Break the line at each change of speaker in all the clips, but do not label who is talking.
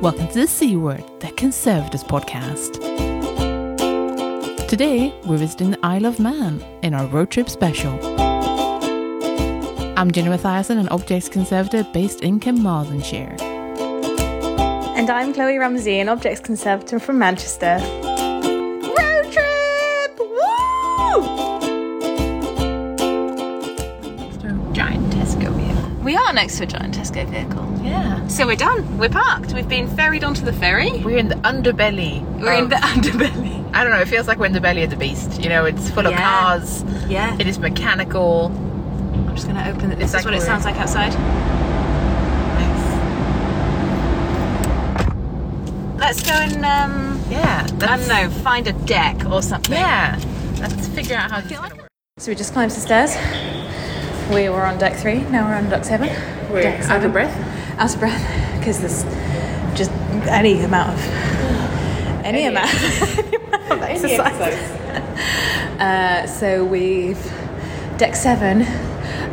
Welcome to the C Word, the Conservatives podcast. Today, we're visiting the Isle of Man in our road trip special. I'm Jenny Mathiasen, an Objects Conservative based in Carmarthenshire.
And I'm Chloe Ramsey, an objects conservator from Manchester. Road trip! Woo!
giant Tesco vehicle.
We are next to a giant Tesco vehicle.
Yeah.
So we're done. We're parked. We've been ferried onto the ferry.
We're in the underbelly.
We're in
of-
the underbelly.
I don't know, it feels like we're in the belly of the beast. You know, it's full of
Yeah.
cars,
Yeah.
it is mechanical.
I'm just going to open it. This is what
Exactly.
it sounds like outside. Let's go and, um,
Yeah.
I
That's,
don't know, find a deck or something.
Yeah. Let's figure out how to
like So we just climbed the stairs. We were on deck three. Now we're on deck seven. We're
out of breath.
out of breath because there's just any amount of any, amount, any amount of exercise. uh, so we've deck seven,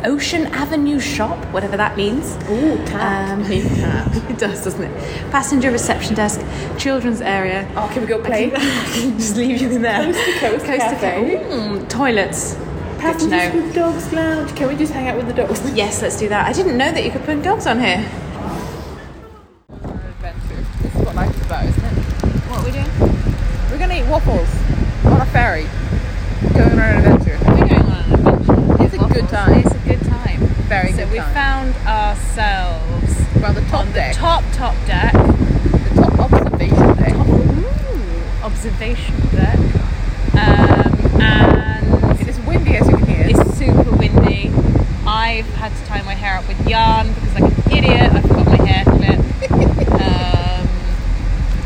Ocean Avenue shop, whatever that means. Ooh,
Uh,
tap. Um, it does, doesn't it? Passenger reception desk, children's area. Oh, can we go play? just leave you in there. Coast to coast, cafe. Mm, toilets. Good to know.
Dogs lounge. Can we just hang out with the dogs?
Yes, let's do that. I didn't know that you could put dogs on here.
Adventure. This is what life is about, isn't it?
What are we doing?
We're gonna eat waffles on a ferry, going on an adventure.
We're going on an adventure.
It's a good time.
It's a good time.
Very
so
good
we
time.
found ourselves
We're on the top deck,
top top deck,
the top observation deck.
observation deck, um, and
It is windy as you can hear.
it's super windy. I've had to tie my hair up with yarn because, like an idiot, I forgot my hair clip. um,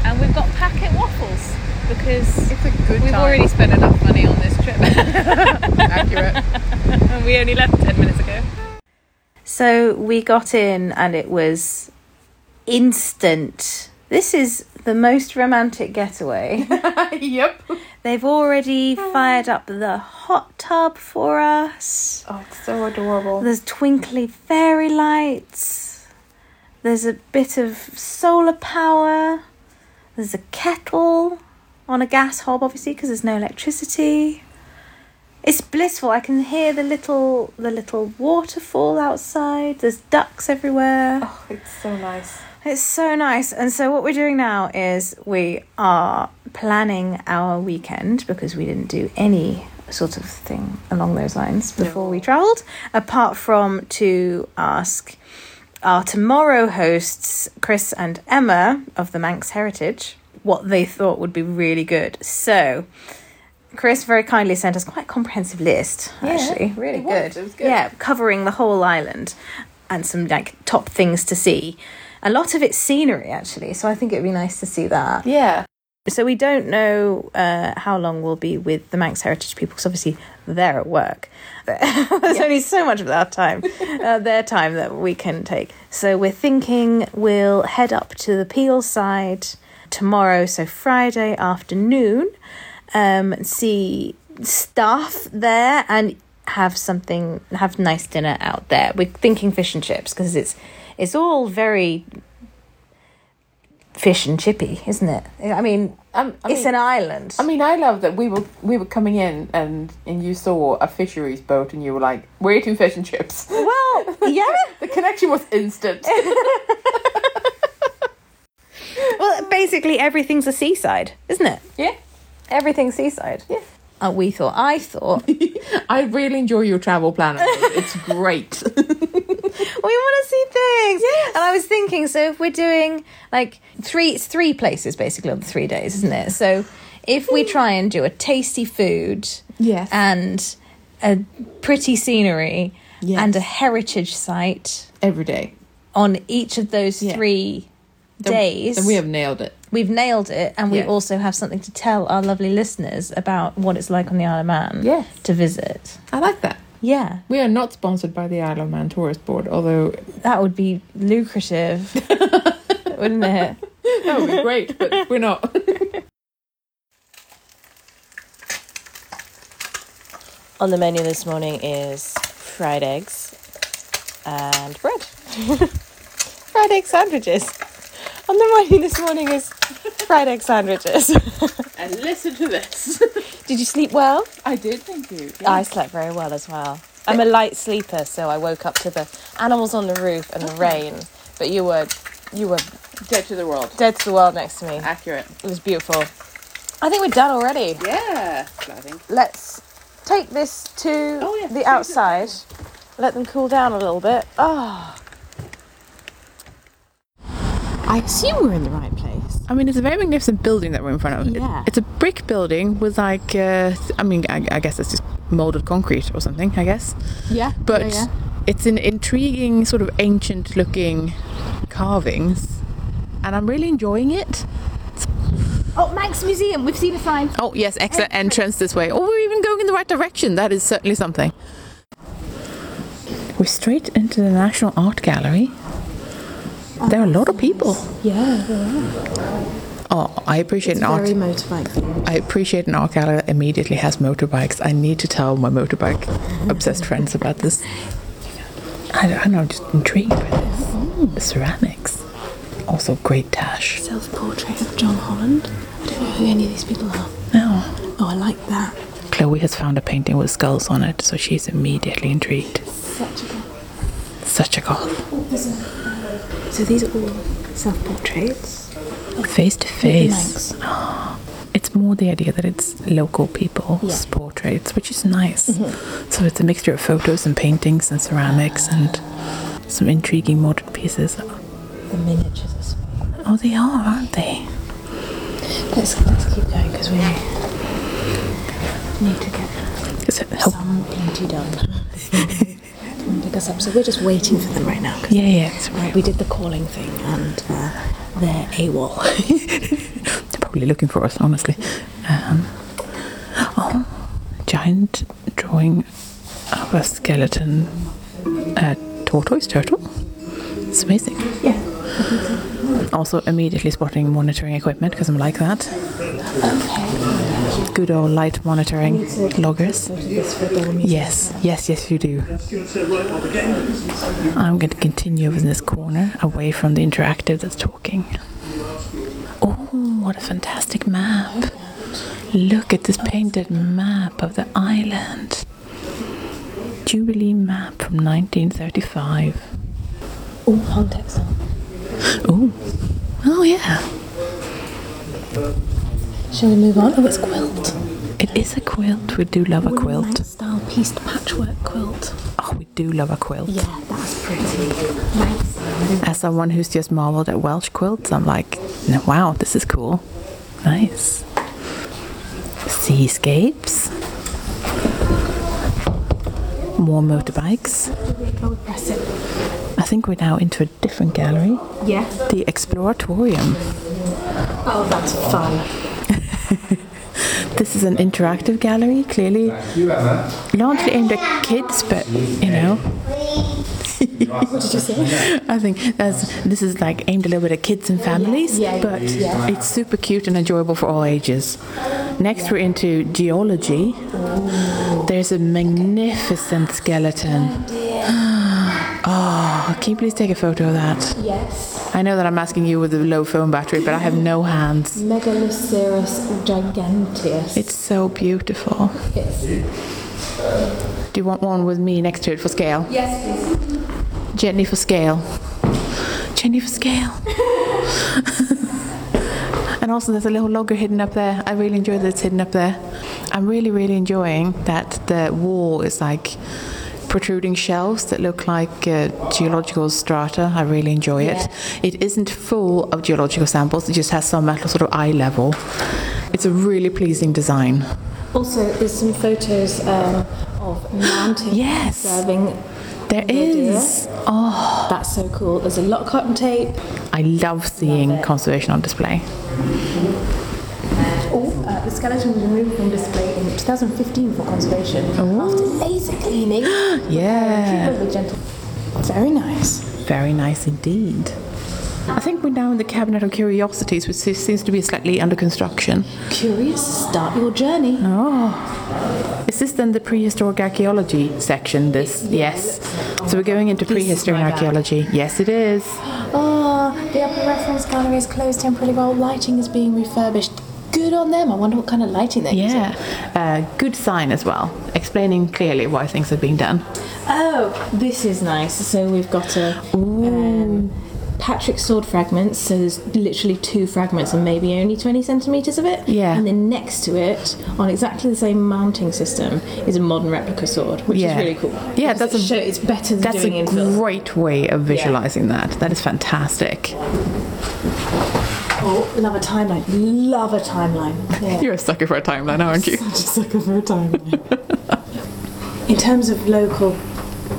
and we've got packet waffles because
It's a good
we've
time.
already spent enough money on this trip.
accurate.
and we only left 10 minutes ago. So we got in and it was instant. This is the most romantic getaway.
yep.
They've already fired up the hot tub for us.
Oh, it's so adorable.
There's twinkly fairy lights. There's a bit of solar power. There's a kettle on a gas hob, obviously, because there's no electricity. It's blissful. I can hear the little the little waterfall outside. There's ducks everywhere.
Oh, it's so nice.
It's so nice. And so what we're doing now is we are planning our weekend because we didn't do any sort of thing along those lines before we travelled, apart from to ask our tomorrow hosts, Chris and Emma of the Manx Heritage, what they thought would be really good. So Chris very kindly sent us quite a comprehensive list, actually. Really
it
good.
was. It was good.
Yeah, covering the whole island and some like top things to see. A lot of it's scenery, actually, so I think it'd be nice to see that.
Yeah.
So we don't know uh, how long we'll be with the Manx Heritage people, because obviously they're at work. There's only so much of that time, uh, their time that we can take. So we're thinking we'll head up to the Peel side tomorrow, so Friday afternoon, um, and see staff there and have something, have nice dinner out there. We're thinking fish and chips because it's it's all very fish and chippy, isn't it? I mean,
Um, I
it's
mean,
an island.
I mean, I love that we were we were coming in and and you saw a fisheries boat and you were like, we're eating fish and chips.
well, yeah.
the connection was instant.
Well, basically everything's a seaside, isn't it?
yeah,
Everything's seaside. Yeah. Uh, we thought. I thought. we
I really enjoy your travel planner. It's great.
want to see things. Yeah. And I was thinking, so if we're doing like three, it's three places basically on the three days, isn't it? So if we try and do a tasty food,
Yes.
and a pretty scenery,
Yes.
and a heritage site
Every day.
on each of those
Yeah.
three
Then-
days,
Then we have nailed it.
we've nailed it and we
Yeah.
also have something to tell our lovely listeners about what it's like on the Isle of Man
Yes.
to visit.
I like that.
Yeah,
We are not sponsored by the Isle of Man Tourist Board, although
that would be lucrative, wouldn't it?
that would be great, but oh, we're not.
On the menu this morning is fried eggs and bread. fried egg sandwiches. On the menu this morning is fried egg sandwiches.
And listen to this.
Did you sleep well?
I did, thank you.
I slept very well as well. I'm a light sleeper, so I woke up to the animals on the roof and the rain. But you were, you were
Dead to the world.
dead to the world next to me.
Accurate.
It was beautiful. I think we're done already.
Yeah. Exciting.
Let's take this to
Oh, yeah, take
the
it.
outside. Let them cool down a little bit. Oh. I assume we're in the right place.
I mean, it's a very magnificent building that we're in front of. It-
Yeah.
It's a brick building with like, uh, th- I mean, I, I guess it's just molded concrete or something, I guess.
Yeah.
But it's an intriguing, sort of ancient looking carvings. And I'm really enjoying it.
Oh, Manx Museum. We've seen a sign.
Oh, yes, excellent entrance this way. Oh, we're even going in the right direction. That is certainly something. We're straight into the National Art Gallery. There are a lot of people. Yeah, there are. Oh, I appreciate an art.
motorbike.
I appreciate an art gallery that immediately has motorbikes. I need to tell my motorbike obsessed friends about this. I don't, I don't know, I'm just intrigued by this. The ceramics. Also, great dash.
Self portrait of John Holland. I don't know who any of these people are.
No.
Oh, I like that.
Chloe has found a painting with skulls on it, so she's immediately intrigued. Such a goth.
So these are all self portraits.
Face to face. It's more the idea that it's local people's portraits, which is nice. So it's a mixture of photos and paintings and ceramics and some intriguing modern pieces.
The miniatures as well.
Oh, they are, aren't they?
Let's, let's keep going because we need to get
Is it- oh,
some beauty done. Don't pick us up. So we're just waiting for them right now. 'cause
yeah, yeah. It's right.
We did the calling thing and uh, they're AWOL.
They're probably looking for us, honestly. Um, oh, giant drawing of a skeleton uh, tortoise turtle. It's amazing. Yeah. Also, immediately spotting monitoring equipment because I'm like that. Okay. Good old light monitoring loggers. Yes, yes, yes, you do. I'm going to continue over in this corner, away from the interactive that's talking. Oh, what a fantastic map! Look at this painted map of the island. Jubilee map from 1935.
all context on.
Oh, oh yeah,
Shall we move on? Oh, it's quilt.
it is a quilt. We do love a quilt.
Manx style pieced patchwork quilt.
Oh, we do love a quilt.
Yeah, that's pretty. Nice.
As someone who's just marvelled at Welsh quilts, I'm like, "No, wow, this is cool. Nice. Seascapes. More motorbikes. I think we're now into a different gallery.
Yeah.
The Exploratorium.
Oh, that's fun.
This is an interactive gallery, clearly
You Emma.
largely aimed at kids, but you know.
What did you say?
I think that's this is like aimed a little bit at kids and families,
Yeah, yeah,
but
yeah.
it's super cute and enjoyable for all ages. Next, we're into geology. There's a magnificent skeleton. Oh, can you please take a photo of that?
Yes.
I know that I'm asking you with a low phone battery, but I have no hands.
Megaloceros giganteus.
It's so beautiful. Do you want one with me next to it for scale? Yes, please. Gently for scale. Gently for scale. and also, there's a little logger hidden up there. I really enjoy that it's hidden up there. I'm really, really enjoying that the wall is like protruding shelves that look like uh, geological strata. I really enjoy it. It isn't full of geological samples, it just has some at sort of eye level. It's a really pleasing design.
Also, there's some photos um, of mountain
Yes.
serving.
There
dear.
is. Oh,
That's so cool. There's a lot of cotton tape.
I love seeing conservation on display.
Oh, uh, the skeleton was removed from display in 2015 for conservation after laser cleaning.
Yeah.
Treatment with gentle. Very nice.
Very nice indeed. I think we're now in the cabinet of curiosities, which se- seems to be slightly under construction.
Curious, start your journey.
Is this then the prehistoric archaeology section? This, yes. So we're going into prehistory and archaeology. Yes, it is.
Ah, the upper reference gallery is closed temporarily while lighting is being refurbished. Good on them. I wonder what kind of lighting they're using.
Yeah. Uh, good sign as well, explaining clearly why things are being done.
Oh, this is nice. So we've got a um, Patrick's sword fragments. So there's literally two fragments and maybe only 20 centimetres of it.
Yeah.
And then next to it, on exactly the same mounting system, is a modern replica sword, which
Yeah.
is really cool.
Yeah,
Because
that's
it
a-
show, it's better than
That's
doing
a
in film.
great way of visualizing that. That is fantastic.
Oh, love a timeline. Love a timeline. Yeah.
You're a sucker for a timeline, aren't you?
Just like a very timeline. in terms of local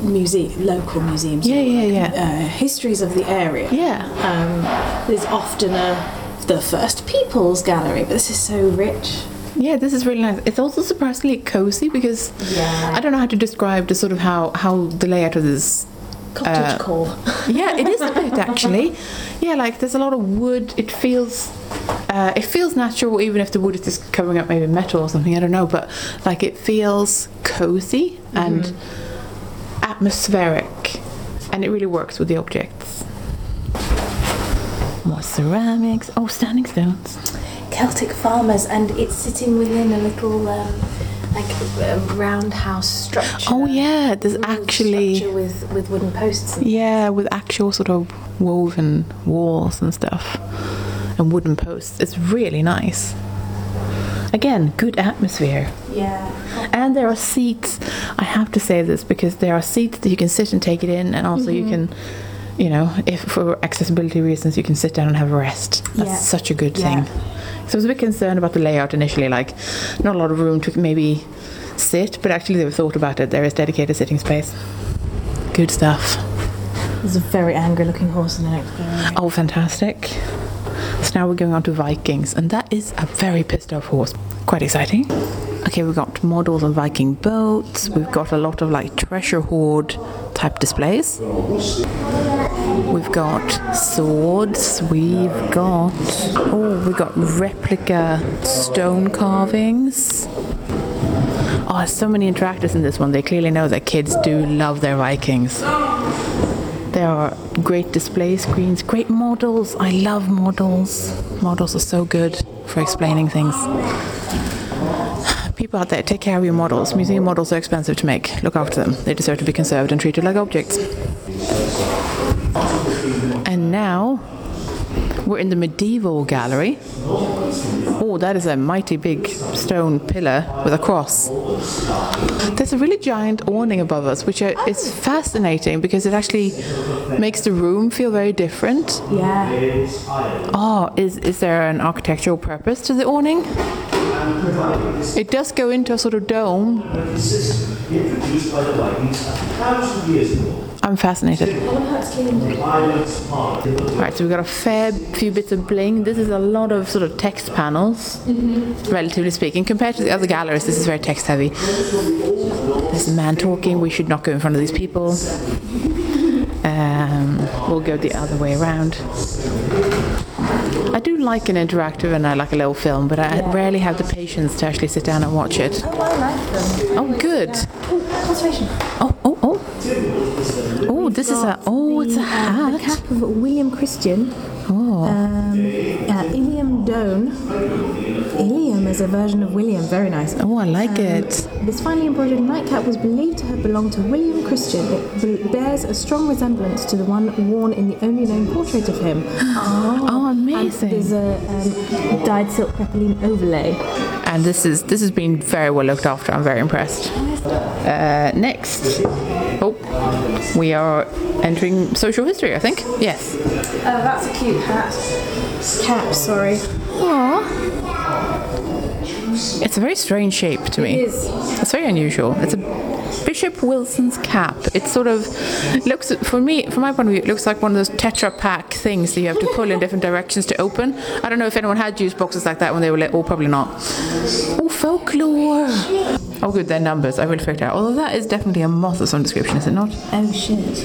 museum, local museums.
Yeah, yeah, yeah.
uh, histories of the area.
Yeah.
Um, there's often a the First Peoples gallery, but this is so rich.
Yeah, this is really nice. It's also surprisingly cozy because I don't know how to describe the sort of how, how the layout of this Uh,
Cottage core.
yeah, it is a bit actually. Yeah, like there's a lot of wood. It feels, uh, it feels natural, even if the wood is just covering up maybe metal or something. I don't know, but like it feels cozy and Mm-hmm. atmospheric, and it really works with the objects. More ceramics. Oh, standing stones.
Celtic farmers, and it's sitting within a little um, like a roundhouse structure.
Oh yeah, there's
Rude
actually
structure with with wooden posts. And
yeah with actual sort of woven walls and stuff and wooden posts. It's really nice. Again, good atmosphere.
yeah.
And there are seats. I have to say this because there are seats that you can sit and take it in, and also
Mm-hmm.
you can, you know, if for accessibility reasons, you can sit down and have a rest. That's
Yeah.
such a good
Yeah.
thing. So I was a bit concerned about the layout initially, like not a lot of room to maybe sit, but actually they've thought about it. There is dedicated sitting space. Good stuff.
There's a very angry looking horse in the next gallery.
Oh, fantastic. So now we're going on to Vikings, and that is a very pissed off horse. Quite exciting. Okay, we've got models on Viking boats, we've got a lot of like treasure hoard type displays. We've got swords, we've got, oh, we've got replica stone carvings. Oh, there's so many interactors in this one. They clearly know that kids do love their Vikings. There are great display screens, great models. I love models. Models are so good for explaining things. People out there, take care of your models. Museum models are expensive to make. Look after them. They deserve to be conserved and treated like objects. And now we're in the medieval gallery. Oh, that is a mighty big stone pillar with a cross. There's a really giant awning above us, which are, is fascinating because it actually makes the room feel very different.
Yeah.
Oh, is, is there an architectural purpose to the awning? It does go into a sort of dome.
introduced by the Vikings a thousand years ago.
I'm fascinated.
Islands Park.
Right, so we've got a fair few bits of bling. This is a lot of sort of text panels,
Mm-hmm.
relatively speaking. Compared to the other galleries, this is very text heavy. There's a man talking, we should not go in front of these people. Um, we'll go the other way around. I do like an interactive and I like a little film, but I rarely have the patience to actually sit down and watch it.
Oh, I like them.
Oh, good.
Oh, conservation.
Oh, oh, oh. Oh, this is a. Oh, it's a
Um, the
hat. Oh,
cap of William Christian. Um, uh, Ilium Doan. Ilium is a version of William. Very nice.
Oh, I like it.
This finely embroidered nightcap was believed to have belonged to William Christian. It b- bears a strong resemblance to the one worn in the only known portrait of him.
Oh,
And
amazing.
there's a um, dyed silk crepeline overlay.
and this is this has been very well looked after. I'm very impressed. Uh, next, oh, we are entering social history. I think yes.
Oh, that's a cute hat. Cap, sorry.
It's a very strange shape to me.
It is.
It's very unusual. It's a Bishop Wilson's cap. It sort of looks for me, from my point of view, it looks like one of those Tetra Pak things that you have to pull in different directions to open. I don't know if anyone had juice boxes like that when they were little. Probably not. Oh, folklore. Oh, good. They're numbers. I will figure it out. Although that is definitely a moth of some description, is it not?
Oh shit.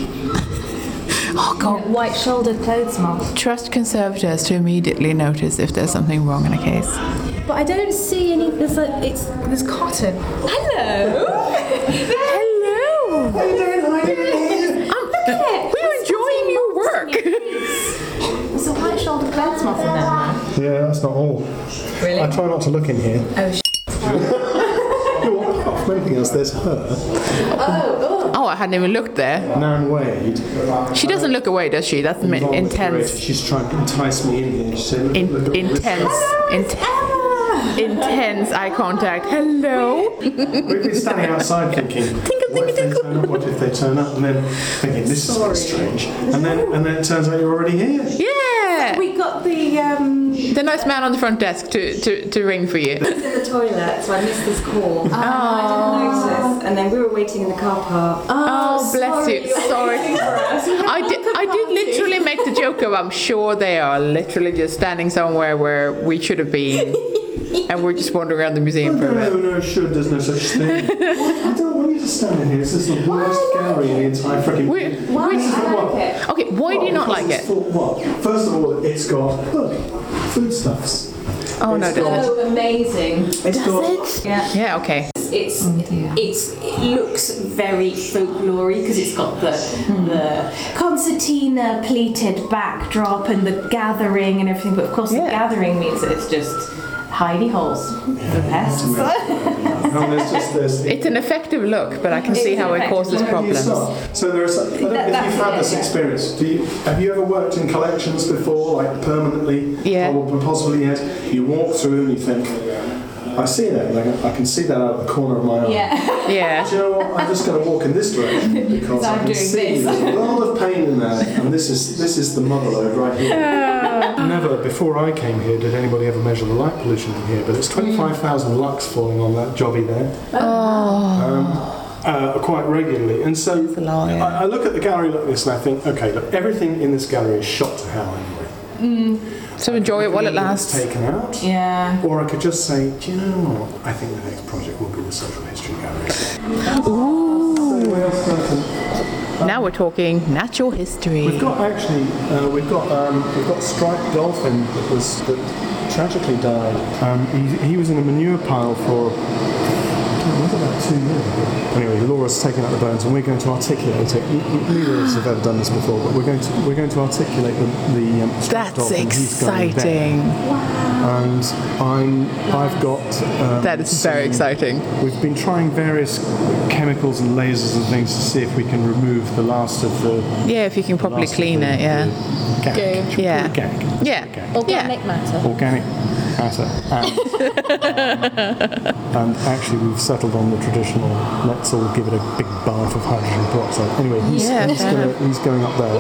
Oh god.
oh, White shouldered clothes moth.
Trust conservators to immediately notice if there's something wrong in a case.
But I don't see any. There's like it's there's cotton. Hello. Hello.
How you doing? How you doing?
We're enjoying your work.
There's a white shouldered clothes moth in there. now.
Yeah, that's not all. Really? I try not to look in here.
Oh, sh-
No, apart from anything else, there's her,
Oh, I hadn't even looked there.
Nan Wade.
She doesn't look away, does she? That's mi-
Involved with
intense.
Rick. She's trying to entice me in here. She said, look, look,
In-
look, look.
intense. Intense. Intense eye contact. Hello.
We've been standing outside thinking, what if they turn up? What if they turn up? And then thinking, this is a bit strange. And then and then it turns out you're already here.
Yeah.
We got the um, in
The nice man on the front desk to, to, to ring for you.
the toilet, so I missed this call. Oh. I didn't notice, and then we were waiting in the car park.
Oh, bless you. Sorry. I did, I did literally make the joke of I'm sure they are literally just standing somewhere where we should have been and we're just wandering around the museum for a bit.
No, "Oh, no, sure, there's no such thing. I don't want you to stand in here. This is the worst gallery in the entire freaking.
Wait,
Why this is the one.
Okay, why do you not like it?
Because it's full- what? First of all, it's got look, foodstuffs.
Oh, no,
It's
does
got,
Oh, amazing!
it's got
Yeah,
Yeah, okay.
it's
Oh,
it's it looks very folklory because it's got the the concertina pleated backdrop and the gathering and everything. But of course, the gathering means that it's just hidey holes for pests.
and there's just this.
It's an effective look, but I can see how it causes
Where do you
problems.
start? So there are. Some, I don't know if
that's
you've
it,
had this
yeah.
experience, do you? Have you ever worked in collections before, like permanently?
Yeah.
Probably, possibly yes. You walk through and you think, I see that. Like I can see that out of the corner of my eye.
Yeah,
Yeah.
Do you know what? I'm just going to walk in this direction because I
I'm
can
doing
see
this.
there's a world of pain in there, and this is this is the mother load right here. Never before I came here did anybody ever measure the light pollution in here, but
Mm.
it's 25,000 lux falling on that jobby there.
Oh.
Um, uh, quite regularly, and so I, I look at the gallery like this, and I think, okay, look, everything in this gallery is shot to hell anyway.
So enjoy it while it
Everything
lasts.
that's Taken out.
yeah.
Or I could just say, do you know what? I think the next project will be the social history gallery.
Now we're talking natural history.
We've got actually, uh, we've got um, we've got striped dolphin that was that tragically died. Um, he, he was in a manure pile for was it about two years. Anyway, Laura's taken out the bones, and we're going to articulate it. N- n- Neither of us have ever done this before, but we're going to we're going to articulate the, the um, striped
That's
dolphin. He's going there.
exciting.
And I'm I've got um,
That is very
some-
exciting.
We've been trying various chemicals and lasers and things to see if we can remove the last of the
Yeah, if you can properly
last of
clean
the-
it, yeah.
the Gag. Should we
Yeah.
call it Gag.
Yeah.
Gag.
Yeah.
Organic matter.
Organic matter. And, um, and actually, we've settled on the traditional. Let's all give it a big bath of hydrogen peroxide. Anyway, he's,
Yeah,
he's,
fair
gonna, he's going up there.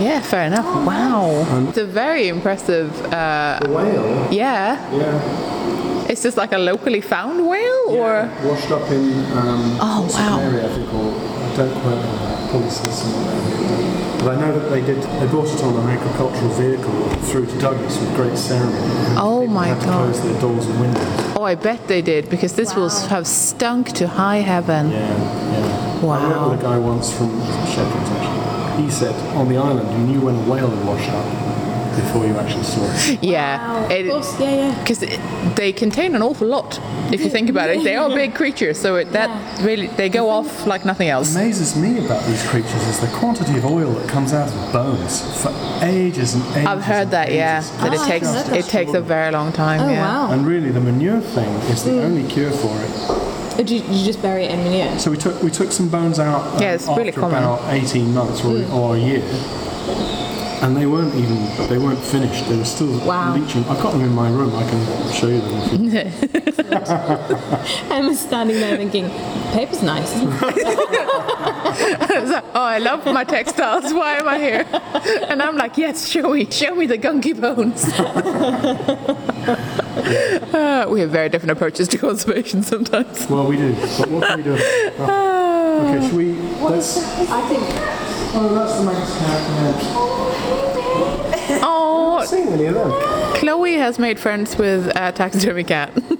Yeah, fair enough. Wow. It's a very impressive, uh,
The whale.
yeah.
Yeah.
It's just like a locally found whale, or?
washed up in. Um,
Oh,
what's that
wow.
area, I think, or I don't quite know. Police or something. But I know that they did. They brought it on an agricultural vehicle through to Douglas with great ceremony.
Oh
People
my
had to
God.
Close their doors and windows.
Oh, I bet they did, because this will have stunk to high heaven.
Yeah, yeah.
Wow.
I remember the guy once from Shepherds actually. He said on the island you knew when a whale had washed up before you actually saw it.
Yeah.
Of course, yeah, yeah.
Because they contain an awful lot, if you think about it. They are big creatures, so it, that really, they go off like nothing else.
amazes me about these creatures is the quantity of oil that comes out of bones for ages and ages.
I've heard
and
that, yeah.
ages. Ah,
That it takes, it takes a very long time,
Oh
yeah.
wow.
And really, the manure thing is the
Mm.
only cure for it.
Did you, you just bury it in manure?
So we took we took some bones out. um,
Yeah, it's really
after
common. Mm.
about eighteen months or, or a year, and they weren't even they weren't finished. They were still
Wow.
leaching. I've got them in my room. I can show you them if you
Emma's standing there thinking, paper's nice.
It's like, oh, I love my textiles. Why am I here? And I'm like, yes, show me, show me the gunky bones. Uh, we have very different approaches to conservation sometimes.
Well, we do. But what can we do?
Ah.
Oh. Okay, should we? Let's.
I think
Oh, that's the Manx character.
Oh,
Seen any of them?
Chloe has made friends with a taxidermy cat.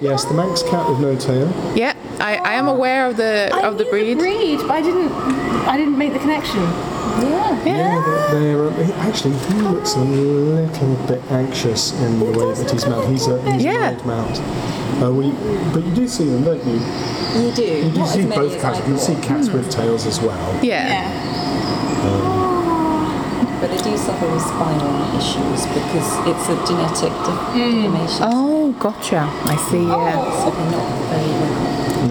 Yes, the Manx cat with no tail.
yeah, I, I am aware of the of the breed.
breed, but I didn't. I didn't make the connection.
Yeah.
Yeah, they- they're, um, he- actually, he looks a little bit anxious in the way that he's mount. He's a, he's
Yeah.
a old mount. Uh, we, but you do see them, don't you?
You do.
You do
Not
see
as many
both
as
cats.
I
You
thought, Hmm.
see cats with tails as well.
Yeah.
But they do suffer with spinal issues because it's a genetic deformation.
Oh, gotcha. I see. Yeah.
So they're not very well.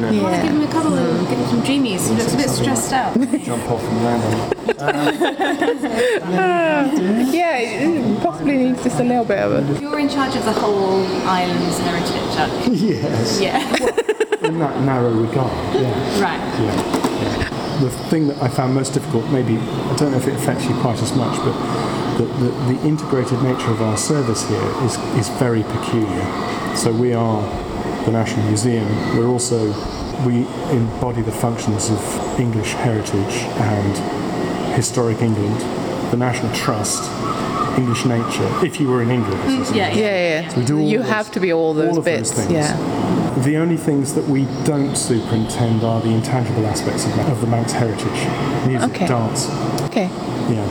Give him a cuddle
Hmm.
and give him some dreamies. He looks a bit stressed out.
Jump off and land on.
Yeah, it possibly needs just a little bit of a.
You're in charge of the whole islands and everything,
uh,
aren't you?
Yes.
Yeah.
In that narrow regard. Yeah.
right.
Yeah. yeah. The thing that I found most difficult, maybe I don't know if it affects you quite as much, but the, the, the integrated nature of our service here is, is very peculiar. So we are the National Museum. We're also we embody the functions of English heritage and historic England, the National Trust, English nature. If you were in England, I suppose.
Yeah. Yeah.
Mm, Yeah, yeah.
So we do all
you
those-
have to be all those
all of
bits.
Those things.
Yeah.
The only things that we don't superintend are the intangible aspects of, of the Manx heritage music,
Okay.
dance.
Okay.
Yeah.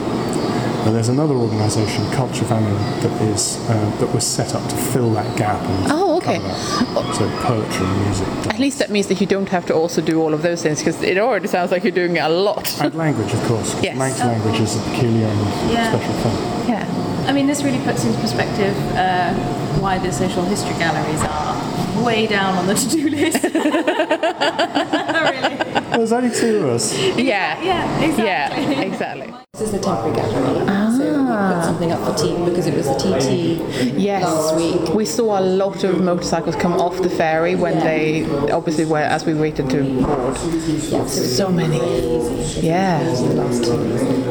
And there's another organisation, Culture Family, that is uh, that was set up to fill that gap. And
Oh, okay.
cover that. So poetry, music,
At least that means that you don't have to also do all of those things because it already sounds like you're doing a lot.
and language, of course. 'cause
Yes.
Manx language is a peculiar and
Yeah.
special thing.
Yeah.
I mean, this really puts into perspective uh, why the social history galleries are way down on the to-do list. really.
There's only two of us.
Yeah.
Yeah. Exactly.
Yeah. Exactly.
This is the temporary gallery. So we put something up for T because it was the TT last
Yes,
week.
we saw a lot of motorcycles come off the ferry when they obviously were as we waited to board. So many. Yeah.
The last two.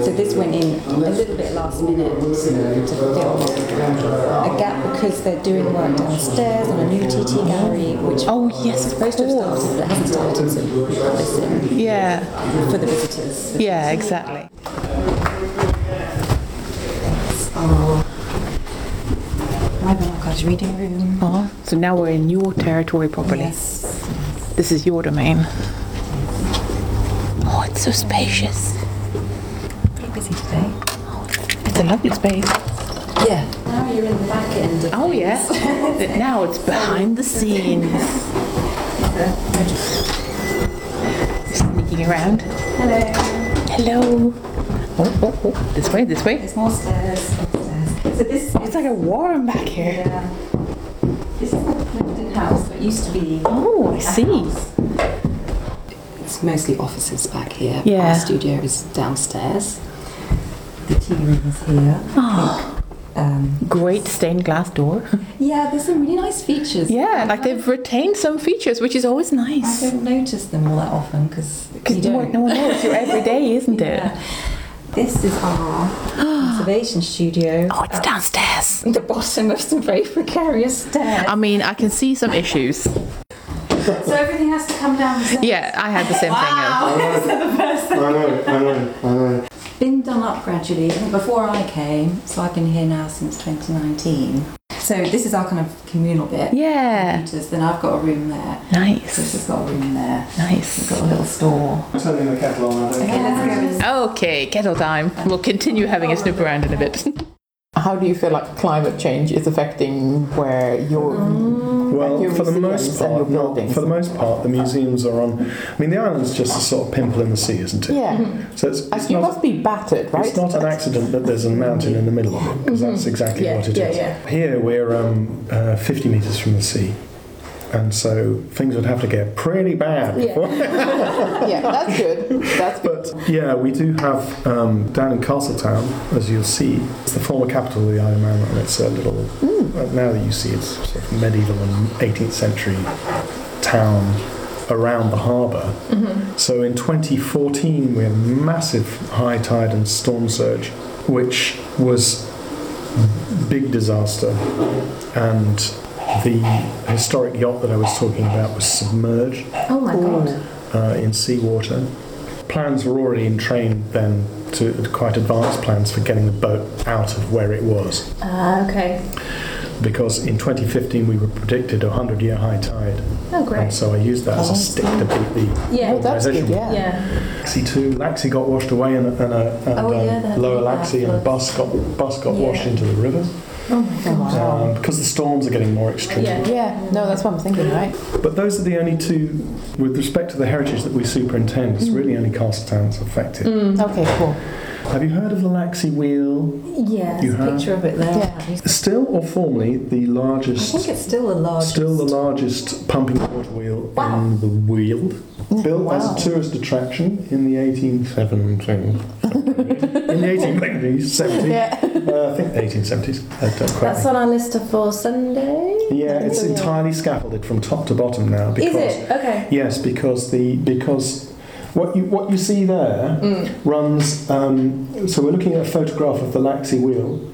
So this went in a little bit last minute to fill a gap because they're doing work downstairs on a new TT gallery, which
Oh, yes, of
supposed to have
course.
started, but it hasn't started. So we put this in
Yeah.
for the visitors.
Yeah. Exactly.
My Malachi's reading room.
Oh, so now we're in your territory properly.
Yes.
This is your domain. Oh, it's so spacious.
Pretty busy today.
It's a lovely space.
Yeah. Now you're in the back end of
Oh yeah. now it's behind the scenes. Sneaking around. Hello. Hello. Oh, oh, oh. This way, this way.
There's more stairs, upstairs. So this
It's like a warm back here.
yeah. This is the Clifton House that used to be.
Oh, I see.
It's mostly offices back here.
Yeah.
Our studio is downstairs. The tea room is here. Um,
Great stained glass door.
yeah, there's some really nice features.
Yeah, like they've retained some features, which is always
I
nice.
don't notice them all that often because you
Because no,
don't.
one- no one knows. You're every day, isn't it?
Yeah. This is our conservation studio.
Oh, it's downstairs.
The bottom of some very precarious stairs.
I mean, I can see some issues.
So everything has to come down.
Yeah, I had the same thing.
I know, I know, I know.
been done up gradually I think before I came, so I've been here now since 2019. So this is our kind of communal bit.
Yeah.
Computers, Then I've got a room there. This
Nice.
has got a room there.
Nice.
We've got a little store.
I'm turning the kettle on. I don't
Okay, let's go.
Okay, kettle time. We'll continue having a snoop around in a bit. How do you feel like climate change is affecting where you're?
Mm-hmm.
Well,
your
for the
museums
most
and
part,
your
not,
buildings.
for the most part, the museums are on. I mean, the island's just a sort of pimple in the sea, isn't it?
Yeah.
So it's, it's
You
not.
must be battered, right?
It's not an accident that there's a mountain in the middle of it, because that's exactly what it is. Here we're um, uh, 50 metres from the sea, and so things would have to get pretty bad.
yeah, that's good. That's good.
But yeah, we do have um, down in Castletown, as you'll see, it's the former capital of the Isle of Man, and it's a little. uh, now that you see, it's sort of medieval and 18th century town around the harbor So in 2014, we had a massive high tide and storm surge, which was big disaster, and the historic yacht that I was talking about was submerged
Oh my god.
uh, in seawater. Plans were already in train then to quite advanced plans for getting the boat out of where it was.
Ah, okay.
because in 2015 we were predicted a 100 year high tide.
Oh, great.
And so I used that as a stick to beat the
Yeah. Oh, that's
organisation.
good, yeah. Yeah.
Laxey too. Laxey got washed away, and, and, uh, and
Oh, yeah,
um,
that-
Lower
that
Laxey and Bus got Bus got washed into the river
Oh my god.
um, because the storms are getting more extreme.
Yeah, no, that's what I'm thinking, right?
But those are the only two, with respect to the heritage that we superintend, it's really only Castletown's affected.
Okay, cool.
Have you heard of the Laxey Wheel?
Yeah,
You
there's a
have?
picture of it there.
Still or formerly the
I
largest
think it's still the largest.
Still the largest pumping water wheel in the world. Built as a tourist attraction in the 1870s. in the 1870s, 70s. Uh, I think 1870s. I don't quite
That's on our list for Sunday.
yeah, it's entirely scaffolded from top to bottom now.
Is
Because,
it? Okay.
Yes, because the because what you what you see there runs. Um, so we're looking at a photograph of the Laxey wheel,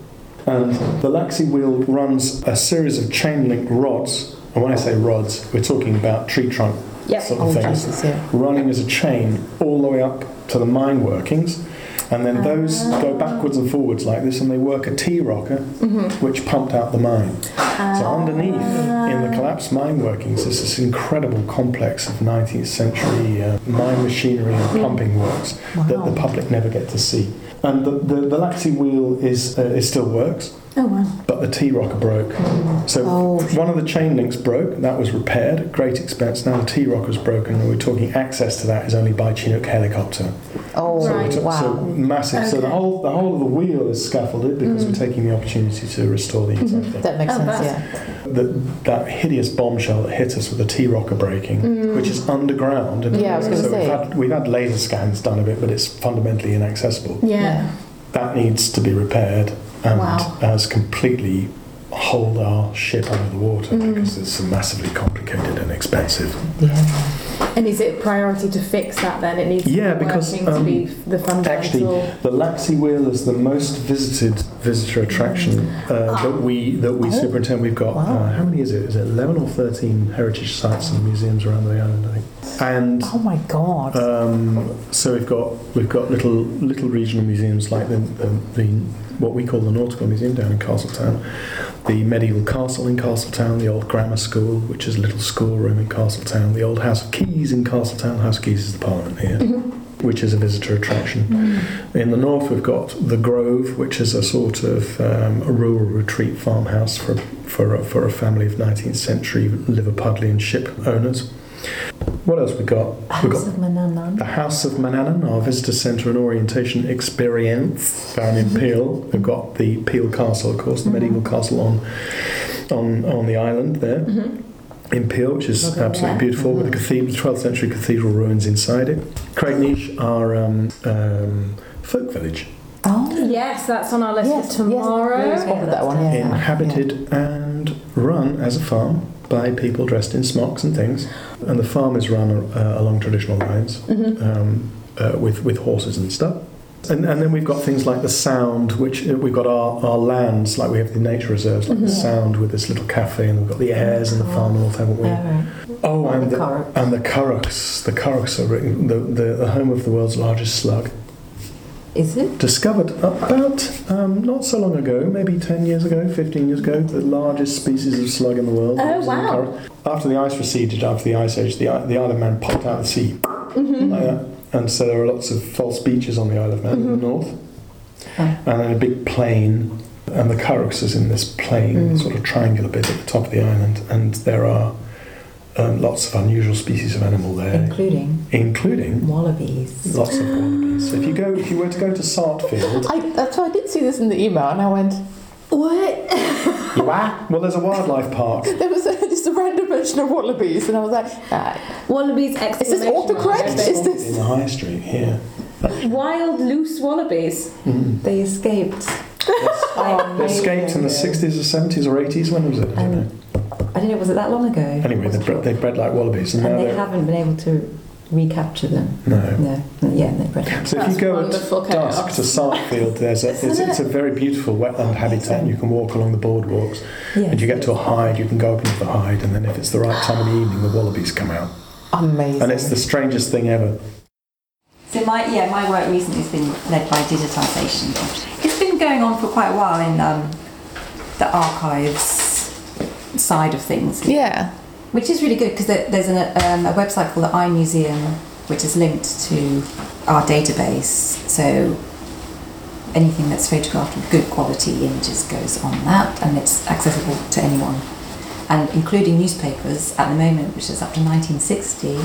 and the Laxey wheel runs a series of chain link rods. And when I say rods, we're talking about tree trunk
Yep.
sort of things running as a chain all the way up to the mine workings. And then those go backwards and forwards like this, and they work a T rocker, which pumped out the mine. so, underneath in the collapsed mine workings, there's this incredible complex of 19th century uh, mine machinery and pumping works that the public never get to see. And the, the, the Laxey wheel is, uh, it still works,
Oh wow.
but the T rocker broke. So one of the chain links broke, that was repaired at great expense. Now the T rocker's broken, and we're talking access to that is only by Chinook helicopter.
Oh,
So, we're ta- so
wow.
massive. So the whole the whole of the wheel is scaffolded because we're taking the opportunity to restore the entire thing.
That makes
Oh,
sense,
that's-
yeah.
That, that hideous bombshell that hit us with the T rocker breaking, which is underground. And
Mm. Yeah, I was gonna
so
say.
We've had, we've had laser scans done of it, but it's fundamentally inaccessible
Yeah.
that needs to be repaired and
Wow.
has completely hold our ship under the water
Mm.
because it's massively complicated and expensive.
And is it a priority to fix that then? It needs
Yeah,
to be
because,
working to be
um,
the
Actually,
fundamental.
the Laxey Wheel is the most visited visitor attraction
Ah.
uh, that we that
Oh.
we superintend. We've got uh, how many is it? Is it eleven or thirteen heritage sites and museums around the island? I think. And
Oh my god.
Um, so we've got we've got little little regional museums like the, the, the what we call the Nautical Museum down in Castletown, the medieval castle in Castletown, the old grammar school, which is a little schoolroom in Castletown, the old House of Keys in Castletown. House of Keys is the Parliament here. Which is a visitor attraction. In the north, we've got the Grove, which is a sort of um, a rural retreat farmhouse for for a, for a family of 19th century Liverpudlian ship owners. What else we got? We've got
House of Mananan.
the House of Manannan, our visitor centre and orientation experience down in Peel. We've got the Peel Castle, of course, the medieval castle on on on the island there in Peel, which is absolutely beautiful, with the cathedral, 12th century cathedral ruins inside it. Craignish, our um, um, folk village,
Yes, that's on our list
Yes, yes,
for tomorrow.
I spotted that one, yeah.
inhabited and run as a farm by people dressed in smocks and things. And the farm is run uh, along traditional lines
Mm-hmm.
um, uh, with, with horses and stuff. And, and then we've got things like the sound, which uh, we've got our, our lands, like we have the nature reserves, like the
Mm-hmm.
sound with this little cafe, and we've got the airs and the far north, haven't we? Oh, and the,
the Curragh.
and the Currachs. The Currachs are written, the, the, the home of the world's largest slug
Is it?
discovered about um, not so long ago, maybe 10 years ago, 15 years ago, the largest species of slug in the world.
Oh,
was in the
wow.
current- After the ice receded, after the ice age, the, i- the Isle of Man popped out of the sea.
Mm-hmm.
Like that. And so there are lots of false beaches on the Isle of Man
Mm-hmm.
in the north.
Oh.
And then a big plain. And the Currachs is in this plain,
Mm.
sort of triangular bit at the top of the island. And there are um, lots of unusual species of animal there,
Including
including
wallabies.
lots of wallabies. So if you go, if you were to go to Sartfield,
I, that's why I did see this in the email and I went,
What?
Well, there's a wildlife park.
there was a, just a random mention of wallabies and I was like, ah,
Wallabies
is this
exclamation
autocorrect? Is
in
this.
the high street here.
mark. Wild loose wallabies.
They escaped.
They escaped in the 60s or 70s or 80s. When was it? I don't know.
I don't know, was it that long ago?
Anyway, they bred, they bred like wallabies, and now
and they
they're
haven't been able to recapture them.
no.
No, yeah, no, bred them.
So if you go at
wonderful
dusk to Sartfield, there's a, it's, it's a very beautiful wetland habitat. and You can walk along the boardwalks,
Yes.
and you get to a hide. You can go up into the hide, and then if it's the right time of the evening, the wallabies come out,
Amazing.
and it's the strangest thing ever.
So my yeah, my work recently has been led by digitisation. It's been going on for quite a while in um, the archives side of things.
Yeah.
Which is really good because there, there's an, um, a website called the iMuseum, which is linked to our database. So anything that's photographed with good quality images goes on that, and it's accessible to anyone, and including newspapers at the moment, which is up to 1960.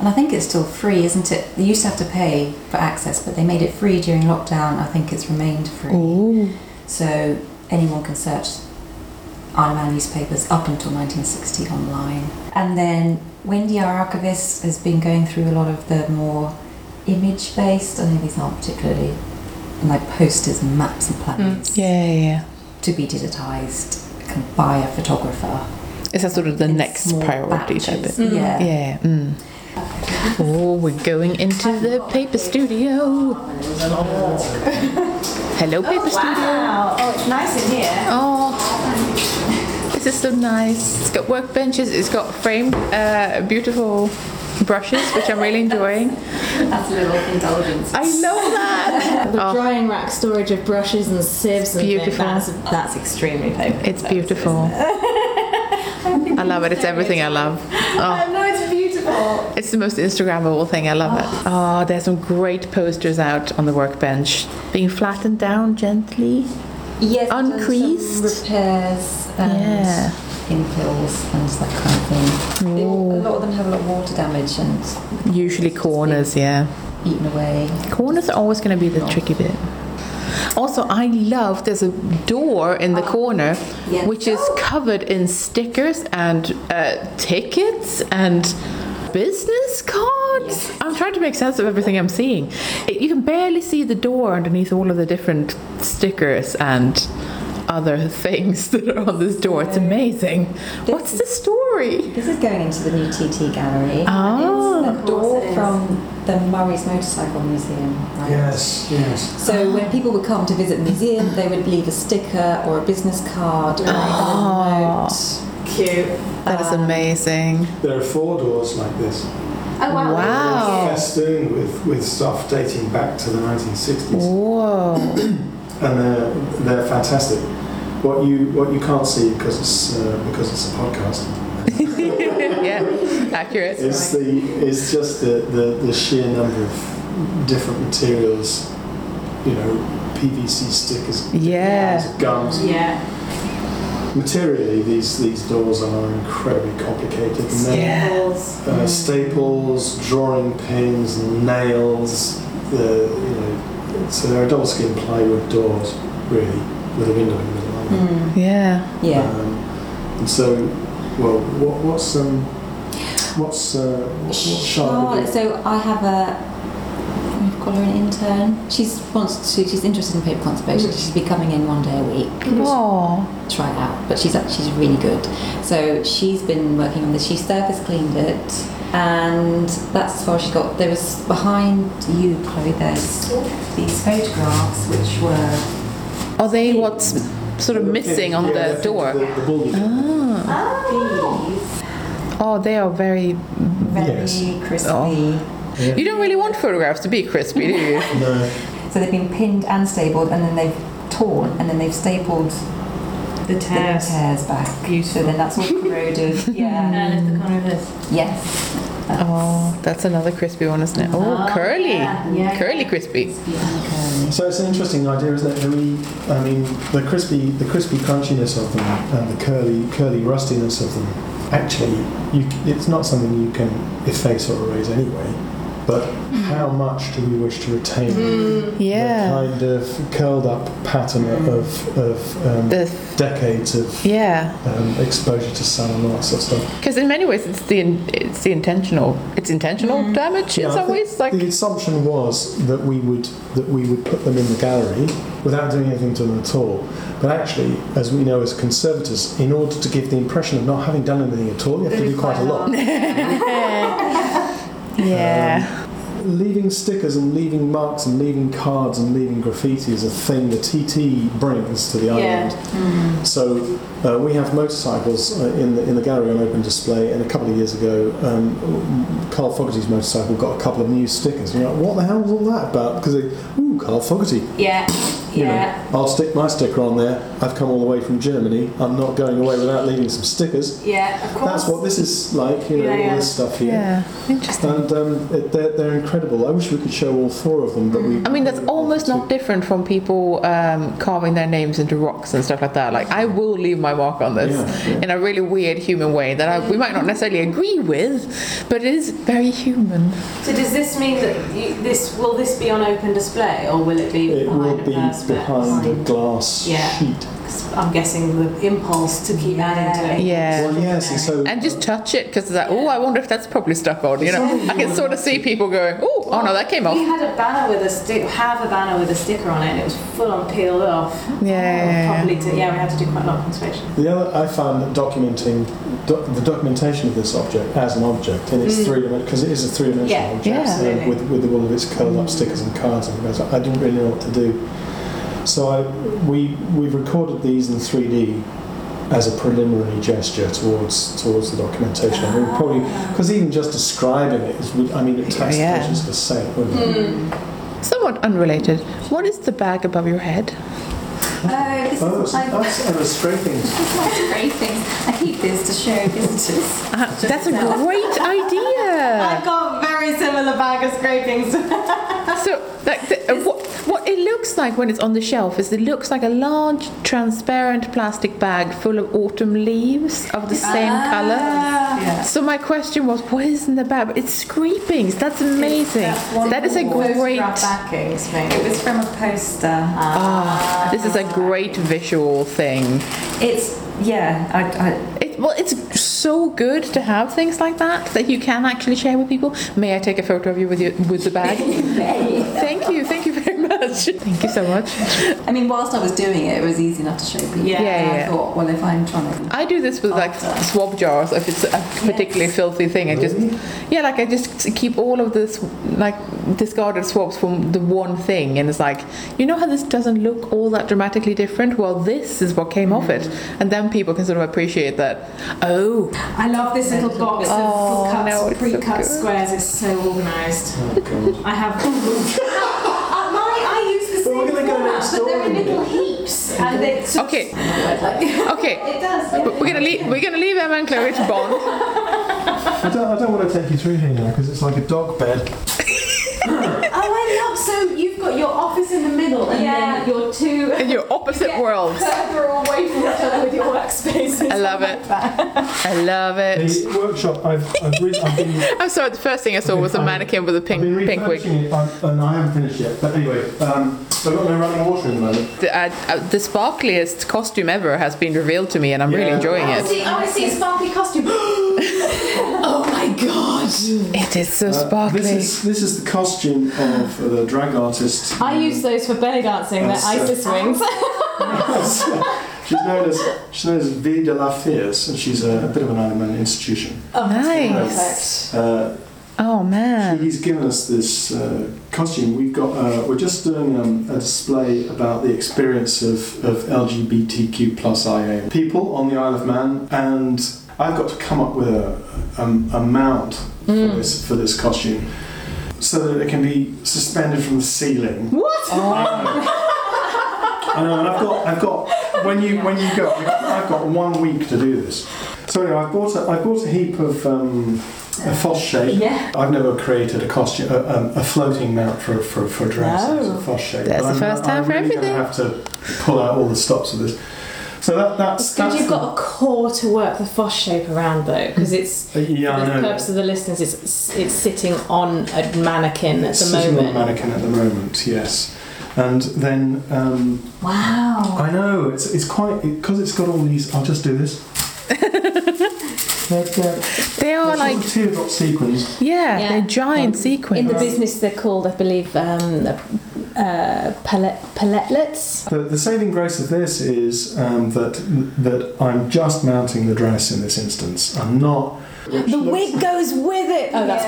And I think it's still free, isn't it? They used to have to pay for access, but they made it free during lockdown. I think it's remained free. So anyone can search Isle of Man newspapers up until 1960 online. And then Wendy, our archivist, has been going through a lot of the more image based, I know these aren't particularly, like posters and maps and plans
Hmm, Yeah, yeah, yeah.
to be digitised kind of by a photographer.
Is that sort of the next
small
priority type
batches,
of
yeah.
Yeah. Mm. Oh, we're going into the paper studio. Hello, paper studio.
Oh, Wow. Oh, it's nice in here.
Oh, this is so nice. It's got workbenches. It's got framed, uh, beautiful brushes, which I'm really enjoying.
That's a little indulgence.
I love that. Oh.
The drying rack storage of brushes and sieves and
Beautiful.
That's,
That's extremely paper.
It's beautiful. I love it. It's everything I love. Oh,
No, it's beautiful.
it's the most Instagrammable thing. I love it. Oh, there's some great posters out on the workbench, being flattened down gently.
Yes, uh, we've done some
Uncreased.
repairs and
Yeah.
infills and that kind of thing. They all- A lot of them have a lot of water damage and
Usually corners, yeah.
eaten away.
Corners are always going to be the tricky bit. Also, I love there's a door in the corner
yeah.
which is covered in stickers and uh, tickets and business cards. I'm trying to make sense of everything I'm seeing. It, you can barely see the door underneath all of the different stickers and other things that are on this door. It's amazing. What's the story?
This is going into the new TT gallery.
Oh.
And it's the door from the Murray's Motorcycle Museum. Right?
Yes, yes.
So when people would come to visit the museum, they would leave a sticker or a business card or a note.
Cute.
That is
Um,
amazing.
There are four doors like this.
Oh, wow.
Wow.
Festooned with, with stuff dating back to the 1960s.
Whoa.
and they're, they're fantastic. What you what you can't see because it's uh, because it's a podcast
yeah, accurate.
is the is just the, the, the sheer number of different materials, you know, PVC stickers,
Yeah.
gums.
Yeah.
Materially, these these doors are incredibly complicated. And they're-
Balls.
uh, staples, drawing pins, nails. The you know, so they're double skin plywood doors, really, with a window in the middle. aren't they?
Yeah.
Yeah.
Um, and so, well, what, what's um, what's uh, what, what's
Charlotte,
Charlotte?
so I have a. We've got her an intern. She's wants to. She's interested in paper conservation. She'll be coming in one day a week.
Oh.
try it out. But she's she's really good. So she's been working on this. She surface cleaned it, and that's as far as she got. There was behind you, Chloe. There's these photographs which were
Are they what's sort of missing on
Yeah,
the door?
The, the bully.
these
Oh, they are very.
very
Yes.
crispy.
You don't really want photographs to be crispy, do you?
No,
So they've been pinned and stapled, and then they've torn, and then they've stapled
The
the tears back. So then that's all corroded. yeah.
And the corner of this.
Yes.
Oh, that's another crispy one, isn't it? Oh, curly. Curly crispy.
so it's an interesting idea, isn't it? Do we, I mean, the crispy, the crispy crunchiness of them, and the curly, curly rustiness of them. Actually, you, c- it's not something you can efface or erase anyway. But how much do we wish to retain
Mm-hmm. Yeah. Mm-hmm.
the kind of curled up pattern of, of um,
The
decades of
yeah,
um, exposure to sun and all that sort of stuff.
because in many ways it's the in, it's the intentional it's intentional
Mm.
damage in
Yeah, I
some
think
ways. Like
the assumption was that we would that we would put them in the gallery without doing anything to them at all. But actually, as we know as conservators, in order to give the impression of not having done anything at all, you have to do quite a lot. Um,
yeah,
leaving stickers and leaving marks and leaving cards and leaving graffiti is a thing the TT brings to the island. So uh, we have motorcycles uh, in the, in the gallery on open display, and a couple of years ago, um, Carl Fogarty's motorcycle got a couple of new stickers. And you're like, what the hell was all that about? Because they, ooh, Carl Fogarty.
Yeah.
You
Yeah.
know, I'll stick my sticker on there. I've come all the way from Germany. I'm not going away without leaving some stickers.
Yeah, of course.
That's what this is like, you know,
Yeah,
all
yeah.
this stuff here. And um, it, they're, they're incredible. I wish we could show all four of them, but we.
Mm. I mean, that's almost not different from people um, carving their names into rocks and stuff like that. Like, I will leave my mark on this
Yeah, yeah.
in a really weird human way that I, we might not necessarily agree with, but it is very human.
So does this mean that you, this will this be on open display or will it be
It will
behind a
be
perspex?
behind a glass
Yeah.
sheet.
'Cause I'm guessing the impulse to keep adding to it.
Yeah.
Well, yes, and so
And just touch it because like, oh, I wonder if that's probably stuck on. You know, I can sort of see people going, oh, oh no, that came
We
off.
had a banner with a stick, have a banner with a sticker on it, and it was full on peeled off. Um,
yeah, yeah, yeah.
Probably to, yeah, we had to do quite a lot of conservation.
The other, I found that documenting doc, the documentation of this object as an object in
Mm.
its three dimension because it is a three dimensional
Yeah,
object so
absolutely.
with with all of its curled up stickers and cards and things. I didn't really know what to do, so I we we recorded these in three D as a preliminary gesture towards towards the documentation. And we were probably
Ah.
because even just describing it is would- I mean it takes
Yeah.
patience for sake, wouldn't it?
Mm,
Somewhat unrelated. What is the bag above your head?
Oh, this
Oh,
is
it's,
my
oh, it's a scraping.
great thing. I keep this to show visitors.
Uh, that's a great idea.
I've got very similar bag of scrapings.
So, like, the, uh, what, what it looks like when it's on the shelf is it looks like a large transparent plastic bag full of autumn leaves of the same
Ah.
color. So my question was, what is in the bag? It's scrapings. That's amazing. that is a great.
Photograph backings, maybe.
It was from a poster.
Ah, this is a great visual thing.
It's yeah. I,
It, well, it's so good to have things like that that you can actually share with people. May I take a photo of you with your, with the bag? thank you, thank you very much. Thank you so much.
I, I mean, whilst I was doing it, it was easy enough to show people.
Yeah.
Yeah,
And
yeah.
I thought, well, if I'm trying to,
I do this with like swab jars if it's a particularly filthy thing. I just yeah, like I just keep all of this like discarded swabs from the one thing, and it's like you know how this doesn't look all that dramatically different. Well, this is what came off it, and then people can sort of appreciate that. Oh,
Mm. I love this little box
Oh,
of cut,
no, it's so
pre-cut
good.
squares. It's so organised. I have. Uh, my, I use the
Well, we're gonna
same
go
format,
next
but they're in
door.
little heaps, and they sort
okay,
of- like-
okay.
it does.
But
Yeah.
We're gonna leave. We're gonna leave Emma and Chloe to bond.
I don't, I don't want to take you through here now because it's like a dog bed.
Oh, I love. So you've got your office in the middle, and
Yeah.
then your two
in your opposite worlds.
further away from each other with your workspaces.
I love it. I love it.
The workshop, I've, I've, re- I've been
I'm sorry. The first thing I saw was a mannequin with a
I've been
pink pink wig.
refurbishing it, I've- and I haven't finished yet. But anyway, um, so I've got no running water in the moment.
The, uh, uh, the sparkliest costume ever has been revealed to me, and I'm really
Yeah.
enjoying
I
it.
see, I see a sparkly costume. oh my god!
It is so
Uh,
sparkly.
This is this is the costume of the drag artist.
I use those for belly dancing, the
That's, uh,
ISIS wings.
she's known as she's known as V de la Fierce, and she's a, a bit of an Iron Man institution.
Oh, nice.
Uh,
Oh man.
he's given us this uh, costume. We've got uh, we're just doing um, a display about the experience of, of LGBTQ plus IA people on the Isle of Man, and I've got to come up with a, um, a mount for this for this costume. So that it can be suspended from the ceiling. What? I know, and I've got, I've got. When you when you go, I've got one week to do this. So anyway, I bought a, I bought a heap of um, a false shape.
Yeah.
I've never created a costume, a, um, a floating mount for for, for dress as a false shape.
That's
But
the first time
I'm
for
really gonna
everything.
have to pull out all the stops of this. So that that's
Because
that's
you've got a core to work the FOSS shape around, though, because it's
the, yeah,
for
I
the
know.
purpose of the listeners, it's it's sitting on a mannequin at the
Sitting on a
moment.
mannequin at the moment, yes. And then um,
Wow.
I know it's it's quite because it, has got all these. I'll just do this. they're, they're,
They are
they're
like
sort of teardrop sequins.
yeah,
Yeah.
they're giant
In
sequins.
the business, they're called, I believe, um, uh, palette paletlets.
The, the saving grace of this is um, that that I'm just mounting the dress in this instance. I'm not
The wig goes with it.
Oh, that's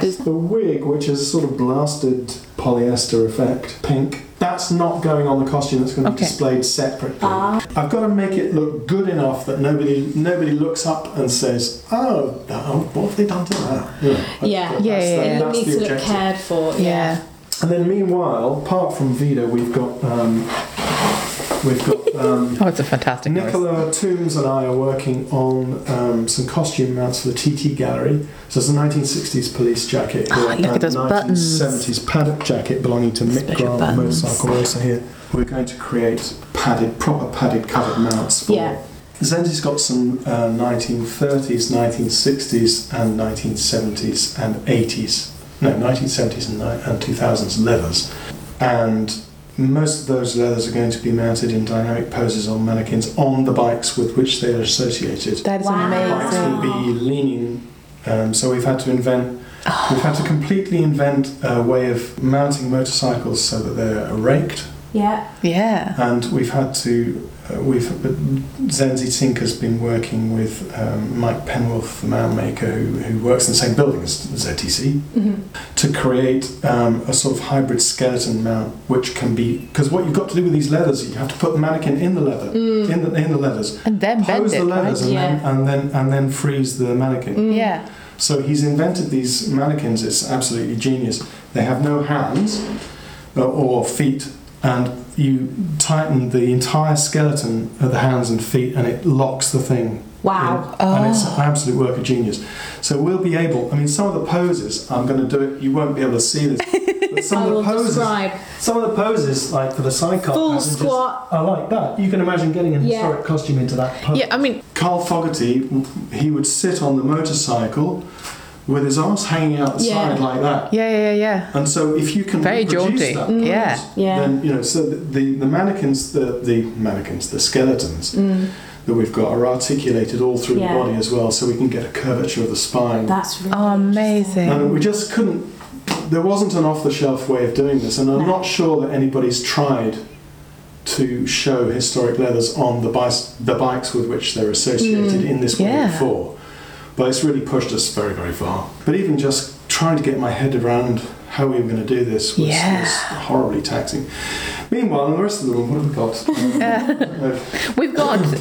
perfect.
the wig, which is a sort of blasted polyester effect, pink. That's not going on the costume. That's going to be
Okay.
displayed separately.
Ah.
I've got to make it look good enough that nobody nobody looks up and says, "Oh, oh what have they done to that?" Yeah,
Yeah.
that's
Yeah, yeah,
the-
yeah.
It
that's the
needs to look
objective.
cared for. Yeah.
yeah.
And then meanwhile, apart from Vida, we've got um, we've got um,
Oh, it's a fantastic noise.
Nicola Toombs and I are working on um, some costume mounts for the TT Gallery. So it's a 1960s police jacket
Ah,
with
look at
a
those buttons.
1970s paddock jacket belonging to Mick
Special
Grant, the
buttons.
motorcycle racer here. We're going to create padded, proper padded covered mounts. For
Yeah.
Zenzi's got some uh, 1930s, 1960s, and 1970s and 80s. No, 1970s and, ni- and 2000s leathers. And most of those leathers are going to be mounted in dynamic poses on mannequins on the bikes with which they are associated.
That is
Wow.
Bikes
amazing.
will be leaning, um, so we've had to invent. We've had to completely invent a way of mounting motorcycles so that they're raked,
Yeah.
Yeah.
and we've had to. Uh, we've Zenzi Tinker's been working with um, Mike Penwolf, the man maker who, who works in the same building as ZTC,
hmm
to create um, a sort of hybrid skeleton mount, which can be because what you've got to do with these leathers, you have to put the mannequin in the leather, in the in the leathers,
And then bend
pose
it,
the
right?
leathers, and, then, and then and then freeze the mannequin.
Yeah.
So he's invented these mannequins. It's absolutely genius. They have no hands uh, or feet, and you tighten the entire skeleton of the hands and feet, and it locks the thing.
Wow.
in. And it's an absolute work of genius. So we'll be able. I mean, some of the poses. I'm going to do it. You won't be able to see this. But some
I
of the
will
poses.
describe.
Some of the poses, like for the sidecar
Full
passengers,
squat.
are like that. You can imagine getting a
Yeah.
historic costume into that. Pose.
Yeah, I mean,
Carl Fogarty, he would sit on the motorcycle with his arse hanging out the
Yeah.
side like that.
yeah, yeah, yeah.
And so if you can
Very
reproduce
jaunty.
that
Mm. Yeah.
pose,
Yeah.
then you know, so the, the, the mannequins, the, the mannequins, the skeletons that we've got are articulated all through
Mm. Yeah.
the body as well, so we can get a curvature of the spine.
That's really
Oh, amazing.
and we just couldn't there wasn't an off-the-shelf way of doing this, and I'm not sure that anybody's tried to show historic leathers on the, bice- the bikes with which they're associated in this way
yeah.
before. But it's really pushed us very, very far. But even just trying to get my head around how we were going to do this was,
Yeah.
was horribly taxing. Meanwhile, on the rest of the room, what have we got? Um, uh,
We've got.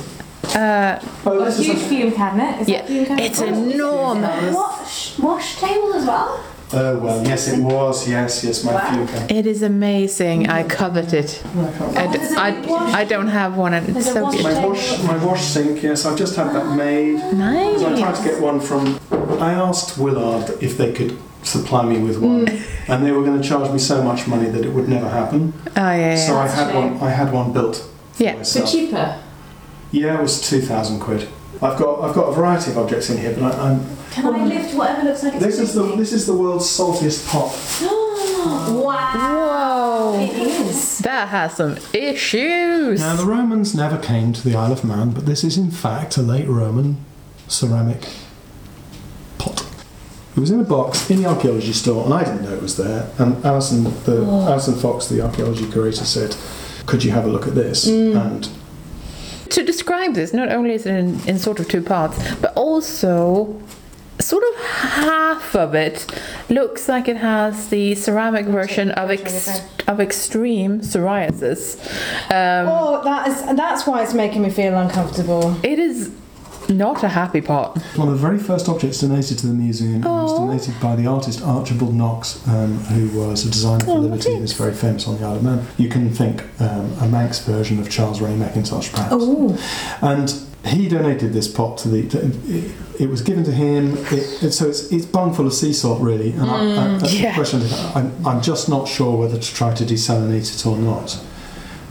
Uh,
oh,
A
this is
huge fume cabinet. Is
Yeah,
that fume cabinet?
it's enormous.
Wash, wash table as well.
a- oh, well, yes, it was. Yes, yes, my wow.
It is amazing. I covet it. I, d-
There's a
I-
big wash-
I don't have one, and it's
there's a
so
wash
good.
My wash, my wash sink. Yes, I've just had that made. So I tried to
Nice.
get one from. I asked Willard if they could supply me with one,
Mm.
and they were going to charge me so much money that it would never happen.
Oh yeah,
so
yeah.
I had one. I had one built. for
Yeah.
myself.
cheaper.
Yeah, it was two thousand quid. I've got I've got a variety of objects in here, but I, I'm.
Can I lift whatever looks like it's
This is the
lifting?
this is the world's saltiest pot.
wow. It is.
That has some issues.
Now the Romans never came to the Isle of Man, but this is in fact a late Roman ceramic pot. It was in a box in the archaeology store, and I didn't know it was there. And Alison, the Alison Fox, the archaeology curator, said, "Could you have a look at this?" And
To describe this, not only is it in, in sort of two parts, but also sort of half of it looks like it has the ceramic version of ex- of extreme psoriasis. Um,
Oh, that is that's why it's making me feel uncomfortable.
it is not a happy pot.
one of the very first objects donated to the museum was
Aw.
donated by the artist Archibald Knox, um, who was a designer
Oh,
for Liberty, who's very famous on the Isle of Man. You can think um, a Manx version of Charles Ray McIntosh, perhaps.
Oh,
and he donated this pot to the. To, it, it was given to him. It, it- so it's it's bung full of sea salt, really. And
Mm,
I, I, that's the
yeah.
question. I'm, I'm just not sure whether to try to desalinate it or not,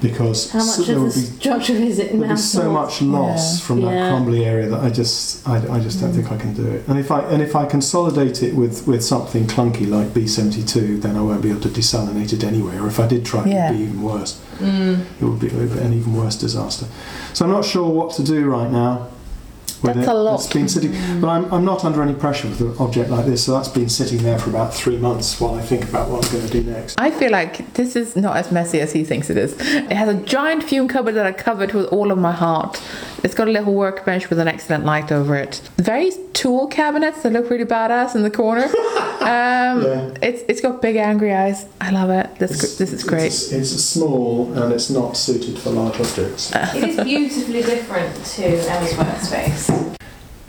because
how much
so-
of
there
the
would be
structure is it
there'll
now?
be so much loss from that
Yeah.
crumbly area that I just I, I just don't think I can do it. And if I and if I consolidate it with, with something clunky like B72, then I won't be able to desalinate it anyway. Or if I did try,
Yeah.
it would be even worse. It would be it would be an even worse disaster. So I'm not sure what to do right now. With
That's
it.
a lot.
It's been sitting, but I'm, I'm not under any pressure with an object like this. So that's been sitting there for about three months while I think about what I'm going to do next.
I feel like this is not as messy as he thinks it is. It has a giant fume cupboard that I covered with all of my heart. It's got a little workbench with an excellent light over it. Very tool cabinets that look really badass in the corner. Um,
Yeah.
It's it's got big angry eyes. I love it. This
It's-
this is great.
It's, it's small and it's not
Uh.
suited for large objects.
It is beautifully different to Emma's workspace.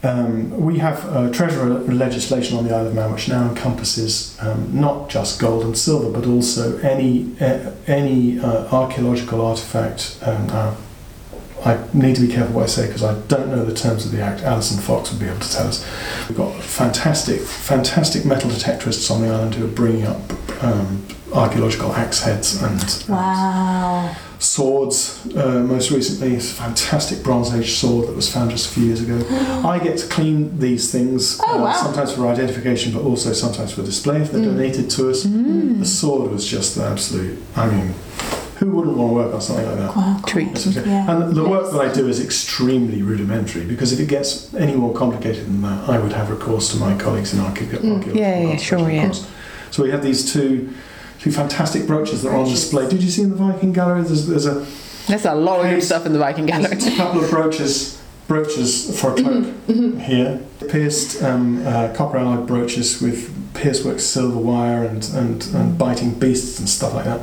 Um, we have uh, treasurer legislation on the Isle of Man, which now encompasses um, not just gold and silver, but also any uh, any uh, archaeological artifact. Um, uh, I need to be careful what I say because I don't know the terms of the act. Alison Fox would be able to tell us. We've got fantastic, fantastic metal detectorists on the island who are bringing up um, archaeological axe heads and
Wow.
swords uh, most recently it's a fantastic bronze age sword that was found just a few years ago i get to clean these things um,
Oh, wow. Mm.
sometimes for identification but also sometimes for display if they're donated to us the sword was just the absolute i mean who wouldn't want to work on something like that
Wow.
Treat.
That's okay.
Yeah.
and the work that i do is extremely rudimentary because if it gets any more complicated than that i would have recourse to my colleagues in
Mm.
archaeology
yeah, yeah, sure, yeah.
so we have these two two fantastic brooches that are on display did you see in the viking gallery there's, there's a
There's a lot of good stuff in the Viking gallery. Mm-hmm,
there's a couple of brooches, brooches for a cloak here. Pierced um, uh, copper alloy brooches with pierce work silver wire and, and,
Mm-hmm.
and biting beasts and stuff like that.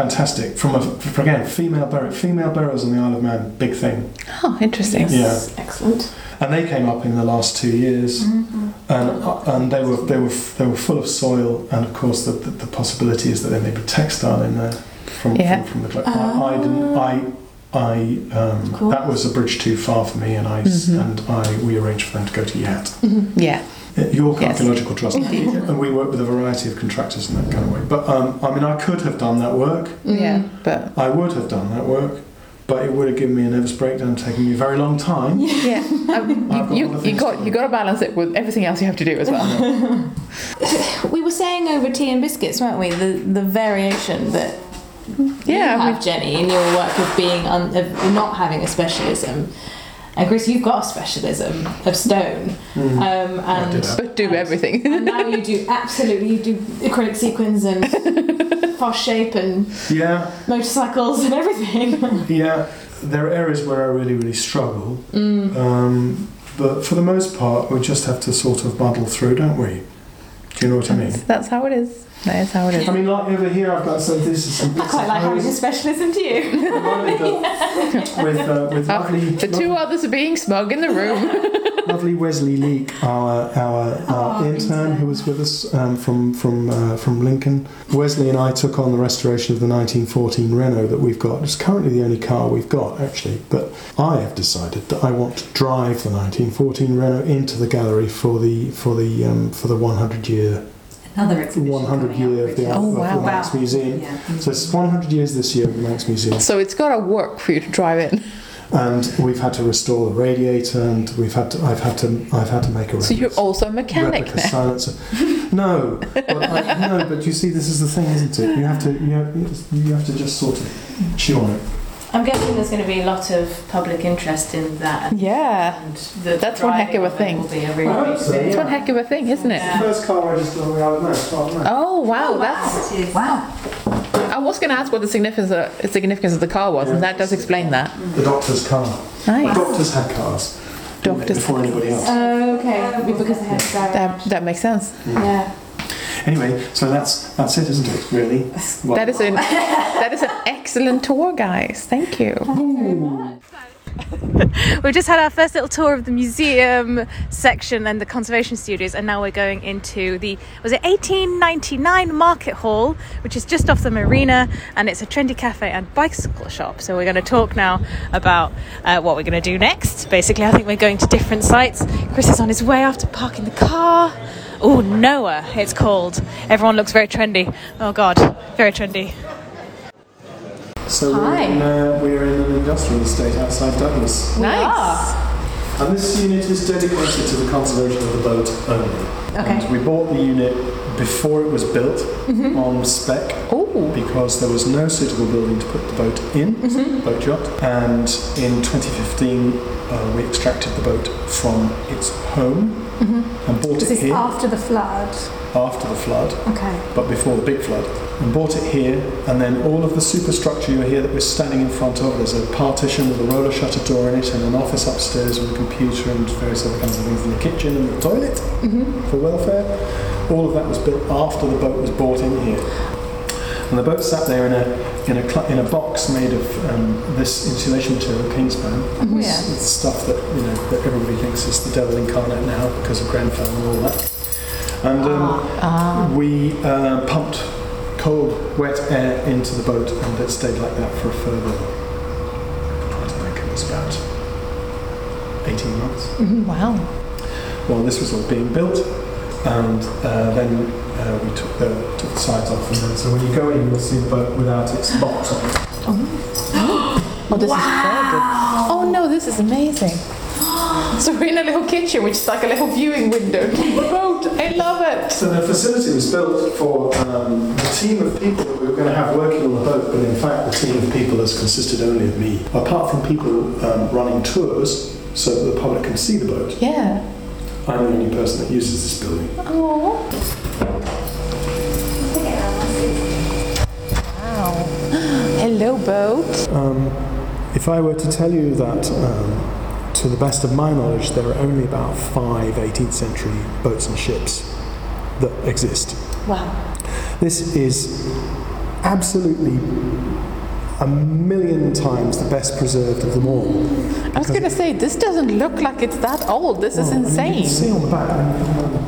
Fantastic. From a, from, again, female burial, female burials on the Isle of Man, big thing.
Oh, interesting.
Yes,
Excellent.
And they came up in the last two years, and, uh, and they were they were they were full of soil, and of course the, the, the possibility is that there may be textile in there from
Yeah.
from, from the cloak. I, I didn't I. I um, that was a bridge too far for me, and I s-
Mm-hmm.
and I we arranged for them to go to Yat,
Yeah.
at York
Yes.
Archaeological Trust, and we work with a variety of contractors in that kind of way. But um, I mean, I could have done that work.
Mm.
Yeah. But
I would have done that work, but it would have given me a nervous breakdown, taking me a very long time.
Yeah, Um,
I've got
you, you,
other
you
things to
got
do.
you got to balance it with everything else you have to do as well.
We were saying over tea and biscuits, weren't we? The the variation that
Yeah,
you have Jenny in your work of being un- of not having a specialism, and Chris, you've got a specialism of stone, um,
Mm-hmm. I did
and
that.
but do everything.
and now you do absolutely you do acrylic sequins and fast shape and
Yeah,
motorcycles and everything.
Yeah, there are areas where I really, really struggle.
Mm.
Um, but for the most part, we just have to sort of muddle through, don't we? Do you know what I mean?
That's how it is. That is how it is.
I mean, like over here, I've got so this is.
I quite like having a
this.
specialism, do you?
With, uh, with
Uh,
lovely,
the two others are being smug in the room.
lovely Wesley Leake, our our,
Oh,
our intern who was with us um, from from uh, from Lincoln. Wesley and I took on the restoration of the 1914 Renault that we've got. It's currently the only car we've got actually, but I have decided that I want to drive the 1914 Renault into the gallery for the for the um, for the 100 year
Another exhibition.
100
coming up,
year of
which
the,
is- Oh,
of the
wow.
Manx Museum.
Yeah.
So it's 100 years this year of the Manx Museum.
So it's got to work for you to drive in.
and we've had to restore the radiator, and we've had to, I've had to, I've had to make a.
So you're
replica-
also a mechanic
replica
now.
silencer. No, but I, no, but you see, this is the thing, isn't it? You have to, you have, you have to just sort of chew on it.
I'm guessing there's going to be a lot of public interest in that.
Yeah,
And the
That's one heck of a
driving it Will be a really
I hope
big
so,
thing.
it's one heck of a thing, isn't it?
uh, First car I just got out of now.
Oh wow, that's.
It is. Wow.
I was going to ask what the significance of, significance of the car was, and Oh, that does explain that.
The doctor's car.
Nice.
Doctors had cars. didn't they,
Doctors
Before anybody else.
okay, It'd be because they had
That that makes sense.
yeah.
Anyway, so that's that's it, isn't it? Really. Well,
That is an that is an excellent tour, guys. Thank you.
We've just had our first little tour of the museum section and the conservation studios, and now we're going into the was it 1899 Market Hall, which is just off the marina, and it's a trendy cafe and bicycle shop. So we're going to talk now about uh, what we're going to do next. Basically, I think we're going to different sites. Chris is on his way after parking the car. Oh, Noah, it's called. Everyone looks very trendy. Oh God, very trendy.
so we're in, uh, we're in an industrial estate outside Douglas,
Nice.
and this unit is dedicated to the conservation of the boat only.
Okay. Mm-hmm.
And we bought the unit before it was built on spec because there was no suitable building to put the boat in,
Mm-hmm.
boat yacht. And in 2015, uh, we extracted the boat from its home and bought it here
Mm-hmm. after the flood?
after the flood,
Okay.
but before the big flood. And bought it here, and then all of the superstructure you hear that we're standing in front of, there's a partition with a roller shutter door in it, and an office upstairs with a computer and various other kinds of things in the kitchen and the toilet for welfare. All of that was built after the boat was brought in here. And the boat sat there in a in a cl- in a box made of um, this insulation material, Kingspan.
Mhm.
It's, it's stuff that you know that everybody thinks is the devil incarnate now because of Grenfell and all that. And um, we uh, pumped cold, wet air into the boat, and it stayed like that for a further. I don't think it was about 18 months.
Mm,
Wow.
Well, this was all being built, and uh, then uh, we took the, took the sides off. And then, so when you go in, you'll see the boat without its box on. it.
Oh, this is very good. Oh no, this is amazing. So we're in a little kitchen, which is like a little viewing window to the boat. I love it.
So the facility was built for um, the team of people that we were going to have working on the boat, but in fact, the team of people has consisted only of me, apart from people um, running tours so that the public can see the boat.
Yeah.
I'm the only person that uses this building.
Hello, boat.
Um, if I were to tell you that, um, to the best of my knowledge, there are only about five 18th century boats and ships that exist.
Wow.
This is absolutely a million times the best preserved of them all.
I was gonna say this doesn't look like it's that old. This is
I mean, you can
insane.
see on the back. I mean, on the back.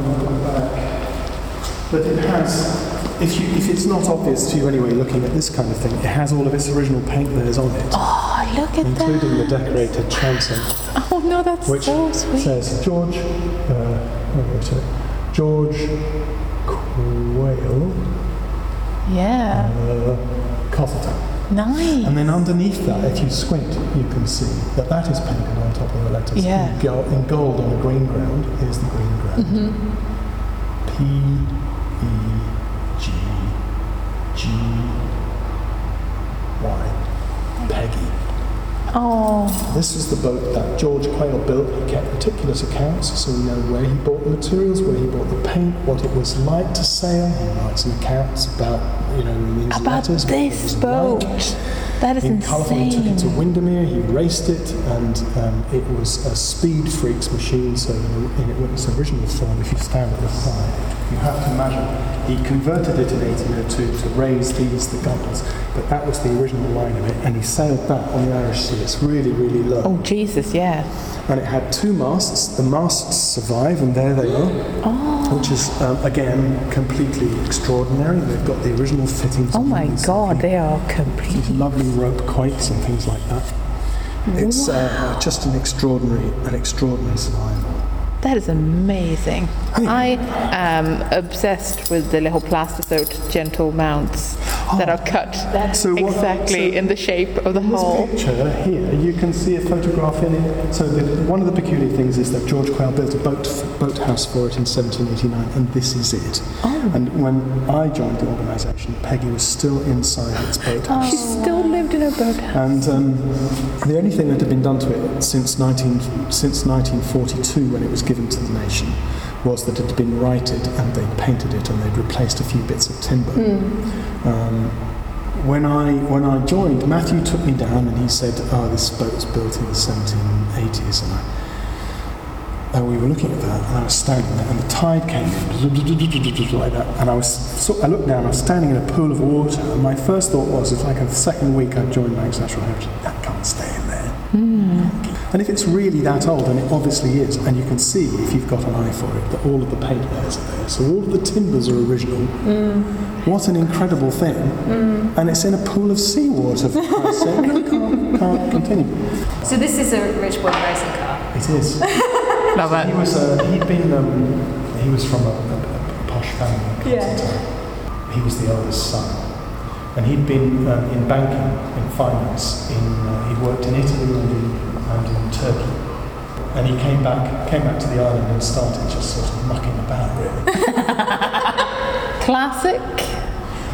But it has, if, you, if it's not obvious to you anyway, looking at this kind of thing, it has all of its original paint layers on it,
Oh, look at that.
including the decorated transom.
Oh no, that's
which
so sweet.
says George, uh, where was it? George Quayle,
Yeah.
uh, Castleton.
Nice.
And then underneath that, if you squint, you can see that that is painted on top of the letters.
Yeah.
In, go- in gold on the green ground is the green ground.
Mm-hmm.
P E G G Y. Peggy.
Oh,
This is the boat that George Quayle built. He kept meticulous accounts, so we know where he bought the materials, where he bought the paint, what it was like to sail. He writes an accounts about, you know, in these
about
letters. what it
this
was
boat.
like.
That is
In colourful, he took it to
insane.
Windermere, he raced it, and um, it was a speed freaks machine, so in, in its original form, if you stand at the side, you have to imagine. He converted it in 1802 to raise these, the gunnels, but that was the original line of it, and he sailed that on the Irish Sea. It's really, really low.
Oh Jesus, yeah.
And it had two masts. The masts survive, and there they are,
Oh.
which is, um, again, completely extraordinary. They've got the original fittings.
Oh
on
my
them, so
God, they are
these
complete.
lovely rope quoits and things like that. It's uh, just an extraordinary, an extraordinary survival.
That is amazing. I am obsessed with the little plastisode gentle mounts that are cut
So what-
exactly
so-
in the shape of the
In this
hull.
picture here, you can see a photograph in it. So the, one of the peculiar things is that George Quayle built a boat boathouse for it in 1789, and this is it.
Oh.
And when I joined the organisation, Peggy was still inside its boathouse.
She still lived in her boathouse.
And um, the only thing that had been done to it since, 19, since 1942, when it was given to the nation, was that it had been righted and they'd painted it and they'd replaced a few bits of timber.
Hmm.
Um, when I when I joined, Matthew took me down and he said, "Oh, this boat's built in the 1780s," and I. And we were looking at that, and I was standing there, and the tide came in like that, and I was. So I looked down, I was standing in a pool of water, and my first thought was, it's like the second week I joined Manx National Heritage, that can't stay in there. And if it's really that old, and it obviously is, and you can see if you've got an eye for it that all of the paint layers are there, so all of the timbers are original. What an incredible thing! And it's in a pool of seawater. For Christ's sake. We can't, can't continue.
So this is a rich boy racing car.
It is.
Love
He
it.
was uh, he'd been um, he was from a, a, a posh family. In yeah. He was the eldest son, and he'd been um, in banking, in finance. In uh, he worked in Italy and in, and in Turkey, and he came back came back to the island and started just sort of mucking about really.
Classic.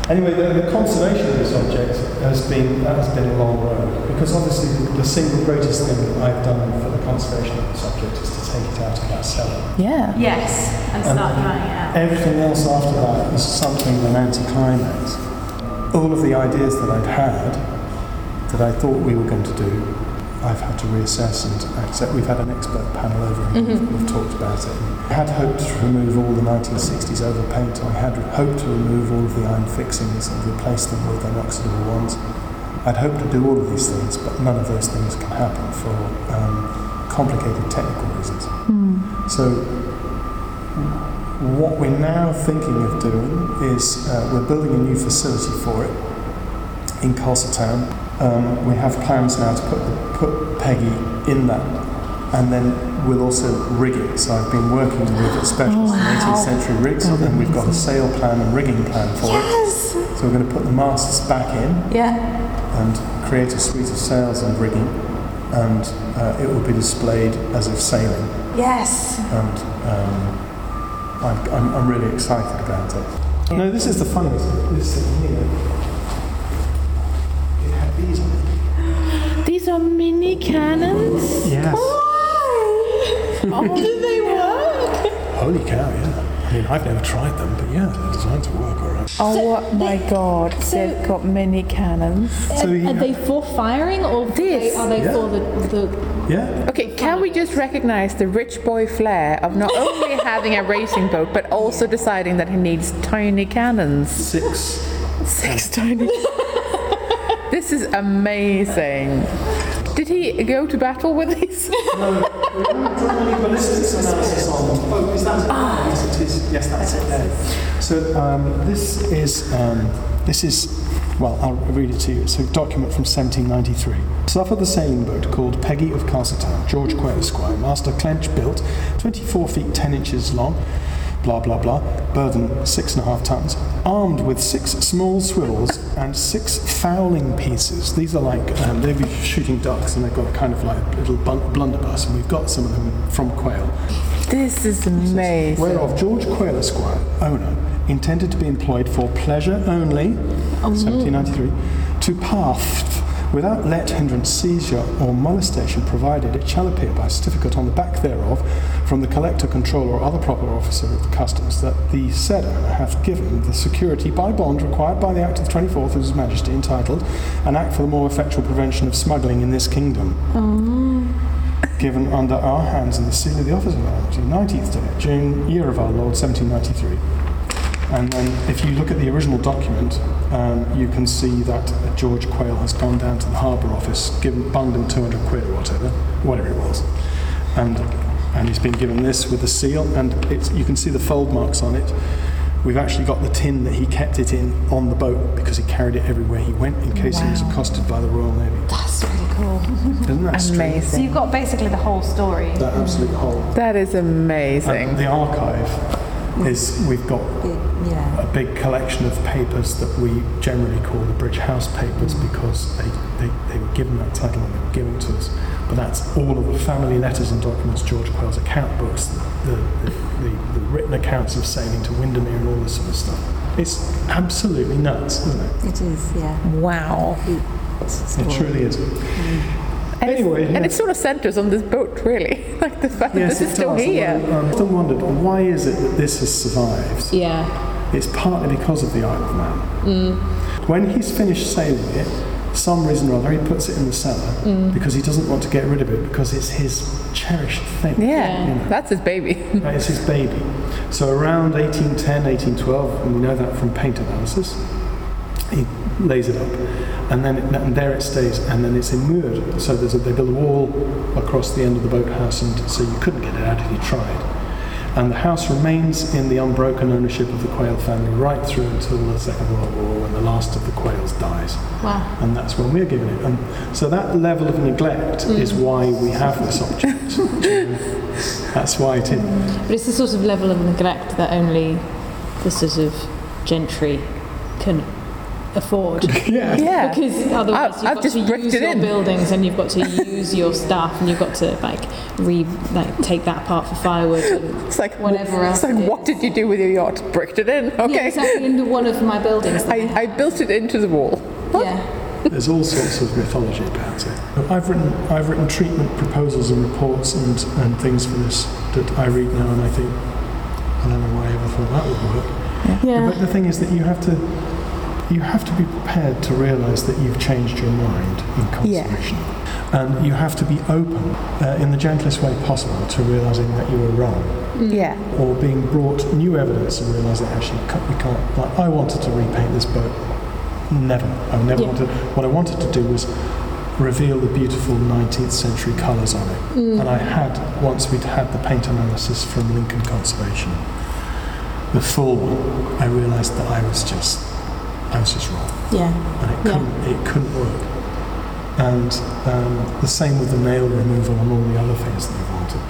anyway, the, the conservation of this object has been that has been a long road because obviously the, the single greatest thing that I've done for the conservation of this object is to take it out of that cellar.
Yeah.
Yes, and start throwing it out.
Everything else after that was something of an anticlimax. All of the ideas that I'd had, that I thought we were going to do, I've had to reassess and accept. We've had an expert panel over and
Mm-hmm.
we've talked about it. I had hoped to remove all the 1960s overpaint. I had hoped to remove all of the iron fixings and replace them with inoxidable ones. I'd hoped to do all of these things, but none of those things can happen for um, complicated technical reasons. So, what we're now thinking of doing is uh, we're building a new facility for it in Castletown. Um, we have plans now to put, the, put Peggy in that, and then we'll also rig it. So, I've been working with specialists in 18th century rigs, and we've got a sail plan and rigging plan for it. So, we're going to put the masts back in
Yeah.
and create a suite of sails and rigging, and uh, it will be displayed as if sailing.
Yes.
and um, I'm, I'm, I'm really excited about it. No, this is the funnest. This thing here. It had these on it.
These are mini cannons.
Yes.
Oh, do they work?
Holy cow, yeah. I mean, I've never tried them, but yeah, they're designed to work all right.
Oh my god, they've got mini cannons.
So,
Are
yeah.
they for firing or
This?
are they
Yeah.
for the, the
yeah.
Okay, can we just recognize the rich boy flair of not only having a racing boat, but also deciding that he needs tiny cannons?
Six.
Six tiny. this is amazing. Did he go to battle with these?
ballistics analysis on. Oh, is that it? Yes, it is. Yes, that's it. There. So um, this is um, this is. Well, I'll read it to you. It's a document from 1793. Suffered the sailing boat called Peggy of Castletown, George Quay, Esquire, Master Clench built, 24 feet 10 inches long, blah blah blah, burden six and a half tons, armed with six small swivels and six fowling pieces. These are like um, they'd be shooting ducks, and they've got kind of like a little bun- blunderbuss, and we've got some of them from Quail.
This is amazing.
Whereof George Quail Esquire, owner, intended to be employed for pleasure only, 1793, to paft without let, hindrance, seizure, or molestation, provided it shall appear by certificate on the back thereof from the collector, controller, or other proper officer of the customs that the said owner hath given the security by bond required by the Act of the 24th of His Majesty entitled An Act for the More Effectual Prevention of Smuggling in This Kingdom given under our hands and the seal of the office of our Majesty, 19th day of June, year of our Lord, 1793. And then, if you look at the original document, um, you can see that uh, George Quayle has gone down to the harbour office, given bunged him 200 quid or whatever, whatever it was, and and he's been given this with the seal, and it's you can see the fold marks on it. We've actually got the tin that he kept it in on the boat because he carried it everywhere he went in case he was accosted by the Royal Navy. That's really cool. Isn't that strange?
So
Amazing.
you've got basically the whole story.
That absolute whole
That is amazing.
and the archive is we've got
yeah.
a big collection of papers that we generally call the Bridge House papers because they, they, they were given that title and they were given to us. But that's all of the family letters and documents, George Quayle's account books, the, the, the, the written accounts of sailing to Windermere and all this sort of stuff. It's absolutely nuts, isn't it?
It is, yeah.
Wow.
It truly is.
And it's-
Anyway,
and
yeah.
it sort of centers on this boat, really. like the fact that this is
it
still
does.
here.
Although, um, I've often wondered why is it that this has survived?
yeah
It's partly because of the Isle of Man.
Mm.
When he's finished sailing it, for some reason or other, he puts it in the cellar
Mm.
because he doesn't want to get rid of it because it's his cherished thing.
Yeah,
You know,
that's his baby.
that is his baby. So around 1810, 1812, and we know that from paint analysis, he lays it up, and then it, and there it stays, and then it's immured. So there's a, they build a wall across the end of the boathouse, and so you couldn't get it out if you tried. And the house remains in the unbroken ownership of the Quayle family right through until the Second World War, when the last of the Quayles dies. Wow. And that's when we're given it. And so that level of neglect is why we have this object. that's why it is.
but it's the sort of level of neglect that only the sort of gentry can afford
Yeah.
because otherwise
I've-
you've
I've
got
just
to
bricked
use
it
your
in.
buildings and you've got to use your staff and you've got to like re like take that part for firewood and
It's like
Whatever
It's
else
like,
it
what did you do with your yacht? Bricked it in. Okay.
yeah, exactly into one of my buildings that
I, I built it into the wall.
yeah
There's all sorts of mythology about it. I've written, I've written treatment proposals and reports and, and things for this that I read now, and I think, I don't know why I ever thought that would work.
yeah
But the thing is that you have to, you have to be prepared to realise that you've changed your mind in conservation. And you have to be open uh, in the gentlest way possible to realizing that you were wrong
Yeah.
or being brought new evidence and realizing actually ca- we can't. Like, I wanted to repaint this boat. Never. I've never
Yeah.
wanted. What I wanted to do was reveal the beautiful 19th century colors on it.
Mm.
And I had, once we'd had the paint analysis from Lincoln Conservation, the full one, I realized that I was just, I was just wrong
Yeah.
and it
Yeah.
couldn't, it couldn't work. And um, the same with the nail removal and all the other things that they've wanted.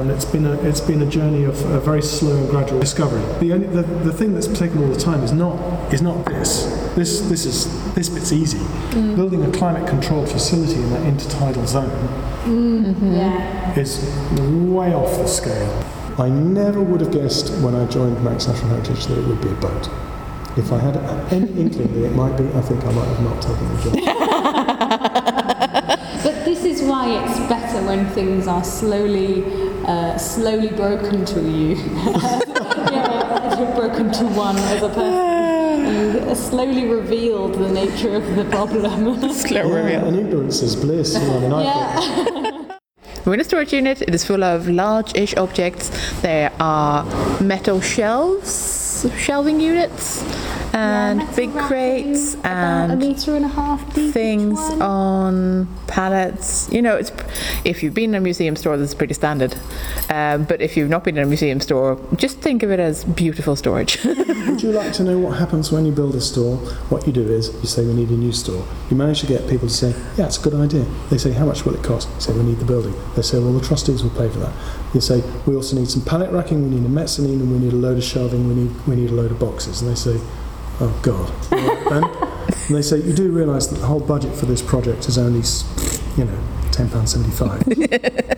And it's been a, it's been a journey of a very slow and gradual discovery. The, only, the, the thing that's taken all the time is not, is not this. This, this, is, this bit's easy. Building a climate controlled facility in that intertidal zone is way off the scale. I never would have guessed when I joined Max National Heritage that it would be a boat. If I had any inkling that it might be, I think I might have not taken the job.
But this is why it's better when things are slowly, uh, slowly broken to you. yeah, you're broken to one as a person. You are slowly revealed the nature of the problem.
Yeah, and ignorance is bliss. You know, I mean, I
Yeah.
thought,
We're in a storage unit. It is full of large-ish objects. There are metal shelves, shelving units, and
metal
big
wrapping,
crates
About a
and
metre and a half deep. each
things
one.
on pallets. You know, it's if you've been in a museum store, this is pretty standard. Um, but if you've not been in a museum store, just think of it as beautiful storage.
Would you like to know what happens when you build a store? What you do is you say we need a new store. You manage to get people to say, yeah, it's a good idea. They say, how much will it cost? You say we need the building. They say, well, the trustees will pay for that. You say we also need some pallet racking. We need a mezzanine, and we need a load of shelving. We need we need a load of boxes. And they say, oh god. All right, then. and they say you do realise that the whole budget for this project is only, s- you know, ten pounds seventy-five.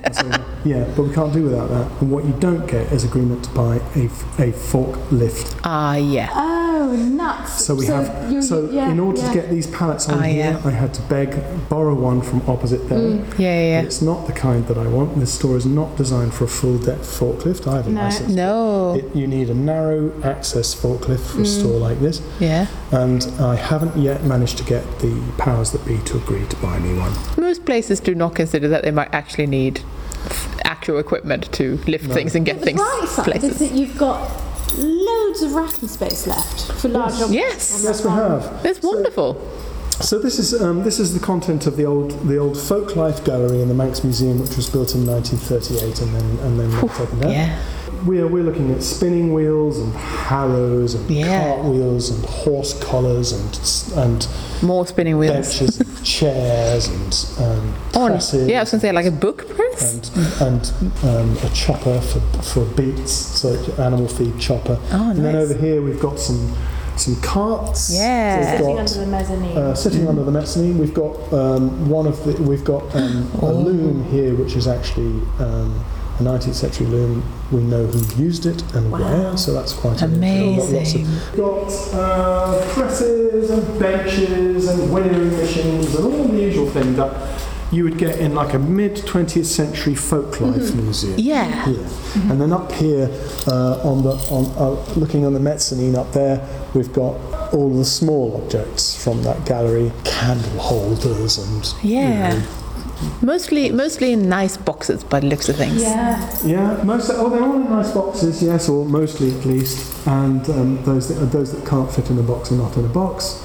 Yeah, but we can't do without that. And what you don't get is agreement to buy a, f- a forklift.
Ah, yeah.
Oh, nuts.
So we have.
you-
so
yeah,
in order
yeah.
to get these pallets on
Ah,
here,
yeah.
I had to beg, borrow one from opposite there.
Yeah, yeah.
But
yeah.
It's not the kind that I want. This store is not designed for a full depth forklift. I have a
No.
license.
No.
It, you need a narrow access forklift for a store like this,
Yeah.
and I haven't yet managed to get the powers that be to agree to buy me one.
Most places do not consider that they might actually need actual equipment to lift things and get
But the
things
bright side is
places.
that you've got loads of racking space left for large objects.
Yes,
Yes, we have.
that's wonderful.
So this is um, this is the content of the old the old folk life gallery in the Manx Museum, which was built in 1938 and then and then taken down.
Yeah.
We're we're looking at spinning wheels and harrows and
Yeah.
cartwheels and horse collars and s- and
More spinning wheels.
benches, and chairs and um,
Or-
presses
Oh, yeah, I was going to say, like a book press?
and and um, a chopper for for beets, so animal feed chopper.
Oh,
And then
nice.
over here we've got some some carts.
Yeah.
We've
Sitting
got-
under the mezzanine.
uh, sitting under the mezzanine, we've got um, one of the, we've got um, a
Oh.
loom here, which is actually um, a 19th century loom. We know who used it and where, so that's quite an interesting- we've got lots of-
Amazing.
We've got uh, presses and benches and winnowing machines and all the usual thing that you would get in like a mid 20th century folk life museum.
Mm-hmm. Yeah. Mm-hmm.
Yeah. And then up here, uh, on the on uh, looking on the mezzanine up there, we've got all the small objects from that gallery, candle holders and you
Yeah.
know,
Mostly, mostly in nice boxes by the looks of things.
Yeah.
yeah, most oh they're all in nice boxes, yes, or mostly at least, and um, those that, those that can't fit in a box are not in a box.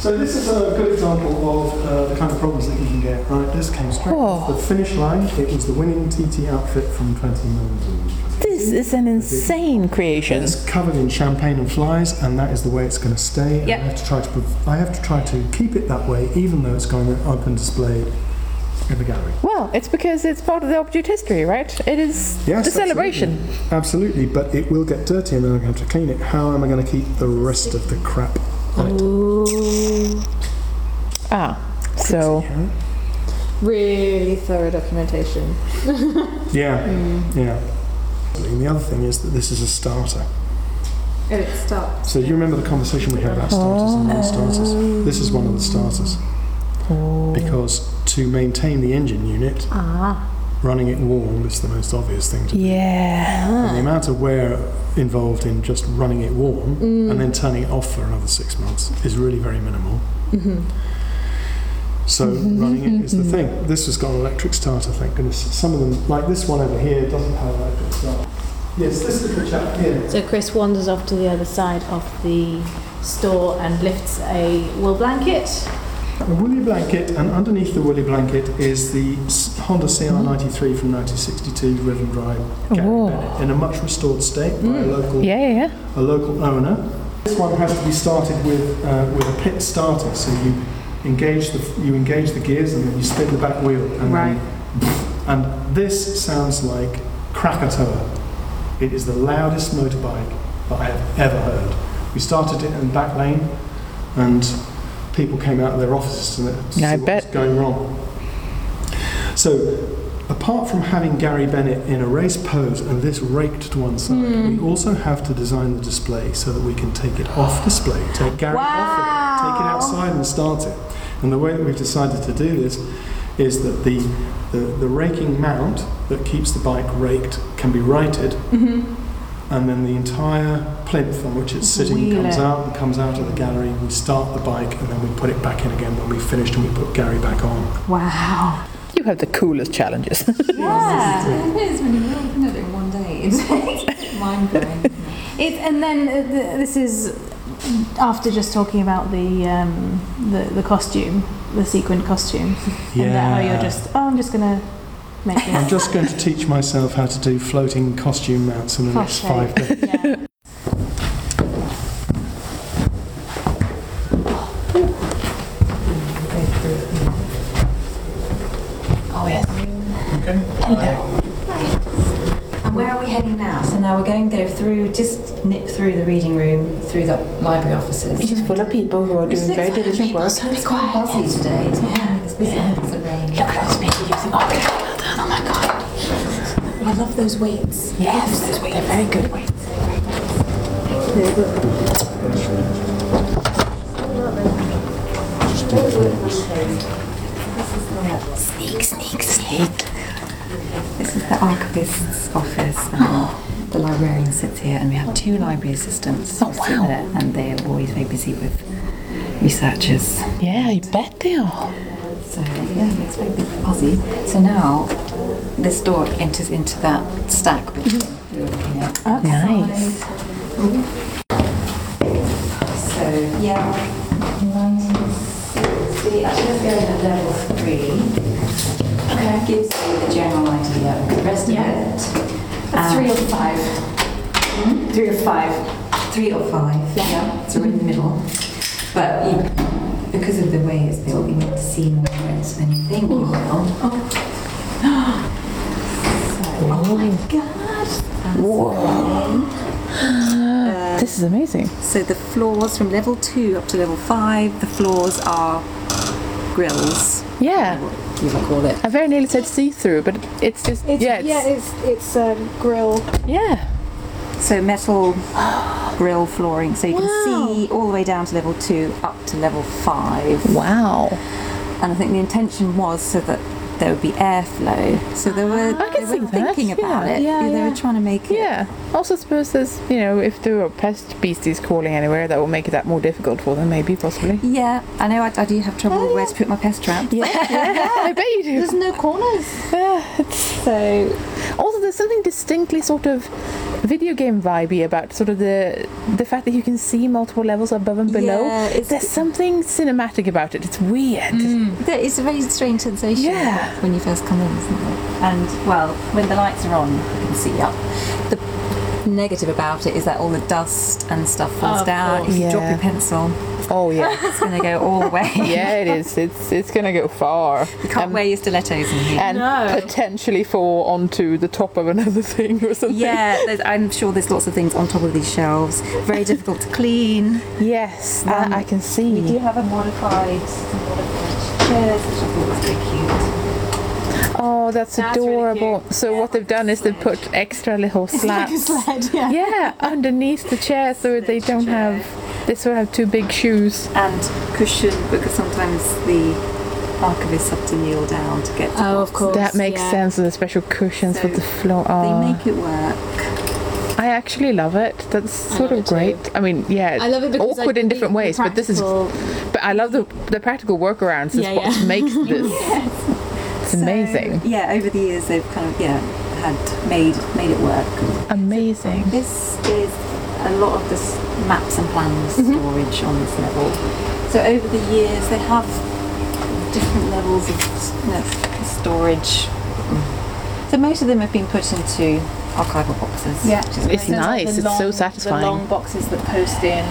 So this is a good example of uh, the kind of problems that you can get. Right, this came straight off the finish line. It was the winning TT outfit from 2019.
This is an insane creation.
It's covered in champagne and flies, and that is the way it's going to stay. And I
Yep.
have to try to, prov- I have to try to keep it that way, even though it's going up on display in the gallery.
Well, it's because it's part of the object history, right? It is
Yes,
the celebration.
Absolutely, but it will get dirty, and then I'm going to have to clean it. How am I going to keep the rest of the crap? on it?
Ah, so
Really thorough documentation.
Yeah, yeah. And the other thing is that this is a starter.
And it starts.
So you remember the conversation we had about starters and non-starters? This is one of the starters. Because to maintain the engine unit, running it warm is the most obvious thing to do.
yeah,
And the amount of wear involved in just running it warm and then turning it off for another six months is really very minimal. So running it is the thing. This has got an electric starter, thank goodness. Some of them, like this one over here, doesn't have an electric starter. Yes, this little chap here.
So Chris wanders off to the other side of the store and lifts a wool blanket.
A woolly blanket, and underneath the woolly blanket is the s- Honda CR93 from 1962, driven by Gary Bennett, in a much restored state by a local,
Yeah, yeah, yeah.
a local owner. This one has to be started with uh, with a pit starter, so you engage the you engage the gears and then you spin the back wheel. And right. and this sounds like Krakatoa. It is the loudest motorbike that I have ever heard. We started it in the back lane, and people came out of their offices and to
I
see what was going wrong. So, apart from having Gary Bennett in a race pose and this raked to one side, we also have to design the display so that we can take it off display, take Gary off it, take it outside and start it. And the way that we've decided to do this is that the the, the raking mount that keeps the bike raked can be righted and then the entire plinth on which it's sitting
Mm-hmm. Wheel
comes
it.
out and comes out of the gallery. We start the bike and then we put it back in again when we finished and we put Gary back on.
Wow. You have the coolest challenges.
Yeah, it is really weird. You know, in one day, it's mind blowing.
It, and then uh, th- this is after just talking about the, um, the the costume, the sequined costume, and that how
Yeah.
you're just oh, I'm just gonna make this.
I'm just going to teach myself how to do floating costume mounts in the next
Crochet.
five days.
And where are we heading now? So now we're going to go through, just nip through the reading room, through the library offices. It's just full of people who are doing very diligent work. It's really quite busy today. It's not it's busy. It's a rain. Look at those people using. Oh, okay, well done. Oh my god. I love those weights. Yes, those weights. They're very good weights. Sneak, sneak, sneak. This is the archivist's office. and The librarian sits here, and we have two library assistants who sit there, and they are always very busy with researchers.
yeah, you bet they are.
So yeah, it's very big, busy. So now this door enters into that stack. we were looking at.
Nice.
So yeah, 1960. Actually, let's go to level three. Okay. Gives you the general idea of the rest of it. Um,
Three or five.
Three or five. Three or five. Yeah. So we're in the middle. But you, because of the way it's built, you need to see more of it than you think you will. Oh. oh my god. Whoa.
This is amazing.
So the floors from level two up to level five, the floors are grills.
Yeah.
You would call it.
I very nearly said see through, but it's just. yeah, it's, um,
it's it's a grill.
Yeah.
So metal grill flooring, so you can see all the way down to level two, up to level five.
Wow.
And I think the intention was so that there would be airflow. So they were, they were thinking about
yeah,
it.
yeah,
they
yeah.
were trying to make it.
Yeah. Also, suppose there's, you know, if there are pest beasties crawling anywhere, that will make that more difficult for them, maybe, possibly.
Yeah, I know I, I do have trouble with where to put my pest trap. Oh, Yeah.
I bet you do.
There's no corners.
So, also there's something distinctly sort of video game vibey about sort of the the fact that you can see multiple levels above and below.
Yeah, it's-
there's something cinematic about it. It's weird.
Mm.
There- It's a very strange sensation
Yeah.
when you first come in, isn't it? And well, when the lights are on, you can see up. The negative about it is that all the dust and stuff falls down. If you
Yeah.
drop your pencil,
Oh yeah,
it's going to go all the way.
yeah it is. It's it's gonna go far
You can't wear your stilettos in here.
and potentially fall onto the top of another thing or something.
yeah, there's- I'm sure there's lots of things on top of these shelves. Very difficult to clean.
Yes, that
Um,
I can see.
have a modified, some modified chairs, which I thought was very
Oh, that's,
really
adorable. so what they've done is they've put extra little slats.
yeah.
yeah, underneath the chair so they don't have they sort of have two big shoes.
And cushion, because sometimes the archivists have to kneel down to get to
Oh, of
books.
course.
That makes
yeah.
sense. And the special cushions with the floor.
They
Oh,
make it work.
I actually love it. That's sort
love
of
it too.
great. I mean, yeah,
I love it because
awkward
I
in different
think
ways, but this is.
practical-
But but I love the the practical workarounds. Is
Yeah,
what
yeah.
makes this. It's amazing.
Yeah, over the years they've kind of yeah had made made it
Mm-hmm.
work.
Amazing.
This is a lot of this maps and plans
Mm-hmm.
storage on this level. So over the years they have different levels of s- you know, storage. So most of them have been put into archival boxes.
Yeah. It's nice, it's so satisfying.
The long boxes that post in.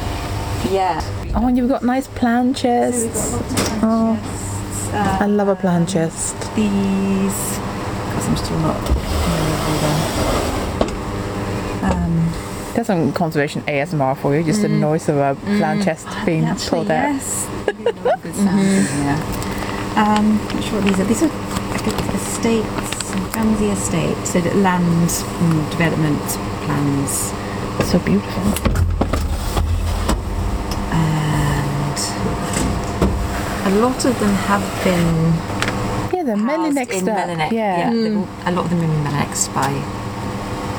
Yeah.
Oh, and you've got nice plan chests. oh, I love a plan chest.
These. Because I'm still not. Um,
That's some conservation ASMR for you. Just the
Mm.
noise of a plan chest being pulled out. Mm-hmm.
Yes. Good sound, isn't there? Um, not sure what these are. These are like a- estates, Ramsey Estate, so that land and development plans.
So beautiful.
And a lot of them have been.
Yeah, they're Melinex
in
that-
Melinex.
yeah.
yeah they've
Mm.
all- a lot of them in Melinex by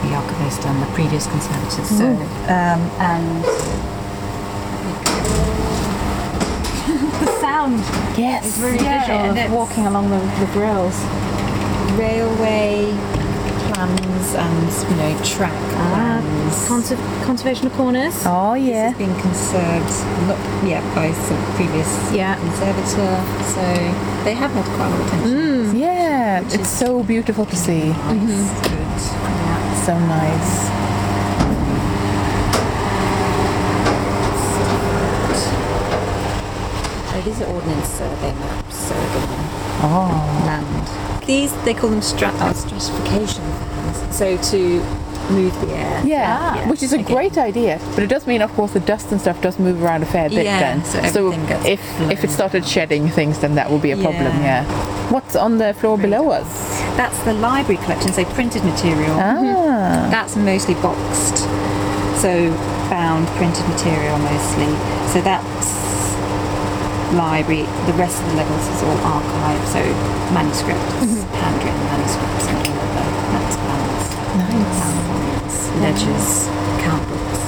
the archivist and the previous conservators. So,
Mm.
um, and the sound.
Yes.
It's very visual of walking along the, the rails. Railway plans and you know track Ah. plans. conservation of corners.
Oh yeah.
This has been conserved not yeah by some previous yeah. conservator. So they have had quite a lot of attention.
yeah, it's so beautiful to see.
mm-hmm.
So nice.
So these are ordnance survey maps. So
oh.
land. These they call them strat- oh, stratification plans. So to move the air. Ah,
Yeah, which is a great idea, but it does mean, of course, the dust and stuff does move around a fair bit.
Yeah,
then,
so everything gets
if if it
blown.
started shedding things, then that would be a problem.
Yeah.
Yeah. What's on the floor below us?
That's the library collection, so printed material.
Ah.
That's mostly boxed, so bound printed material mostly. So that's library. The rest of the levels is all archive, so manuscripts, handwritten manuscripts, and all of the maps plans, plans, ledgers, count books.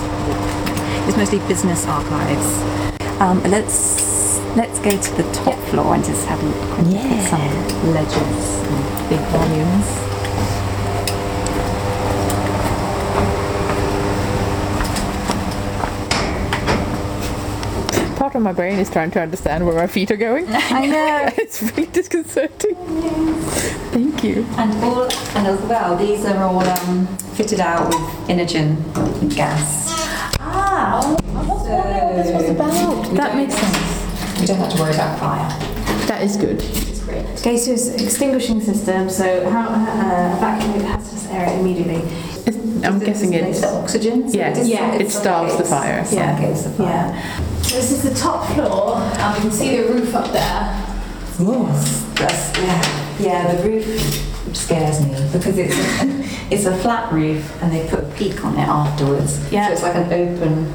It's mostly business archives. Um, let's let's go to the top floor and just have a look quickly at some ledgers and big volumes.
Part of my brain is trying to understand where my feet are going.
I know.
it's really disconcerting. Thank you.
And all and as well, these are all um, fitted out with Inogen gas. Ah, this was about. That makes sense. You don't have to worry about fire.
That is good.
Okay, so it's extinguishing system. So how uh,
Oh,
evacuate hazardous area immediately.
I'm guessing
This
it's
is oxygen. so
Yes,
it dis-
it starves the fire.
Yeah.
Suffocates the
Yeah. This is the top floor. Um, you can see the roof up there.
That's, yeah, yeah, the roof scares me because it's a, it's a flat roof and they put a peak on it afterwards. Yeah. So it's like an open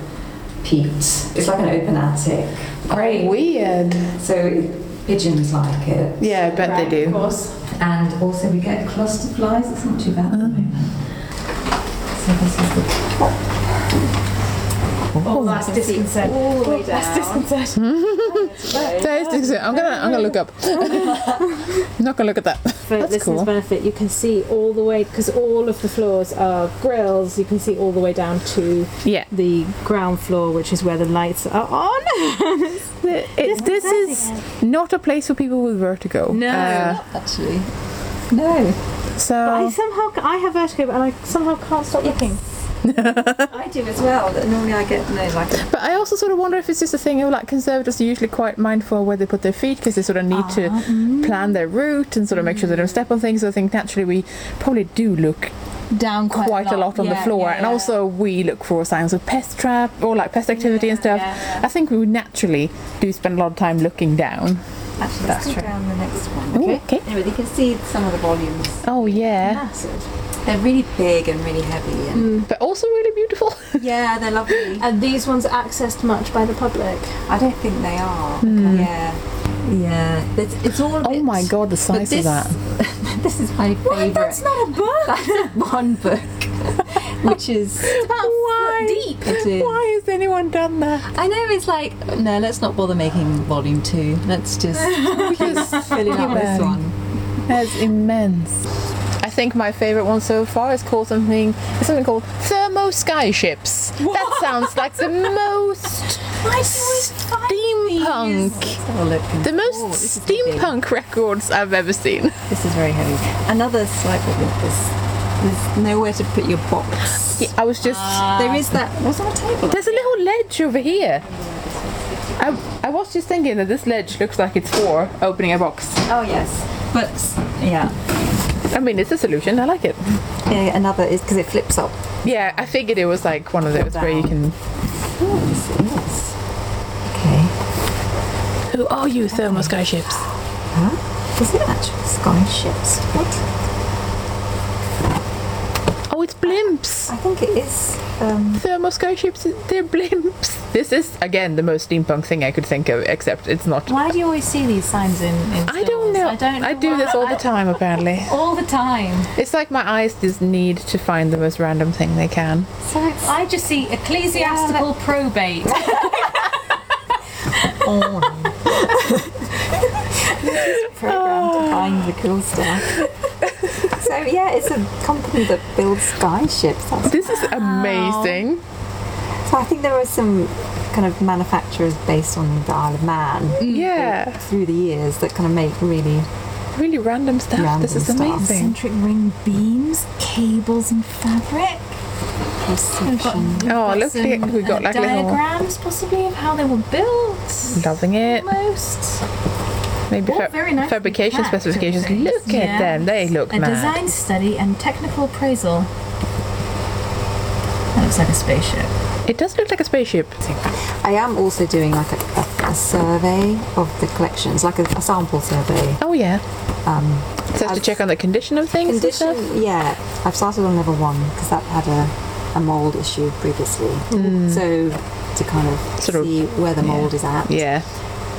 peaked. It's like an open attic. Great.
Weird.
So pigeons like it.
Yeah, I bet they do.
And also we get cluster flies. It's not too bad.
Uh-huh.
at the moment. So this is the
Oh, that's disconcerting. All the way down. That's
uh,
disconcerting.
That is disconcerting. I'm gonna I'm gonna look up. I'm not gonna look at that.
for
That's
listeners'
cool.
benefit, you can see all the way because all of the floors are grills. You can see all the way down to
yeah.
the ground floor, which is where the lights are on.
It's, this is not a place for people with vertigo. Uh,
No.
actually. No.
So
But I somehow I have vertigo, and I somehow can't stop looking.
I do as well. That normally I get no like. A,
But I also sort of wonder if it's just a thing of like conservatives are usually quite mindful of where they put their feet because they sort of need to plan their route and sort of make sure they don't step on things. So I think naturally we probably do look
down
quite, a lot on the
yeah,
floor,
yeah,
and
yeah.
also we look for signs of pest trap or like pest activity and stuff. I think we naturally do spend a lot of time looking down.
actually,
That's
let's go
true.
down the next one.
Ooh, okay.
Anyway, you can see some of the volumes.
Oh yeah,
Massive. They're really big and really heavy. And
but also really beautiful.
Yeah, they're lovely.
Are these ones accessed much by the public?
I don't think they are.
Hmm.
Yeah. Yeah. It's, it's all.
Oh my god, the size
this-
of that.
This is my favourite.
That's not a book.
That's one book, which is
Why?
deep.
It is. Why has anyone done that?
I know it's like no. Let's not bother making volume two. Let's just just fill it up with this one.
That's immense. I think my favourite one so far is called something. It's something called thermo skyships. That sounds like the most steampunk. The most steampunk records I've ever seen.
This is very heavy. Another slight problem with this. There's nowhere to put your box.
I was just.
there is that. What's on the table?
There's a little ledge over here. I, I was just thinking that this ledge looks like it's for opening a box.
Oh yes, but yeah.
I mean, it's a solution. I like it.
Yeah, eh, another is because it flips up.
Yeah, I figured it was like one of those where you can.
Who are you, thermal skyships?
Huh? Is it actually skyships? What?
Oh, it's blimps.
I think it is. Um...
Thermo skyships. They're blimps. This is again the most steampunk thing I could think of, except it's not.
Why do you always see these signs in? in
I don't know. I don't. I do this all the time, apparently.
all the time.
It's like my eyes just need to find the most random thing they can.
So it's,
I just see ecclesiastical probate.
programmed to find the cool stuff. so yeah, it's a company that builds skyships. That's
this is amazing.
So I think there were some kind of manufacturers based on the Isle of Man.
Yeah.
Through the years, that kind of make really
Really random stuff.
Random
this is
stuff.
amazing.
Centric ring beams, cables, and fabric. We've got, we've
Oh,
got
look, we-
some,
we got,
uh,
like, little-
diagrams, possibly of how they were built.
Loving it.
Most
Maybe
All
fa-
very nicely
fabrication
packed,
specifications.
everything.
Look
Yeah.
at them. They look
a
mad.
design study and technical appraisal. That looks like a spaceship.
It does look like a spaceship.
I am also doing like a, a, a survey of the collections, like a, a sample survey.
Oh yeah.
Um,
So to check on the condition of things. and stuff?
condition, yeah. I've started on level one because that had a, a mold issue previously. So to kind of see where the mold is at.
Mm. Yeah.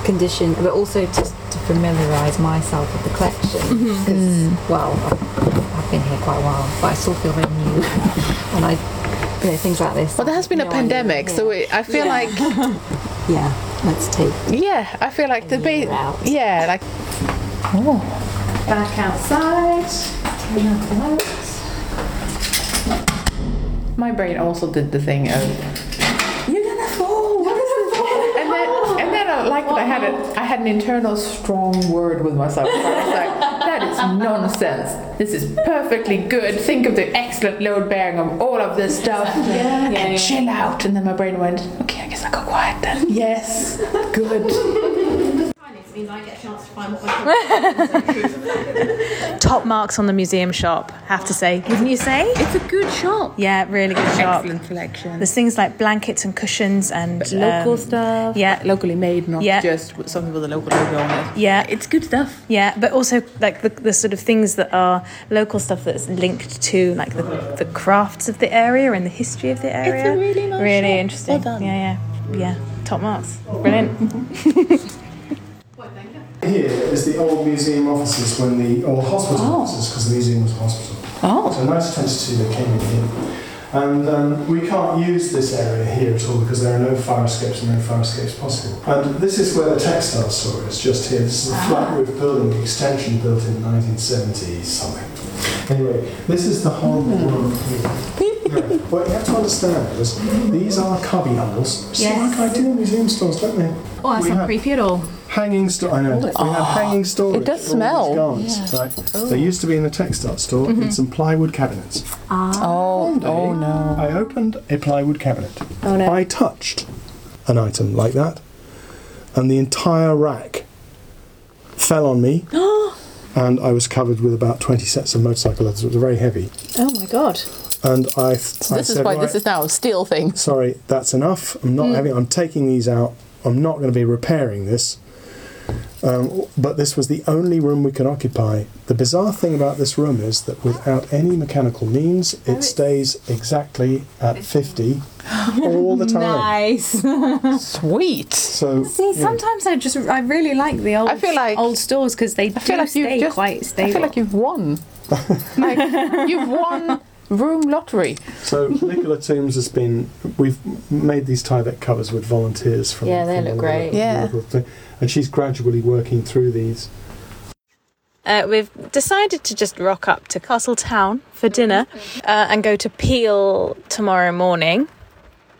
Condition, but also to, to familiarise myself with the collection
Mm-hmm.
because
Mm.
well, I've, I've been here quite a while, but I still feel very new, and I, you know, things like this.
Well, there has been a pandemic, so it, I feel like
yeah, let's take
yeah, I feel like the be yeah like oh
Back outside. Turn off the lights.
my brain also did the thing of
You're gonna fall. You're gonna fall.
and then and then I like that I had a I had an internal strong word with myself. I was like that is nonsense. This is perfectly good. Think of the excellent load bearing of all of this stuff and chill out. And then my brain went okay, I guess I got quiet then. Yes, good.
Top marks on the museum shop, have to say. Wouldn't you say? It's
a good shop.
Yeah, really good shop.
Excellent collection.
There's things like blankets and cushions and
local
um,
stuff.
Yeah,
locally made, not
Yeah.
just with something with a local logo on it.
Yeah,
it's good stuff.
Yeah, but also like the, the sort of things that are local stuff that's linked to like the, the crafts of the area and the history of the area.
really nice
really
shop.
interesting.
Well done.
Yeah, yeah, yeah. Top marks, brilliant.
Here is the old museum offices when the old hospital
Oh.
offices, because the museum was a hospital. Oh. So 1922 they came in here. And um, we can't use this area here at all because there are no fire escapes and no fire escapes possible. And this is where the textile store is, just here. This is
Ah.
a flat roof building, the extension built in 1970 something. Anyway, this is the whole
Hmm.
room here. Now, what you have to understand is these are cubby holes. See,
Yes.
like I do in museum stores, don't they?
Oh, that's
We
not
have-
creepy at all.
Hanging store. I know. We have hanging storage.
It does
for all these
smell.
garments,
Yeah.
right?
Oh.
They used to be in the textile store in
Mhm.
some plywood cabinets.
Oh,
One day, no. I opened a plywood cabinet.
Oh, no.
I touched an item like that, and the entire rack fell on me, and I was covered with about 20 sets of motorcycle leathers. It was very heavy.
Oh my god.
And I, so
this is why this is now a steel thing.
Sorry, that's enough. I'm not
Mm.
having. I'm taking these out. I'm not going to be repairing this. Um, but this was the only room we could occupy. The bizarre thing about this room is that without any mechanical means, it stays exactly at 50 all the time.
Nice.
Sweet.
So
See, sometimes I just I really like the old I feel like, old stores because they do
like you've
stay
just-
quite stable.
I feel like you've won. Like you've won
Room lottery.
So Nicola Toombs has been. We've made these Tyvek covers with volunteers from.
Yeah, they
from
look
all over
great.
the
Yeah.
world. and she's gradually working through these.
Uh, we've decided to just rock up to Castletown for dinner uh, and go to Peel tomorrow morning.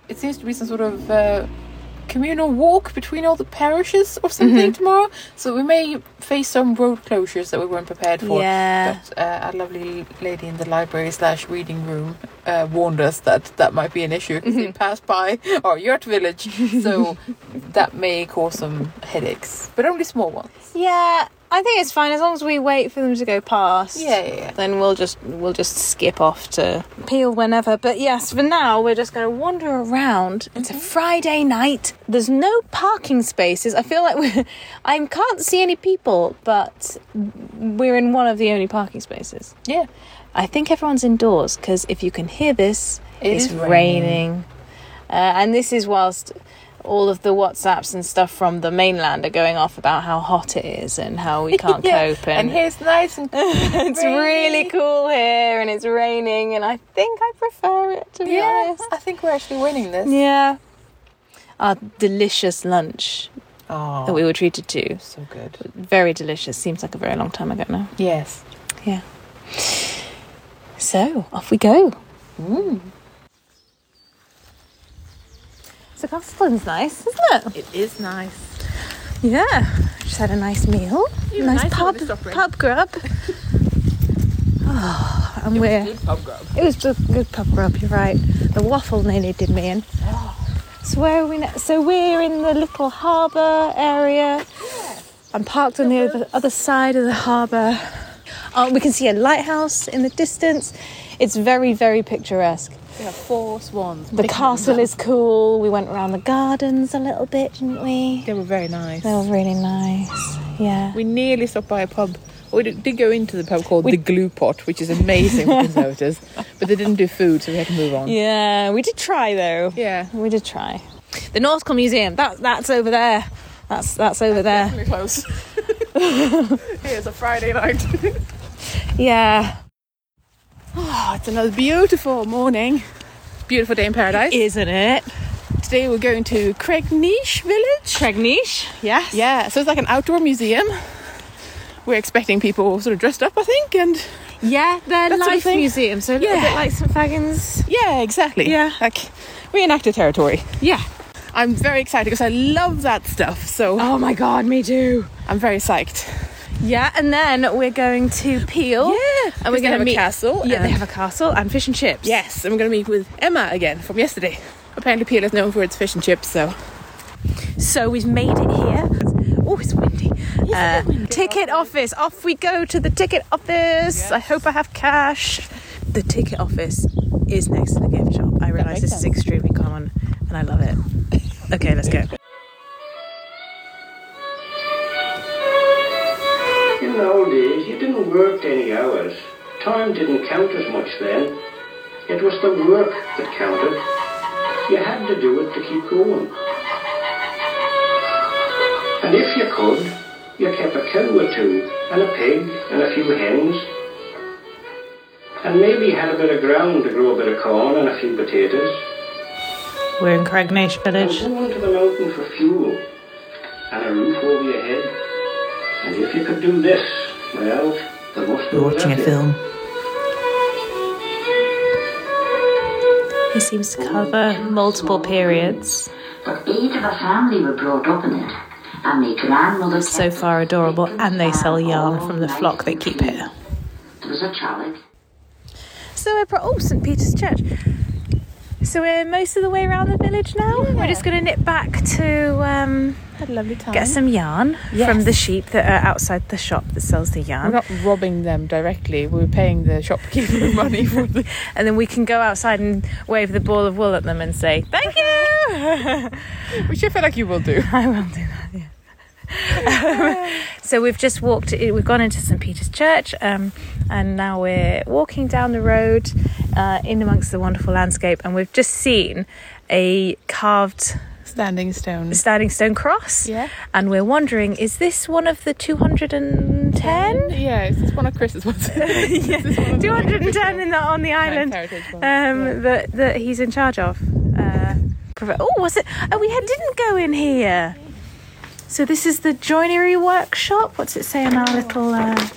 It seems to be some sort of uh, communal walk between all the parishes or something tomorrow. So we may face some road closures that we weren't prepared for.
Yeah.
But uh, our lovely lady in the library slash reading room uh, warned us that that might be an issue because they passed by our yurt village. so that may cause some headaches, but only small ones.
Yeah, I think it's fine as long as we wait for them to go past.
Yeah, yeah, yeah.
Then we'll just we'll just skip off to Peel whenever. But yes, for now we're just going to wander around. It's a
Mm-hmm.
Friday night. There's no parking spaces. I feel like we're, I can't see any people, but we're in one of the only parking spaces.
Yeah.
I think everyone's indoors because if you can hear this,
It
it's
is
raining.
raining.
Uh, and this is whilst all of the WhatsApps and stuff from the mainland are going off about how hot it is and how we can't
Yeah,
cope. And,
and here's nice and
it's really cool here and it's raining and I think I prefer it to be
Yeah,
honest.
I think we're actually winning this.
Yeah. Our delicious lunch
Oh.
that we were treated to.
So good.
Very delicious. Seems like a very long time ago now.
Yes.
Yeah. So, off we go.
Mm.
So Castletown's nice, isn't it?
It is nice.
Yeah. Just had a nice meal.
You had a
nice,
nice
pub,
little supper.
pub grub. oh, and we're. It was a good pub grub, you're right. The waffle nearly did me in. So where are we now? So we're in the little harbour area. I'm parked on the other, other side of the harbour. Uh, we can see a lighthouse in the distance. It's very, very picturesque.
We have four swans.
The castle is cool. We went around the gardens a little bit, didn't we?
They were very nice.
They were really nice. Yeah.
We nearly stopped by a pub. We did did go into the pub called the Glue Pot, which is amazing for conservatives, but they didn't do food, so we had to move on.
Yeah, we did try though.
Yeah,
we did try. The Nautical Museum. That that's over there. That's that's over there.
close. Here's a Friday night.
Yeah.
Oh, it's another beautiful morning. Beautiful day in paradise.
Isn't it?
Today we're going to Craignish Village.
Craignish, yes.
Yeah, so it's like an outdoor museum. We're expecting people sort of dressed up, I think, and
yeah,
that
their
sort of
life
thing.
museum. So a little
Yeah.
bit like St Fagans.
Yeah, exactly. Yeah, like reenacted territory.
Yeah,
I'm very excited because I love that stuff. So oh
my god, me too.
I'm very psyched.
Yeah, and then we're going to Peel.
Yeah,
and we're
because they
going
have
to
a
meet.
castle
Yeah, they
and-
have a castle and fish and chips.
Yes, and we're going to meet with Emma again from yesterday. Apparently, Peel is known for its fish and chips. So
So we've made it here. Oh, it's windy. Uh, ticket office. Off we go to the ticket office. I hope I have cash. The ticket office is next to the gift shop. I realise this is extremely common and I love it. Okay, let's go.
In the old days, you didn't work any hours. Time didn't count as much then. It was the work that counted. You had to do it to keep going. And if you could, you kept a cow or two, and a pig, and a few hens. And maybe you had a bit of ground to grow a bit of corn and a few potatoes.
We're in Cragnash Village.
And go into the mountain for fuel, and a roof over your head. And if you could do this, well, there must be
We're watching a
nothing.
film. It seems to cover multiple periods.
But eight of our family were brought up in it, and my grandmother.
So far adorable, and they sell yarn from the flock they keep here.
There was a chalic.
So we're pro- oh St Peter's Church. So we're most of the way around the village now. We're just going to nip back to um,
Had a lovely time.
get some yarn from the sheep that are outside the shop that sells the
We're
yarn,
not robbing them directly. We're paying the shopkeeper money for the
and then we can go outside and wave the ball of wool at them and say thank you.
Which I feel like you will do.
I will do that. Yeah. so we've just walked. We've gone into St Peter's Church, um, and now we're walking down the road uh, in amongst the wonderful landscape, and we've just seen a carved
Standing stone.
Standing Stone Cross. Yeah. And we're wondering, is this one of the 210?
Yeah, it's this one of Chris's ones. yeah.
210 in the, on the island
Heritage ones,
um, that, that he's in charge of. Uh, prov- oh, was it? Oh, we had, didn't go in here. So this is the joinery workshop. What's it say on our little uh,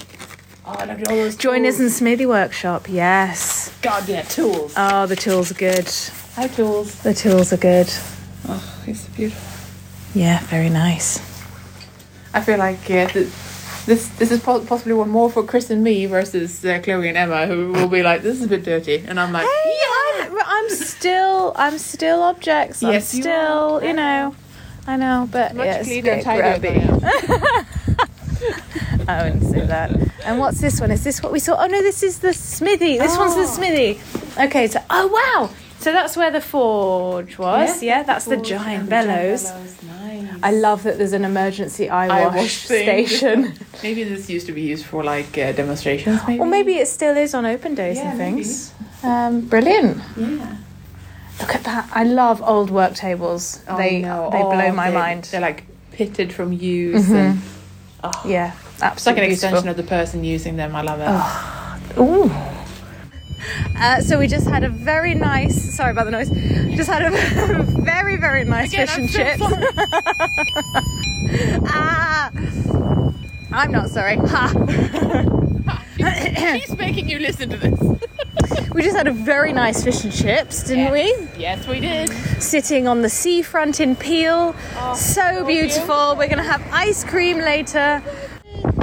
Oh,
joiners and smoothie workshop? Yes.
God, yeah, tools.
Oh, the tools are good.
Hi, tools.
The tools are good.
Oh, it's beautiful.
Yeah, very nice.
I feel like yeah, th- this this is po- possibly one more for Chris and me versus uh, Chloe and Emma, who will be like, "This is a bit dirty," and I'm like,
Hey, I'm, I'm still, I'm still objects. I'm
Yes, you
still, you, know, I know, but
Much
yes,
cleaner
bit
tidier by
grubby. I wouldn't say that. And what's this one? Is this what we saw? Oh no, this is the smithy. This one's
Oh.
the smithy. Okay, so oh wow, so that's where the forge was. Yeah, that's the giant bellows. I love that there's an emergency eye wash,
thing.
station.
maybe this used to be used for like uh, demonstrations. Maybe.
Or maybe it still is on open days and things. Um, brilliant.
Yeah.
Look at that. I love old work tables.
Oh,
they
no.
they
Oh,
blow my
they-
mind.
They're like pitted from use
Mhm.
and
yeah,
Mm-hmm. it's like
absolutely.
an extension of the person using them. I love it.
Ooh. Uh, so we just had a very nice. Sorry about the noise. Just had a very very nice
Again,
fish
I'm
and
so
chips. ah, I'm not sorry. Ha.
She's making you listen to this.
we just had a very nice fish and chips, didn't we?
Yes, we did.
sitting on the seafront in Peel. so beautiful. We're going to have ice cream later.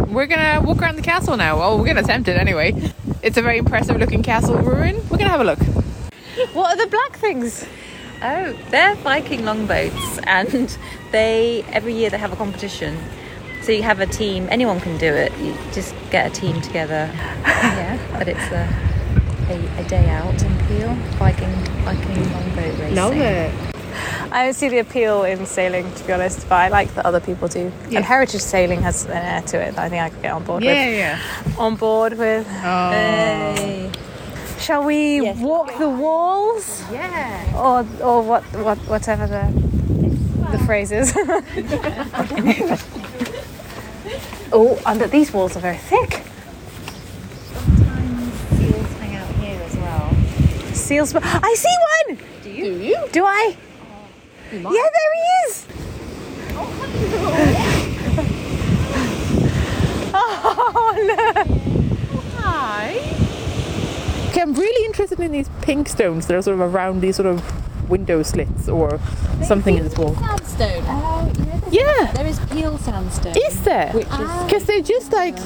We're gonna walk around the castle now. Well, we're gonna attempt it anyway. It's a very impressive looking castle ruin. We're gonna have a look.
What are the black things?
Oh, they're Viking longboats, and they every year they have a competition. So you have a team. Anyone can do it. You just get a team together. yeah, but it's a a, a day out in Peel, Viking Viking longboat racing.
I see the appeal in sailing, to be honest, but I like that other people do. And heritage sailing has an air to it that I think I could get on board with. On board with.
Oh.
Hey. Shall we walk the walls? Yeah. Or, or what, what, whatever the, the phrase is. oh, and that these walls are very thick.
Seals hang out here as well.
Seals. I see one!
Do you?
Do you? Do I? yeah, there he is! Oh, look!
Okay, I'm really interested in these pink stones. They're sort of around these sort of window slits or something in this wall.
Sandstone. Oh,
yeah.
There is Peel sandstone. Ah.
Is there? Because they're just like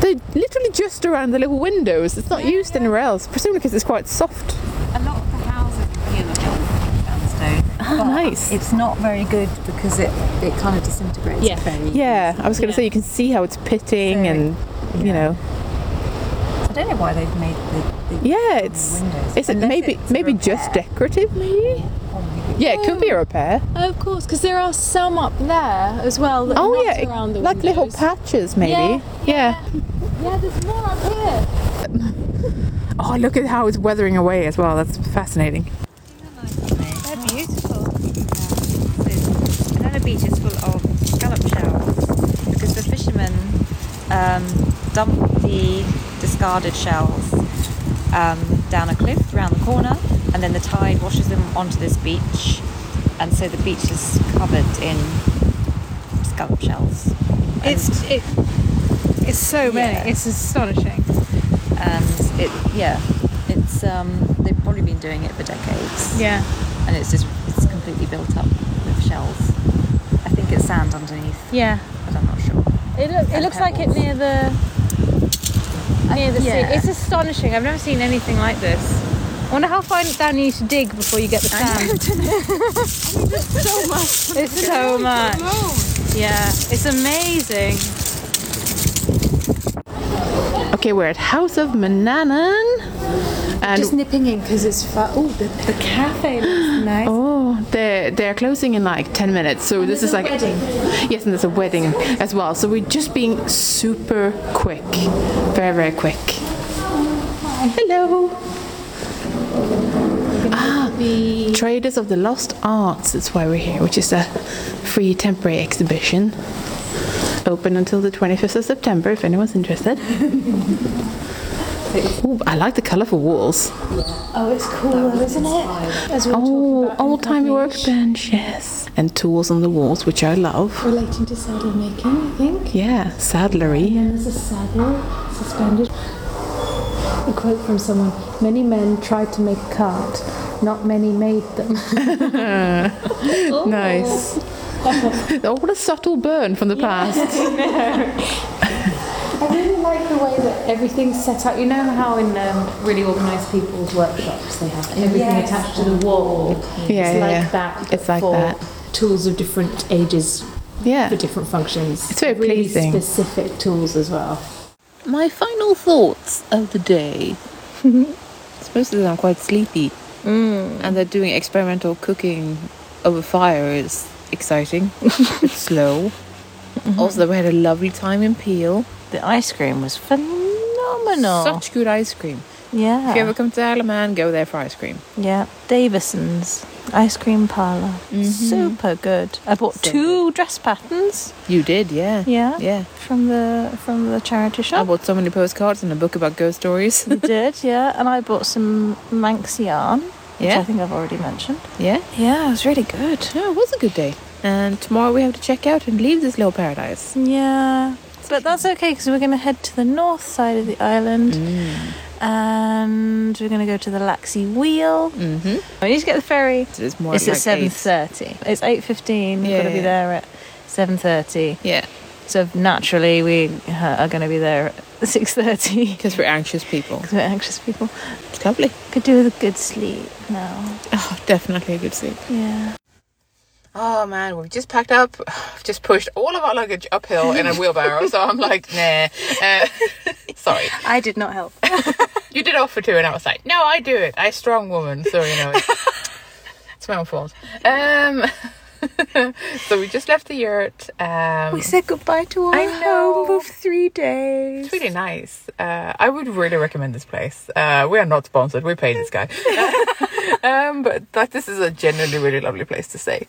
they're literally just around the little windows. It's not used anywhere else, presumably because it's quite soft.
A lot of the houses in Peel are built
Oh, nice.
It's not very good because it it kind of disintegrates.
Yeah.
Yeah, I was going to say you can see how it's pitting and you know.
I don't know why they've made the. the
Yeah, it's
windows.
is it
Unless
maybe
it's a
maybe just
repair.
decorative maybe? Yeah, it could be a repair.
Oh, of course, because there are some up there as well. That
Oh
are not
yeah,
around the
like little patches maybe.
Yeah,
yeah.
Yeah, there's more up here.
Oh, look at how it's weathering away as well. That's fascinating.
They're beautiful. Um, So Banana Beach is full of scallop shells because the fishermen um, dump the discarded shells um, down a cliff around the corner, and then the tide washes them onto this beach, and so the beach is covered in scallop shells. It's it,
it's so many. It's astonishing.
And it yeah, it's um, they've probably been doing it for decades.
Yeah.
and it's just it's completely built up with shells. I think it's sand underneath,
Yeah.
but I'm not sure.
It, loo- it looks like it near the near the sea. It's astonishing. I've never seen anything like this. I wonder how far down you need to dig before you get the sand. so much. It's so much. Yeah, it's amazing.
Okay, we're at House of Mananan. And
Just nipping in because it's far. Oh, the, the cafe looks nice.
Oh, they're they're closing in like ten minutes. So this is like
wedding.
yes, and there's a wedding as well. So we're just being super quick, very very quick. Hello. Ah, Traders of the Lost
Arts, that's why we're here, which is a free temporary exhibition. Open until the 25th of September if anyone's interested. Ooh, I like the colourful walls.
Oh, it's cool, though, isn't it? As we were talking
Oh,
about in
old timey
Carthage,
workbench, yes. And tools on the walls, which I love.
Relating to saddle making, I think.
Yeah, saddlery.
And there's a saddle suspended.
A quote from someone Many men tried to make a cart, not many made them.
nice. oh, what a subtle burn from the past.
I really like the way that everything's set up. You know how in um, really organised people's workshops they have everything
Yes.
attached to the wall.
Yeah,
it's
yeah,
like
yeah.
that.
It's like
for
that.
Tools of different ages.
Yeah.
For different functions.
It's very
really
pleasing.
Specific tools as well.
My final thoughts of the day. it's mostly that I'm quite sleepy. Mm. And that doing experimental cooking over fire is exciting. it's slow. Also, we had a lovely time in Peel. The ice cream was phenomenal. Such good ice cream.
Yeah.
If you ever come to Alaman, go there for ice cream.
Yeah, Davison's ice cream parlor. Super good. I bought two dress patterns.
You did, yeah.
Yeah.
Yeah.
From the from the charity shop.
I bought so many postcards and a book about ghost stories.
You did, yeah. And I bought some Manx yarn, which
Yeah.
I think I've already mentioned.
Yeah?
Yeah, it was really good.
No, it was a good day. And tomorrow we have to check out and leave this little paradise.
Yeah. But that's okay because we're going to head to the north side of the island and we're going to go to the Laxey Wheel.
Mm-hmm.
We need to get the ferry.
It's more
it's
like
at seven thirty. It's eight fifteen. We've got to be
Yeah.
there at seven thirty.
Yeah.
So naturally, we uh, are going to be there at six thirty.
Because we're anxious people.
Because we're anxious people.
Lovely.
Could do with a good sleep now.
Oh, definitely a good sleep.
Yeah.
Oh man, we've just packed up. I've just pushed all of our luggage uphill in a wheelbarrow, so I'm like, nah. Uh, sorry.
I did not help.
You did offer to, and I was like, no, I do it. I strong woman, so you know. It's, it's my own fault. Um, so we just left the yurt. Um,
We said goodbye to our
I
home of three days.
It's really nice. Uh, I would really recommend this place. Uh, we are not sponsored. We pay this guy. um, but like, this is a genuinely really lovely place to stay.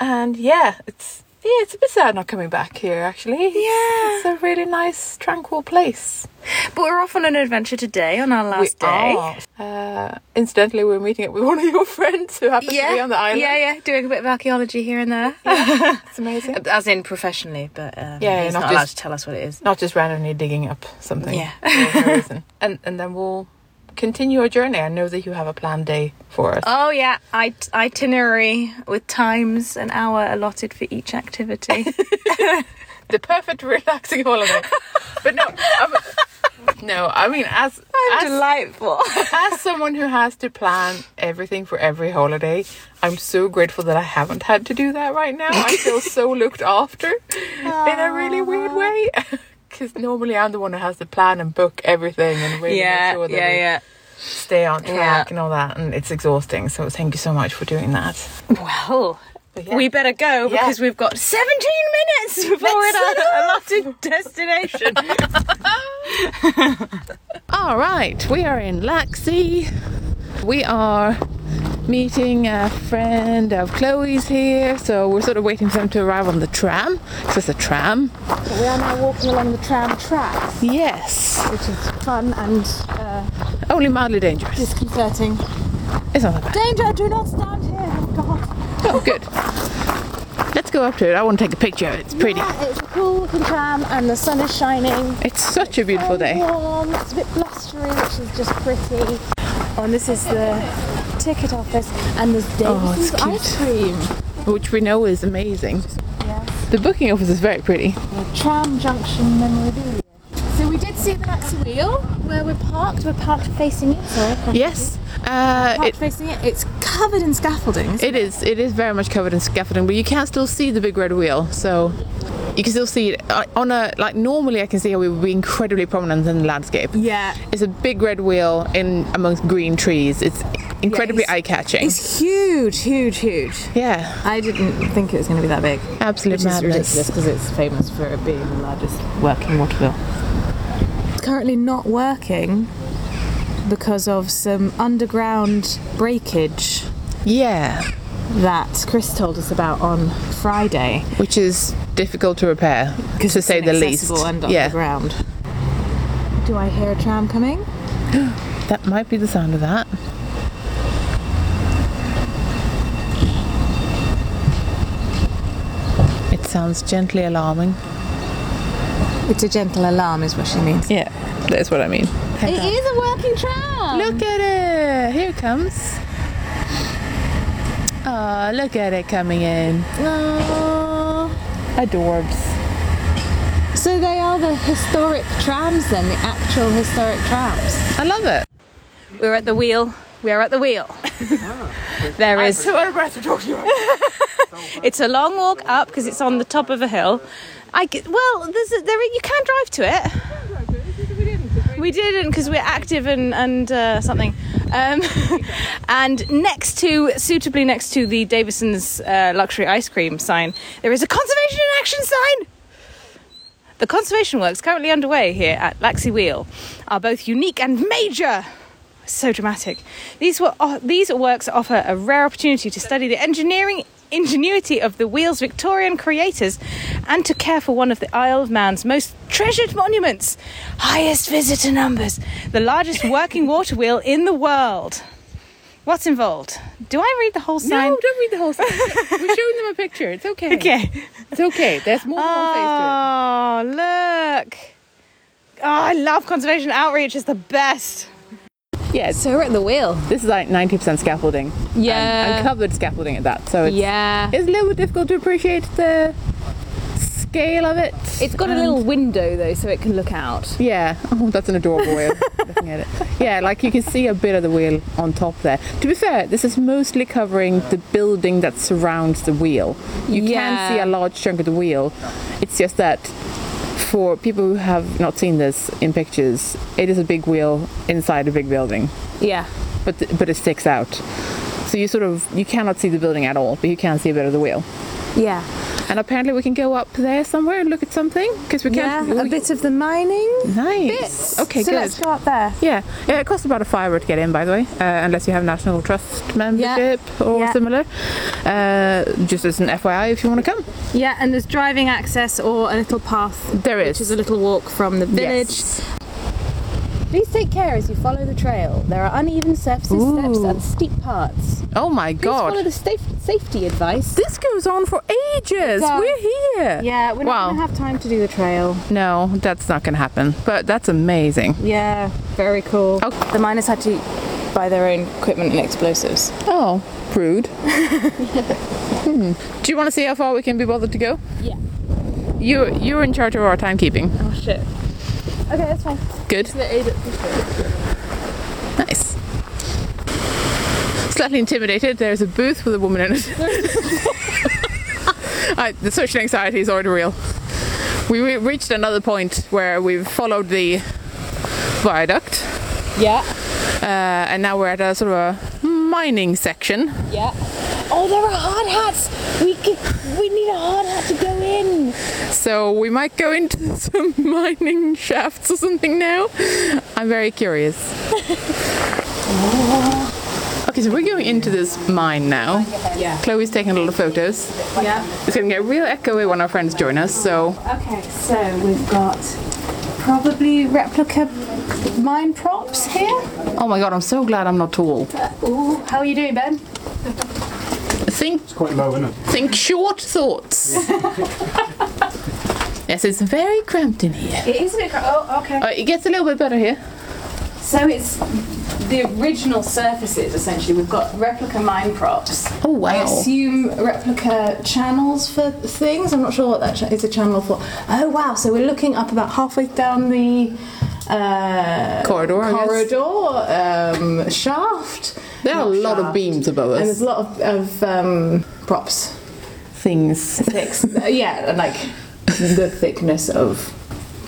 And yeah, it's yeah, it's a bit sad not coming back here. Actually, yeah, it's a really nice, tranquil place.
But we're off on an adventure today on our last
We
day.
are. Uh, incidentally, we're meeting up with one of your friends who happens
yeah,
to be on the island.
yeah, yeah, doing a bit of archaeology here and there. Uh,
it's amazing.
As in professionally, but um,
Yeah,
he's
not
not, allowed
just-
to tell us what it is.
Not just randomly digging up something.
Yeah.
for no reason. And and then we'll continue our journey. I know that you have a planned day for us.
Oh yeah, It- itinerary with times an hour allotted for each activity.
the perfect relaxing holiday. But no, I'm, no, I mean as I'm
delightful.
as someone who has to plan everything for every holiday, I'm so grateful that I haven't had to do that right now. I feel so looked after in a really weird way. Because normally I'm the one who has to plan and book everything and really
Yeah,
make sure that
yeah,
we
yeah.
stay on track
Yeah.
and all that, and it's exhausting. So thank you so much for doing that.
well, we better go because we've got 17 minutes before our allotted destination.
All right, we are in Laxey. We are meeting a friend of Chloe's here, so we're sort of waiting for them to arrive on the tram. 'cause There's a tram.
We are now walking along the tram tracks.
Yes.
Which is fun and uh,
Only mildly dangerous.
disconcerting.
It's not that bad.
Danger, do not stand here. Oh, God.
Oh, good. Let's go up to it. I want to take a picture. It's pretty.
Yeah, it's a cool looking tram and the sun is shining.
It's such a beautiful
Very
day.
Warm. It's a bit blustery, which is just pretty. Oh, and this is the ticket office, and there's
Oh, it's
Davison's
cute.
ice cream.
Which we know is amazing. The booking office is very pretty.
Tram junction memorabilia. So we did see the Maxi Wheel where we're parked. We're parked facing it. Sorry, can't
Yes.
see.
Uh,
parked
it-
facing it. It's covered in scaffolding.
It is. It is very much covered in scaffolding, but you can still see the big red wheel. So you can still see it I- on a like. Normally, I can see how it would be incredibly prominent in the landscape.
Yeah.
It's a big red wheel in amongst green trees. It's incredibly
it's-
eye catching.
It's huge, huge, huge.
Yeah.
I didn't think it was going to be that big.
Absolute
Which is
madness.
ridiculous because it's famous for it being the largest.
Working Waterville.
It's currently not working because of some underground breakage.
Yeah.
that Chris told us about on Friday.
Which is difficult to repair, to say the least.
inaccessible and on the ground. Do I hear a tram coming?
That might be the sound of that. It sounds gently alarming.
It's a gentle alarm, is what she means.
Yeah, that's what I mean.
It is a working tram.
Look at it! Here it comes. Oh, look at it coming in. Adorbs.
So they are the historic trams then, the actual historic trams.
I love it.
We're at the wheel. We are at the wheel.
Ah.
there is.
out of breath to talk to you.
It's a long walk up because it's on the top of a hill. I g- well, there's a, there you can drive to it. We didn't because we're active and and uh, something. Um, and next to, suitably next to the Davison's uh, luxury ice cream sign, there is a conservation in action sign. The conservation works currently underway here at Laxey Wheel are both unique and major. So dramatic. These, were, oh, these works offer a rare opportunity to study the engineering ingenuity of the wheel's Victorian creators and to care for one of the Isle of Man's most treasured monuments, highest visitor numbers, the largest working water wheel in the world. What's involved? Do I read the whole sign?
No, don't read the whole thing. We're showing them a picture. It's okay.
Okay.
It's okay. There's more.
Oh, look. Oh, I love conservation outreach. It's the best.
Yeah.
So we're at the wheel.
This is like 90% scaffolding.
Yeah.
And, and covered scaffolding at that. So it's,
Yeah.
it's a little bit difficult to appreciate the scale of it.
It's got a little window though, so it can look out.
Yeah. Oh, that's an adorable way of looking at it. Yeah, like you can see a bit of the wheel on top there. To be fair, this is mostly covering the building that surrounds the wheel. You
Yeah.
can see a large chunk of the wheel. It's just that for people who have not seen this in pictures, it is a big wheel inside a big building.
Yeah.
But but it sticks out. So you sort of you cannot see the building at all, but you can see a bit of the wheel.
Yeah.
And apparently we can go up there somewhere and look at something because we
Yeah,
can't.
a bit of the mining.
Nice.
bits.
Okay,
so
good.
let's go up there.
Yeah, yeah. It costs about a fiver to get in, by the way, uh, unless you have national trust membership or
Yeah.
similar. Uh, just as an FYI, if you want to come.
Yeah, and there's driving access or a little path.
There
is. Which is a little walk from the village. Please take care as you follow the trail. There are uneven surfaces, steps, and steep parts.
Oh my
Please
god.
follow the saf- safety advice.
This goes on for ages.
does.
We're here.
Yeah, we're
Wow.
not gonna have time to do the trail.
No, that's not going to happen. But that's amazing.
Yeah, very cool. The miners had to buy their own equipment and explosives.
Oh, rude. hmm. Do you want to see how far we can be bothered to go?
Yeah.
You you're in charge of our timekeeping.
Oh shit. Okay, that's fine.
Good. Nice. Slightly intimidated, there's a booth with a woman in it. I, the social anxiety is already real. We re- reached another point where we've followed the viaduct.
Yeah.
Uh, and now we're at a sort of a mining section.
Yeah. Oh, there are hard hats. We can, we need a hard hat to go in.
So we might go into some mining shafts or something now. I'm very curious. okay, so we're going into this mine now.
Yeah.
Chloe's taking a lot of photos.
Yeah.
It's going to get real echoey when our friends join us. So
Okay, so we've got probably replica mine props here.
Oh my god, I'm so glad I'm not tall.
Ooh, how are you doing, Ben?
Think
It's quite low, isn't it?
think short thoughts. yes, it's very cramped in here.
It is a bit. cra- Oh, okay.
Uh, it gets a little bit better here.
So it's the original surfaces essentially. We've got replica mine props.
Oh wow.
I assume replica channels for things. I'm not sure what that cha- is a channel for. Oh wow! So we're looking up about halfway down the uh,
Corridor, I guess.
corridor um, shaft.
There are a
Not
lot of
shaft.
beams above us.
and there's a lot of, of um, props.
Things.
Thicks. Uh, yeah, and like the thickness of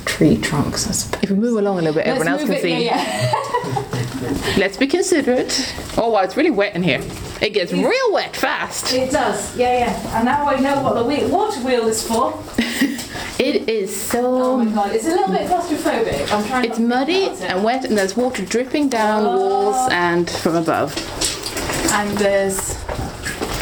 tree trunks. I suppose.
If we move along a little bit, everyone
Let's
else
move
can
it-
see.
yeah, yeah.
Let's be considerate. Oh wow, it's really wet in here. It gets real wet fast.
It does, yeah, yeah. And now I know what the wheel, water wheel is for.
It is so.
Oh my god, it's a little bit claustrophobic. I'm trying
It's muddy and wet, and there's water dripping down walls and from above.
And there's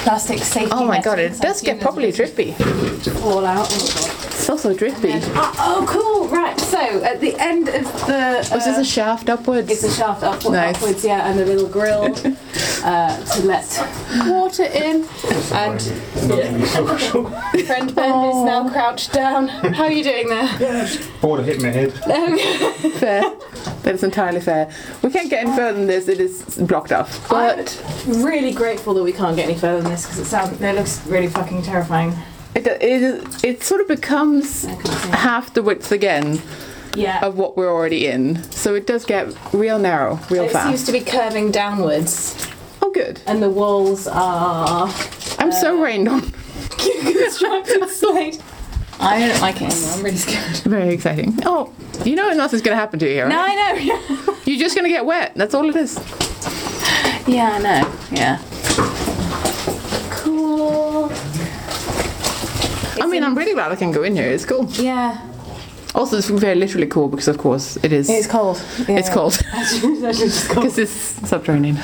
plastic safety.
Oh my
net
god, it
inside
does get
humans,
properly
which is
drippy.
All out. Oh my god.
It's also drippy.
Ah,
Oh, cool! Right, so at the end of the.
Was this a shaft upwards?
It's a shaft upward,
Nice.
upwards, yeah, and a little grill uh, to let water in. And friend Ben is now crouched down. How are you doing there?
Bored of hitting my head.
fair. That is entirely fair. We can't get any further than this. It is blocked off. But
really grateful that we can't get any further than this because it sounds it looks really fucking terrifying.
it, it, is- it sort of becomes half the width again
Oh,
Yeah.
of what we're already in. So it does get real narrow, real
it
fast.
seems to be curving downwards.
Oh, good.
And the walls are.
I'm so rained on.
constructed slate. I don't like it anymore. I'm really scared.
Very exciting. Oh, you know what else is going to happen to you, right?
No, I know.
You're just going to get wet. That's all it is.
Yeah, I know. Yeah.
Cool.
I mean, I'm really glad I can go in here. It's cool.
Yeah.
Also, it's very literally cool because, of course, it is.
It's cold. Yeah.
It's cold.
It's cold.
Because it's subterranean.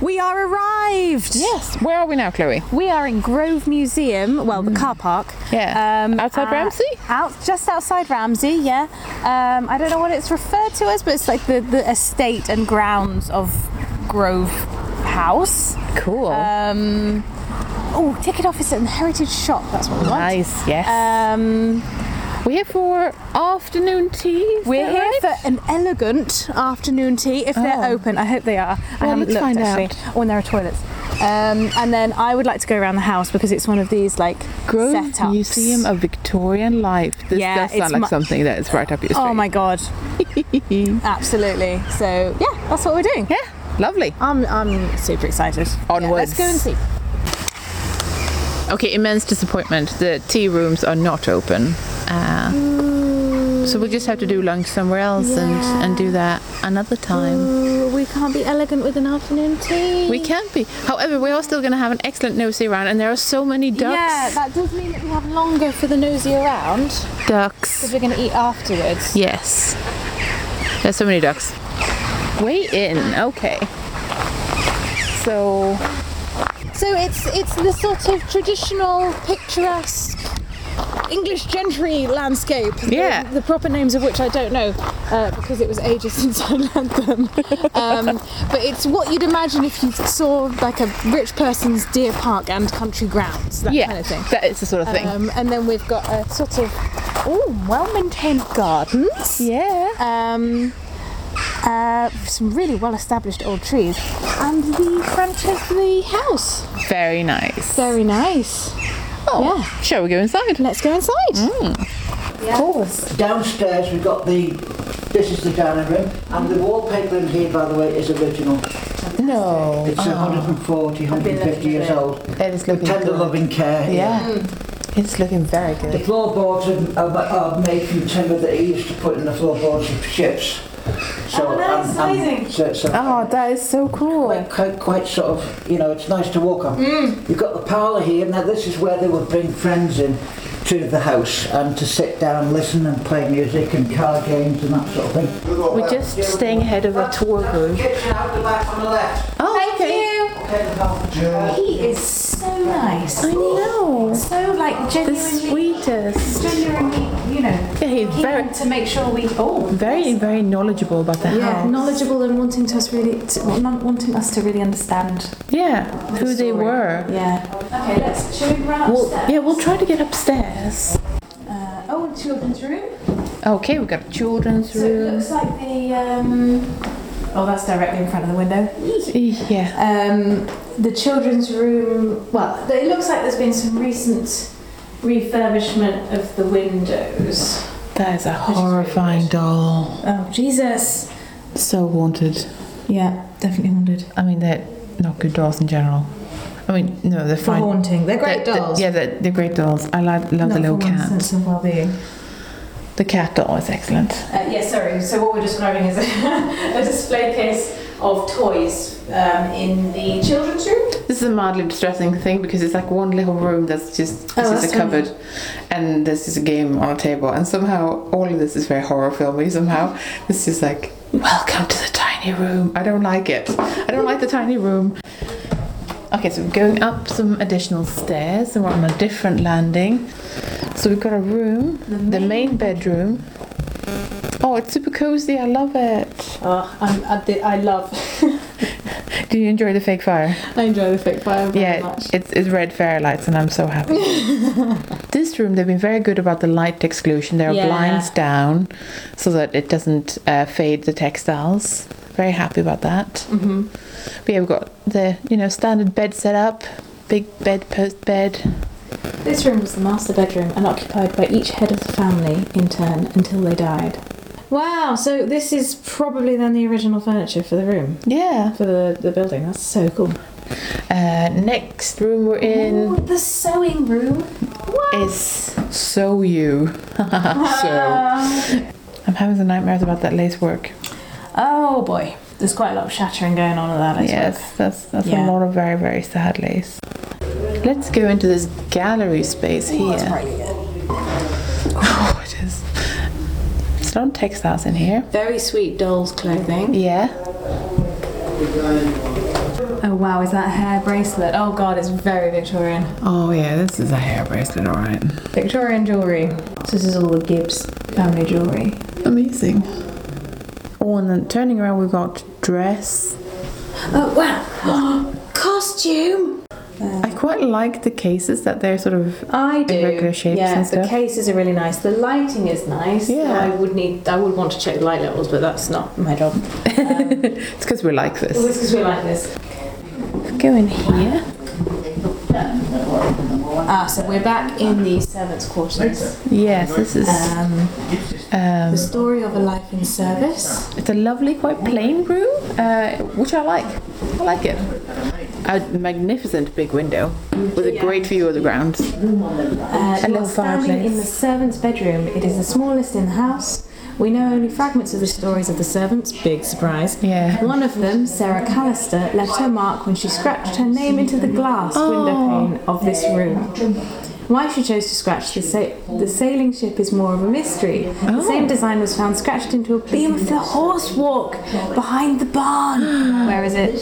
We are arrived.
Yes. Where are we now, Chloe?
We are in Grove Museum. Well, the car park. Yeah. Um, outside
Ramsey?
Out just outside Ramsey. Yeah. Um, I don't know what it's referred to as, but it's like the, the estate and grounds of Grove House.
Cool.
Uh,
Um, oh, ticket office and heritage shop. That's what we want.
Nice, yes.
Um,
we're here for afternoon tea.
We're
that
here
right?
for an elegant afternoon tea if they're open. I hope they are. I
Well,
haven't
let's
looked
find
actually.
out.
Oh, and there are toilets. Um, and then I would like to go around the house because it's one of these like
Grove
setups.
Museum of Victorian Life. This
Yeah,
does
it's
sound like
mu-
something that is right up your street.
Oh my god! Absolutely. So yeah, that's what we're doing.
Yeah, lovely.
I'm I'm super excited.
Onwards.
let's go and see.
Okay, immense disappointment. The tea rooms are not open. Uh, so we'll just have to do lunch somewhere else and, and do that another time.
Ooh, we can't be elegant with an afternoon tea.
We can be. However, we are still going to have an excellent nosy round, and there are so many ducks.
Yeah, that does mean that we have longer for the nosy around.
Ducks.
Because we're going to eat afterwards.
Yes. There's so many ducks. Way in. Okay. So
So it's it's the sort of traditional, picturesque English gentry landscape. the-
Yeah.
The, proper names of which I don't know uh, because it was ages since I learned them. Um, but it's what you'd imagine if you saw like a rich person's deer park and country grounds, that
Yeah,
kind of thing.
that is the sort of thing.
Um, and then we've got a sort of oh, well-maintained gardens.
Yeah.
Um,
uh, some really well-established old trees, and the front of the house.
very nice.
Very nice.
Oh, shall we go inside?
Let's go inside.
Of course. Downstairs we've got the this is the dining room and the wallpaper in here by the way is original.
No. Oh.
It's 140, 150 years old.
That is looking
Tender
good.
loving care.
Yeah. It's looking very
The
good.
floorboards are, are, are made from timber that he used to put in the floorboards of ships. So, oh,
nice, amazing.
so, so
Oh, that is so cool.
Quite, quite, quite sort of, you know, it's nice to walk on.
Mm.
You've got the parlour here, now this is where they would bring friends in to the house and to sit down and listen and play music and card games and that sort of thing.
We're just staying ahead of our tour group. Oh, Thank
you. He is so nice. I know. So like genuinely
the sweetest.
Genuinely, you know.
Yeah, he's very
to make sure we all
very very knowledgeable about the
Yeah,
house.
knowledgeable and wanting to us really, to, not wanting us to really understand.
Yeah, who they were.
Yeah. Okay, let's. Should we run
We'll, yeah, we'll try to get upstairs.
Uh, oh, children's room.
Okay, we've got a children's
So uh, it
room.
looks like the. Um, oh, that's directly in front of the window.
Yeah.
Um, the children's room. Well, it looks like there's been some recent refurbishment of the windows.
That is a horrifying doll.
Oh Jesus!
So haunted.
Yeah, definitely haunted.
I mean, they're not good dolls in general. I mean, no, they're fine.
haunting. They're great dolls.
yeah, they're, they're great dolls. I like, love
Not
the little
for one's
cat.
sense of well-being.
The cat doll is excellent.
Uh, yeah, sorry. So what we're describing is a, a display case of toys um, in the children's room.
This is a mildly distressing thing because it's like one little room that's just it's
Oh,
just
that's
a cupboard, and there's just a game on a table, and somehow all of this is very horror filmy. Somehow it's just like welcome to the tiny tiny room. I don't like it. I don't like the tiny room. Okay, so we're going up some additional stairs and we're on a different landing. So we've got a room, the main, bedroom. Oh, it's super cozy. I love it.
Oh, I'm, I, did- I love.
Do you enjoy the fake fire?
I enjoy the fake fire very
yeah,
much.
it's it's red fairy lights, and I'm so happy. this room, they've been very good about the light exclusion. There are
Yeah.
blinds down, so that it doesn't uh, fade the textiles. Very happy about that.
Mm-hmm.
But yeah, we've got the you know standard bed set up, big bed, post bed.
This room was the master bedroom and occupied by each head of the family in turn until they died. Wow, so this is probably then the original furniture for the room.
Yeah.
For the, the building. That's so cool.
Uh, next room we're in
the sewing room.
is so you. so
Ah.
I'm having the nightmares about that lace work.
Oh boy, there's quite a lot of shattering going on with that. lace
yes,
work.
that's that's
Yeah.
a lot of very very sad lace. Let's go into this gallery space here. Oh, it is. It's not textiles in here.
Very sweet doll's clothing.
Yeah.
Oh wow, is that hair bracelet? Oh god, it's very Victorian.
Oh yeah, this is a hair bracelet, all right.
Victorian jewellery. So this is all the Gibbs family jewellery.
Amazing. Oh, and then turning around, we've got dress.
Oh wow! Costume.
I quite like the cases that they're sort of
I do.
irregular shapes
yeah,
and
the
stuff.
cases are really nice. The lighting is nice.
Yeah.
I would need. I would want to check the light levels, but that's not my job.
it's because we like this.
Well, it's because we like this.
Go in here.
Ah, so we're back in the servants' quarters.
Yes, this is.
Um,
um,
the story of a life in service.
It's a lovely, quite plain room, uh, which I like. I like it. A magnificent big window with a great view of the grounds.
Uh,
a
you are
little
standing in the
fireplace.
servants' bedroom. It is the smallest in the house. We know only fragments of the stories of the servants. Big surprise.
Yeah.
One of them, Sarah Callister, left her mark when she scratched her name into the glass
Oh.
window pane of this room. Why she chose to scratch the, sa- the sailing ship is more of a mystery. The
Oh.
same design was found scratched into a beam of the horse walk behind the barn. Where is it?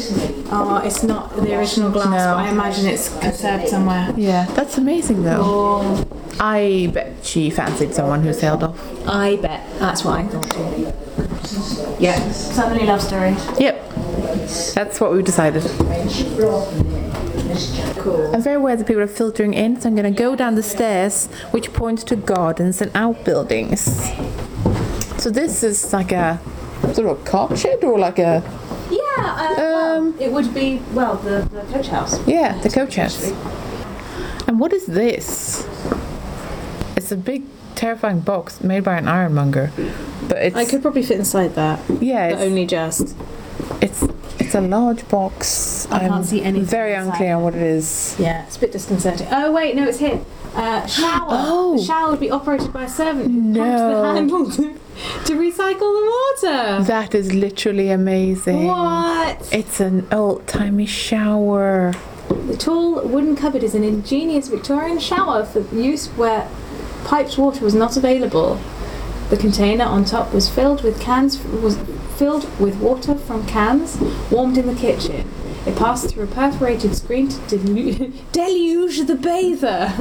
Oh, it's not the original glass, but I imagine it's conserved somewhere.
Yeah, that's amazing though. I bet she fancied someone who sailed off.
I
Um,
bet. That's what I thought. Yeah. Suddenly love story.
Yep. That's what we decided. I'm very aware that people are filtering in, so I'm going to go down the stairs, which points to gardens and outbuildings. So this is like a sort of a cot shed or like a
Yeah, uh, well, it would be, well, the, the coach house.
yeah, the coach house. And what is this? It's a big, terrifying box made by an ironmonger, but it's
I could probably fit inside that.
Yeah,
but only just.
it's it's a large box.
I can't
am
see anything
Very
inside.
unclear on what it is.
Yeah, it's a bit disconcerting. Oh wait, no, it's here. Uh, shower. Oh. The shower would be operated by a servant who pumps the handle to, to recycle the water.
That is literally amazing.
What?
It's an old timey shower.
The tall wooden cupboard is an ingenious Victorian shower for use where piped water was not available. The container on top was filled with cans was filled with water from cans warmed in the kitchen. It passed through a perforated screen to delu- deluge the bather.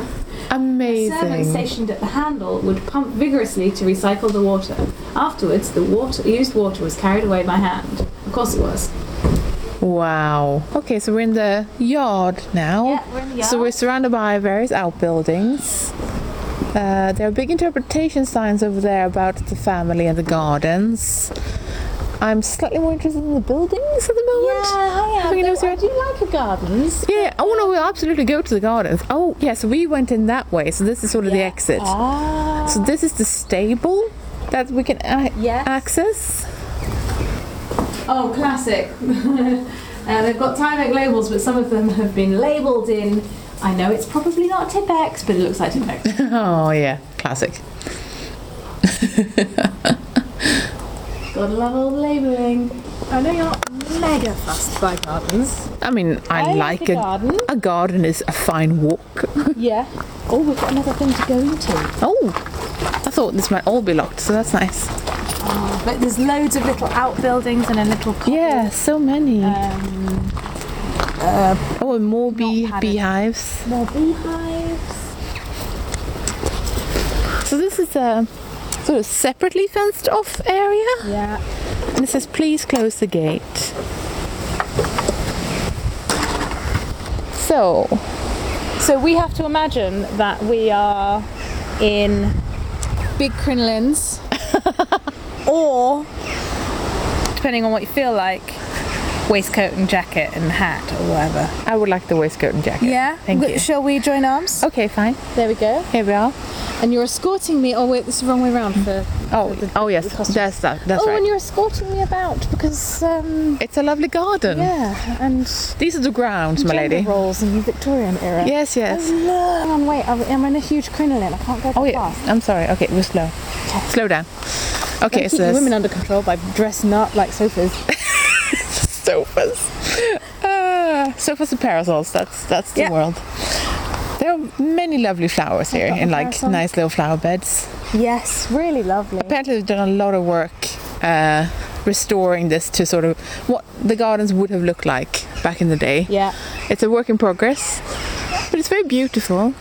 Amazing.
A servant stationed at the handle would pump vigorously to recycle the water. Afterwards, the water used water was carried away by hand. Of course, it was.
Wow. Okay, so we're in the yard now. Yeah,
we're in the
So we're surrounded by various outbuildings. Uh, there are big interpretation signs over there about the family and the gardens. I'm slightly more interested in the buildings at the moment. Yeah, I am. I do
like the gardens.
Yeah. Oh no, we'll absolutely go to the gardens. Oh yeah, so we went in that way. So this is sort of the exit. Ah. So this is the stable that we can a- access.
Oh, classic. uh, they've got Tyvek labels, but some of them have been labelled in. I know it's probably not Tipex, but it looks like Tipex.
oh yeah, classic.
Gotta love all the labelling. I know you're mega fussed by gardens.
I mean, I,
I like
like,
a
a
garden.
A garden is a fine walk.
yeah. Oh, we've got another thing to go into.
Oh, I thought this might all be locked, so that's nice.
Oh,
Like there's loads of little outbuildings and a little
Yeah, so many.
Um,
oh, and more bee,
had a-
beehives.
more beehives.
So this is a sort of separately fenced off area.
Yeah.
And it says, please close the gate.
So, so we have to imagine that we are in big crinolines, or depending on what you feel like, waistcoat and jacket and hat or whatever.
I would like the waistcoat and jacket.
Yeah.
Thank
W-
you.
Shall we join arms?
Okay, fine.
There we go.
Here we are.
And you're escorting me. Oh wait, this is the wrong way round. For
oh, oh yes, that's that. That's
oh,
right.
and you're escorting me about because um,
it's a lovely garden.
Yeah, and
These are the grounds, Mm. my
gender
lady.
Roles in the Victorian era.
Yes, yes.
Oh, look. Hang on, wait, I'm I'm in a huge crinoline. I can't go too
Oh yeah.
fast.
I'm sorry. Okay, we're slow. Slow down. Okay,
Gotta
so
keep the
that's-
women under control by dressing up like sofas.
sofas. Uh, sofas and parasols. That's that's the world. There are many lovely flowers here
got
in
my
like
parasol.
nice little flower beds.
Yes, really lovely.
Apparently, they've done a lot of work uh, restoring this to sort of what the gardens would have looked like back in the day.
Yeah.
It's a work in progress, but it's very beautiful.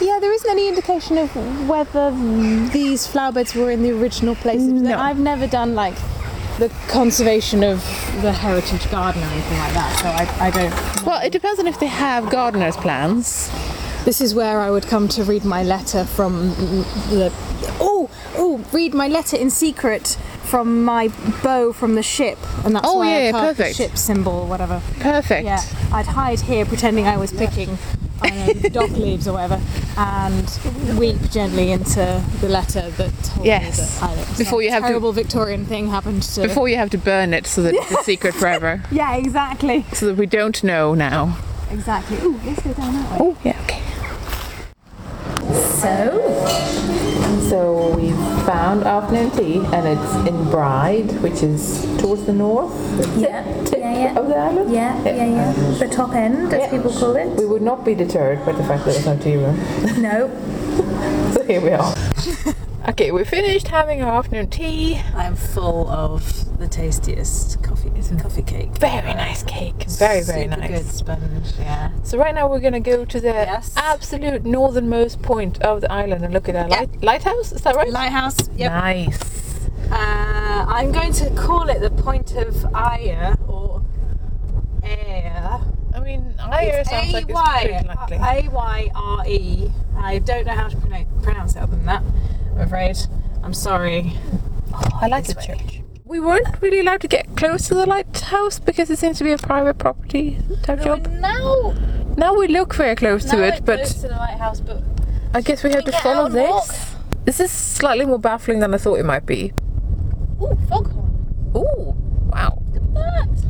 Yeah, there isn't any indication of whether these flower beds were in the original places. I've never done like the conservation of the heritage garden or anything like that, so I, I don't.
Well, it depends on if they have gardeners' plans.
This is where I would come to read my letter from the. Oh, oh, read my letter in secret from my bow from the ship, and that's
Oh,
why
yeah,
I carved
perfect.
the ship symbol, or whatever.
Perfect.
Yeah, I'd hide here pretending I was picking I don't know, dog leaves or whatever, and weep gently into the letter that told me
Yes.
that I don't
Before you have to-
terrible Victorian thing happened to
Before you have to burn it so that it's a secret forever.
Yeah, exactly,
So that we don't know now.
exactly. Ooh, let's go down that way.
Oh yeah, okay. So, so we found afternoon tea, and it's in Bride, which is towards the north.
Yeah, yeah, yeah.
Of the island?
Yeah, yeah, yeah. The top end, as people call it.
We would not be deterred by the fact that there's no tea room.
No.
So here we are. okay, we finished having our afternoon tea.
I'm full of the tastiest coffee coffee cake.
Very nice cake. Very, very
Super
nice.
Good sponge, yeah.
So right now we're gonna go to the absolute northernmost point of the island and look at our light- lighthouse. Is that right?
Lighthouse. Yep.
Nice.
Uh, I'm going to call it the point of Aya or Air.
I mean, Ayr sounds like it's pretty likely.
A Y R E. I don't know how to pronounce, pronounce it other than that. I'm afraid. I'm sorry.
Oh, I like the church. We weren't really allowed to get close to the lighthouse because it seems to be a private property type job.
Now,
now we look very close to it, but
to the lighthouse, but
I guess we have to follow this. This is slightly more baffling than I thought it might be.
Ooh, foghorn.
Ooh, wow.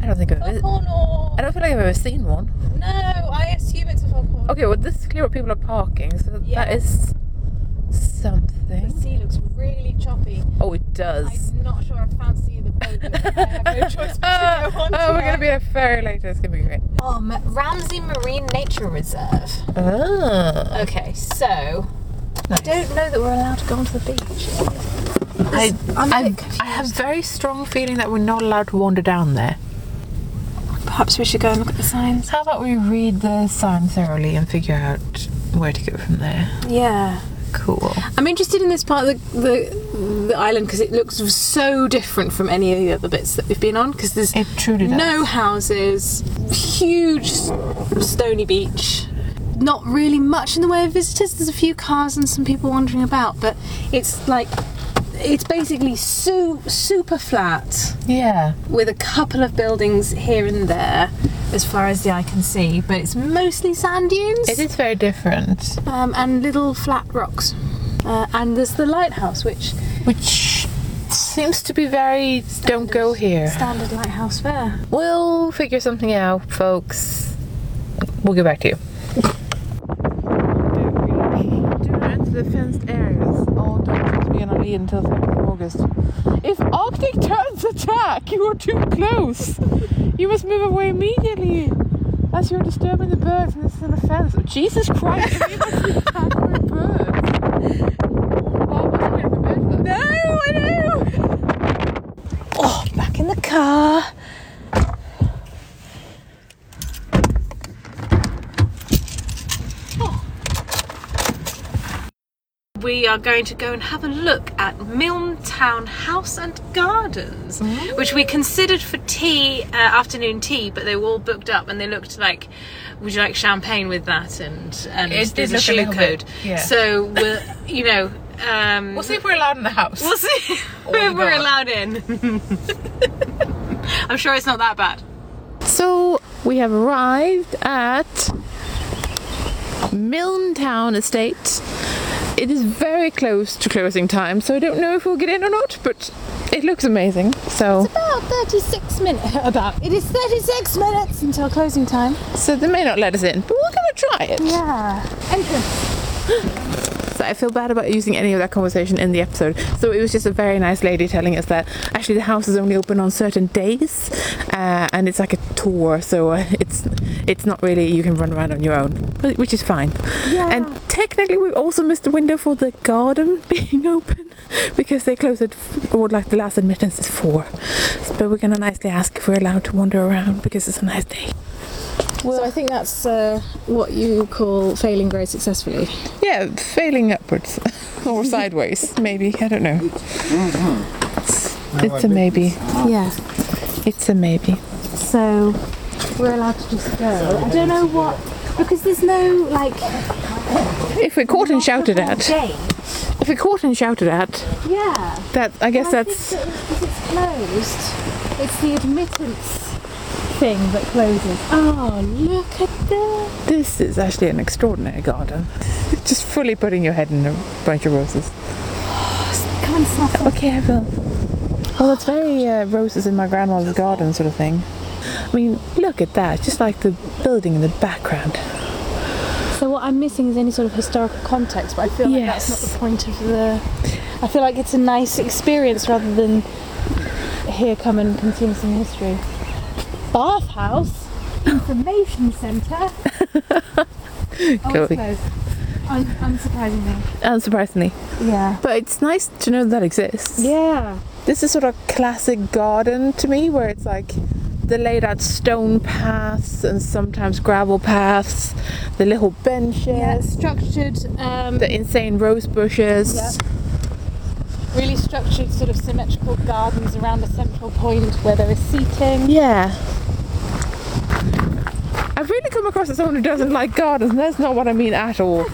I don't think I've ever.
Foghorn or
I don't feel like I've ever seen one.
no? I assume it's a foghorn.
Okay, well this is clear where people are parking, so that is something.
The sea looks really choppy.
Oh, it does.
I'm not sure I fancy the boat. but I have no choice but to go
oh,
on to
we're
it.
gonna be in a ferry later. It's gonna be great.
Oh, Ma- Ramsey Marine Nature Reserve.
Ah.
Okay, so I don't know that we're allowed to go onto the beach.
I, I, I have very strong feeling that we're not allowed to wander down there.
Perhaps we should go and look at the signs.
How about we read the sign thoroughly and figure out where to go from there?
Yeah.
Cool.
I'm interested in this part of the the, the island because it looks so different from any of the other bits that we've been on. Because there's no houses, huge s- stony beach, not really much in the way of visitors. There's a few cars and some people wandering about, but it's like it's basically su- super flat
Yeah.
with a couple of buildings here and there as far as the eye can see, but it's mostly sand dunes.
It is very different.
Um, and little flat rocks. Uh, and there's the lighthouse, which
which seems to be very don't go here.
standard lighthouse fare.
We'll figure something out, folks. We'll get back to you. Do enter the fenced areas. All dogs must be on a lead E until 30th of August. If Arctic turns attack, you are too close. you must move away immediately. As you're disturbing the birds and this is an offense. Jesus Christ, have you actually attacked birds? Well, I don't know.
in the car.
We are going to go and have a look at Milne Town House and Gardens, which we considered for tea, uh, afternoon tea, but they were all booked up and they looked like, would you like champagne with that? And, and
It did
there's a
look a
shoe
little
code.
bit, yeah.
So, we'll, you know. Um,
We'll see if we're allowed in the house.
We'll see
Oh
if we're allowed in. I'm sure it's not that bad.
So we have arrived at Milne Town Estate. It is very close to closing time, so I don't know if we'll get in or not, but it looks amazing. So
About 36 minutes. About. It is 36 minutes until closing time.
so they may not let us in, but we're gonna try it.
Yeah. Entrance.
So I feel bad about using any of that conversation in the episode. So it was just a very nice lady telling us that actually the house is only open on certain days, uh, and it's like a tour, so uh, it's it's not really you can run around on your own, but- which is fine. And technically we've also missed the window for the garden being open because they close at f- or like the last admittance is four. But we're gonna nicely ask if we're allowed to wander around because it's a nice day.
Well, I think that's uh, what you call failing grade successfully.
Yeah, failing upwards or sideways, maybe. I don't know. It's a maybe.
Yeah.
It's a maybe.
So we're allowed to just go. I don't know what because there's no like
If we're caught and shouted at. If we're caught and shouted at,
yeah.
that I guess
And I think
that's
that if it's closed. It's the admittance thing that closes. Oh, look at that.
this is actually an extraordinary garden. Just fully putting your head in a bunch of roses.
Come and snuff
Okay, I will. Well, it's very uh, roses in my grandmother's garden sort of thing. I mean, look at that. Just like the building in the background.
So what I'm missing is any sort of historical context, but I feel like that's not the point of the. I feel like it's a nice experience rather than here come and consume some history. Bathhouse Information Centre.
Go-
oh, it's closed. Un- unsurprisingly.
Unsurprisingly.
Yeah.
But it's nice to know that exists.
Yeah.
This is sort of classic garden to me where it's like the laid out stone paths and sometimes gravel paths, the little benches,
structured. Um,
the insane rose bushes.
Really structured, sort of symmetrical gardens around a central point where there is seating.
Yeah. I've really come across as someone who doesn't like gardens, and that's not what I mean at all.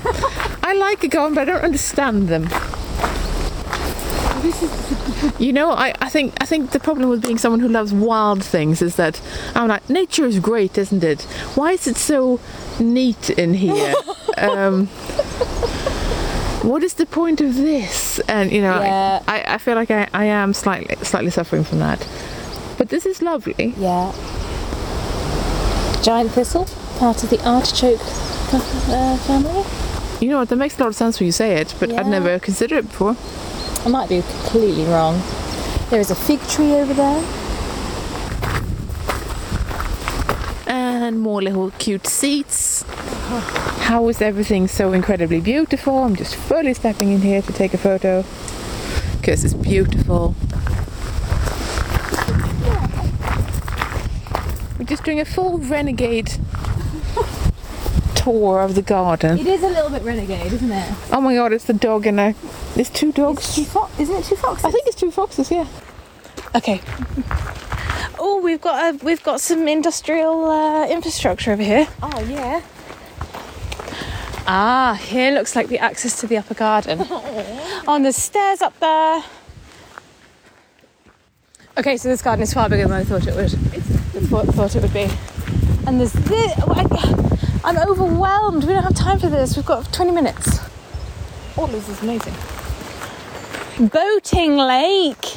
I like a garden, but I don't understand them. You know, I, I think I think the problem with being someone who loves wild things is that I'm like, nature is great, isn't it? Why is it so neat in here? um, what is the point of this? And you know, like,
Yeah.
I, I feel like I, I am slightly slightly suffering from that. But this is lovely.
Yeah. Giant thistle, part of the artichoke uh, family.
You know what? That makes a lot of sense when you say it, but I'd
Yeah.
never considered it before.
I might be completely wrong. There is a fig tree over there.
And more little cute seats. How is everything so incredibly beautiful? I'm just fully stepping in here to take a photo because it's beautiful. We're just doing a full renegade tour of the garden.
It is a little bit renegade, isn't it?
Oh my god, it's the dog and a. There's two dogs. two
fo- isn't it two foxes?
I think it's two foxes, yeah.
Okay. Oh, we've got a, we've got some industrial uh, infrastructure over here.
Oh yeah.
Ah, here looks like the access to the upper garden. On the stairs up there. Okay, so this garden is far bigger than I thought it would. It's what I thought it would be. And there's this. I, I'm overwhelmed. We don't have time for this. We've got 20 minutes.
All Oh, this is amazing.
Boating Lake.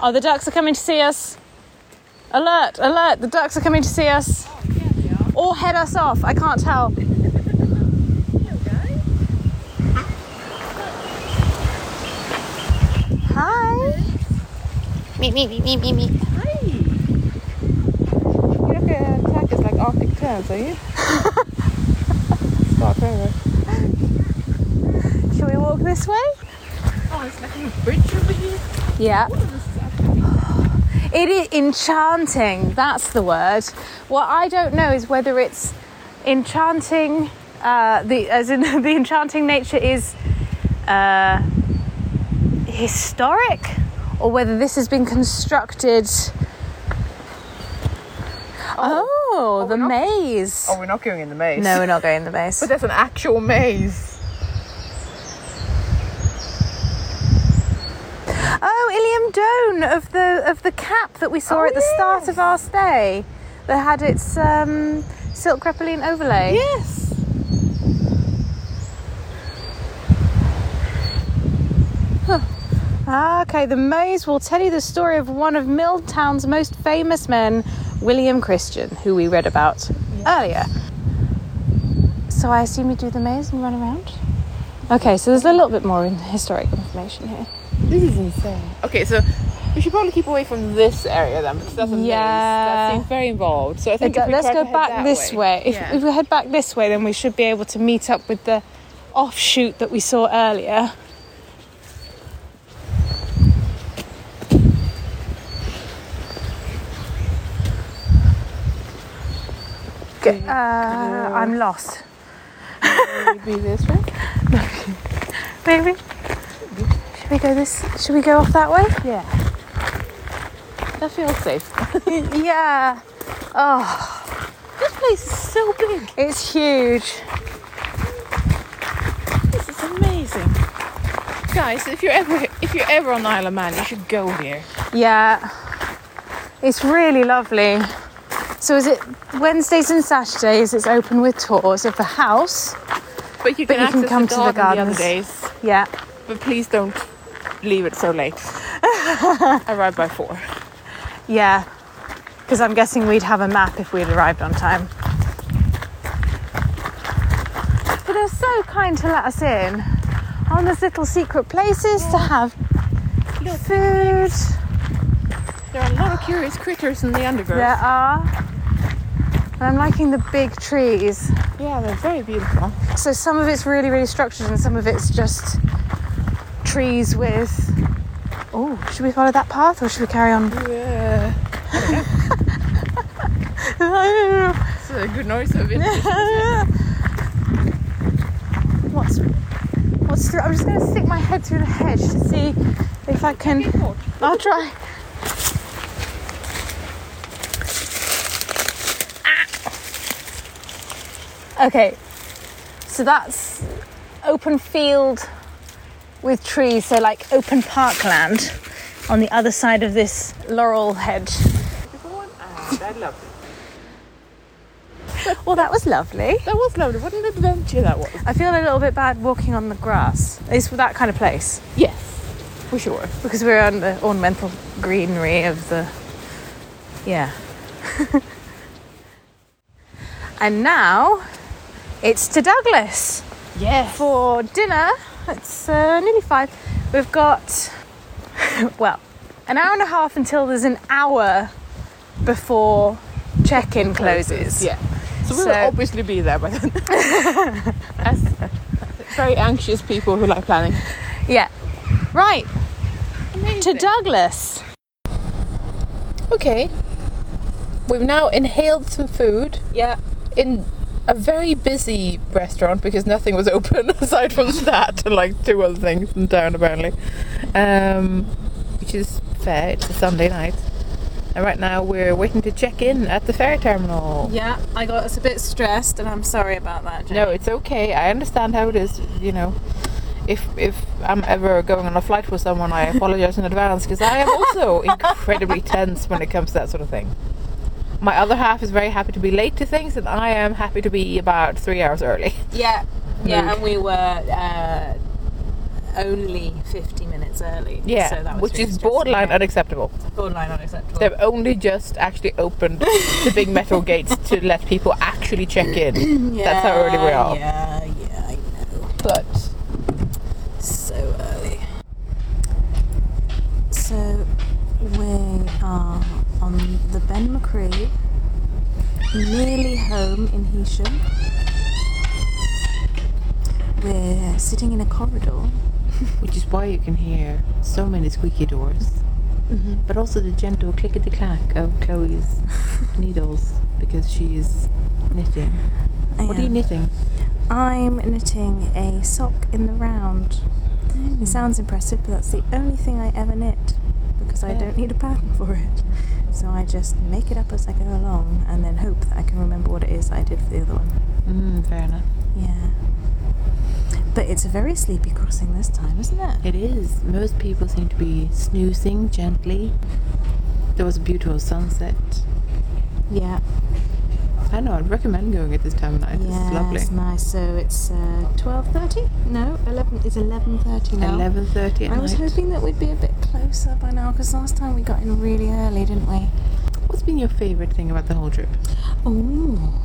Oh, the ducks are coming to see us. Alert, alert, the ducks are coming to see us. Or head us off, I can't tell. Hi. Meet, meet, meet, meet, meet, meet.
You look at attack is like Arctic terms, are you? Scott River.
Shall we walk this way?
Oh, it's like a bridge over here.
Yeah. It is enchanting. That's the word. What I don't know is whether it's enchanting. Uh, the as in the enchanting nature is uh, historic, or whether this has been constructed. Oh, the maze.
Oh, we're not going in the maze.
No, we're not going in the maze.
But there's an actual maze.
Oh, Ilium Doan of the of the cap that we saw at the start of our stay, that had its um, silk crepoline overlay. Yes. Huh. Ah, Okay, the maze will tell you the story of one of Milltown's most famous men, William Christian, who we read about earlier. So I assume you do the maze and run around. Okay, so there's a little bit more in historic information here.
This is insane. Okay, so we should probably keep away from this area then because that's a maze. That
Yeah.
seems very involved. So I think
It
if
do-
we
let's
try
go
to head
back
that
this way. If,
Yeah.
if we head back this way, then we should be able to meet up with the offshoot that we saw earlier. Okay, uh, I'm lost. Maybe this way. Maybe. Should we go this? Should we go off that way? Yeah. That feels safe. yeah. Oh. This place is so big. It's huge.
This is amazing. Guys, if you're ever if you're ever on Isle of Man, you should go here.
Yeah. It's really lovely. So is it Wednesdays and Saturdays it's open with tours of the house.
But you can, access the garden
gardens.
the other days.
Yeah.
But please don't leave it so late. I arrived by four.
Yeah. Because I'm guessing we'd have a map if we'd arrived on time. But they're so kind to let us in on those little secret places to have food.
There are a lot of curious critters in the undergrowth.
There are. And I'm liking the big trees.
Yeah, they're very beautiful.
So some of it's really, really structured and some of it's just trees with. Oh, should we follow that path or should we carry on?
Yeah. It's a good noise of it.
what's what's through? I'm just going to stick my head through the hedge to see if I can. I'll try. Ah. Okay, so that's open field with trees, so like open parkland on the other side of this laurel hedge. uh,
I love it.
Well, that was lovely. That was lovely. What an adventure that was. I feel a little bit bad walking on the grass. It's that kind of place. Yes, for sure. Because we're on the ornamental greenery of the. Yeah. and now it's to Douglas. Yes. For dinner, it's uh, nearly five. We've got, well, an hour and a half until there's an hour before check in closes.
Yeah. So we will obviously be there by then. As very anxious people who like planning.
Yeah. Right. To Douglas.
Okay. We've now inhaled some food.
Yeah.
In a very busy restaurant because nothing was open aside from that and like two other things in town apparently. Um, which is fair, it's a Sunday night. And right now we're waiting to check in at the ferry terminal.
Yeah, I got us a bit stressed, and I'm sorry about that. Jane.
No, it's okay. I understand how it is. You know, if if I'm ever going on a flight with someone, I apologize in advance because I am also incredibly tense when it comes to that sort of thing. My other half is very happy to be late to things, and I am happy to be about three hours early.
Yeah, yeah,
Mood.
and we were uh, only 50 minutes early.
Yeah,
so that was
which
really
is
stressful.
borderline unacceptable.
borderline unacceptable.
They've only just actually opened the big metal gates to let people actually check in. That's how early we are.
Yeah, yeah, I know.
But
so early. So we are on the Ben McCree, nearly home in Hesham. We're sitting in a corridor.
Which is why you can hear so many squeaky doors.
but also the gentle clickety clack of Chloe's needles because she is knitting. What are you
am.
knitting?
I'm knitting a sock in the round. It sounds impressive, but that's the only thing I ever knit because I don't need a pattern for it. So I just make it up as I go along and then hope that I can remember what it is I did for the other one.
Mm, fair enough.
Yeah. But it's a very sleepy crossing this time, isn't it?
It is. Most people seem to be snoozing gently. There was a beautiful sunset.
Yeah.
I know, I'd recommend going at this time of night.
Yeah,
it's lovely.
it's nice. So it's uh, twelve thirty? No, eleven. It's eleven thirty now.
11:30 at
I was
night.
hoping that we'd be a bit closer by now because last time we got in really early, didn't we?
What's been your favourite thing about the whole trip?
Oh.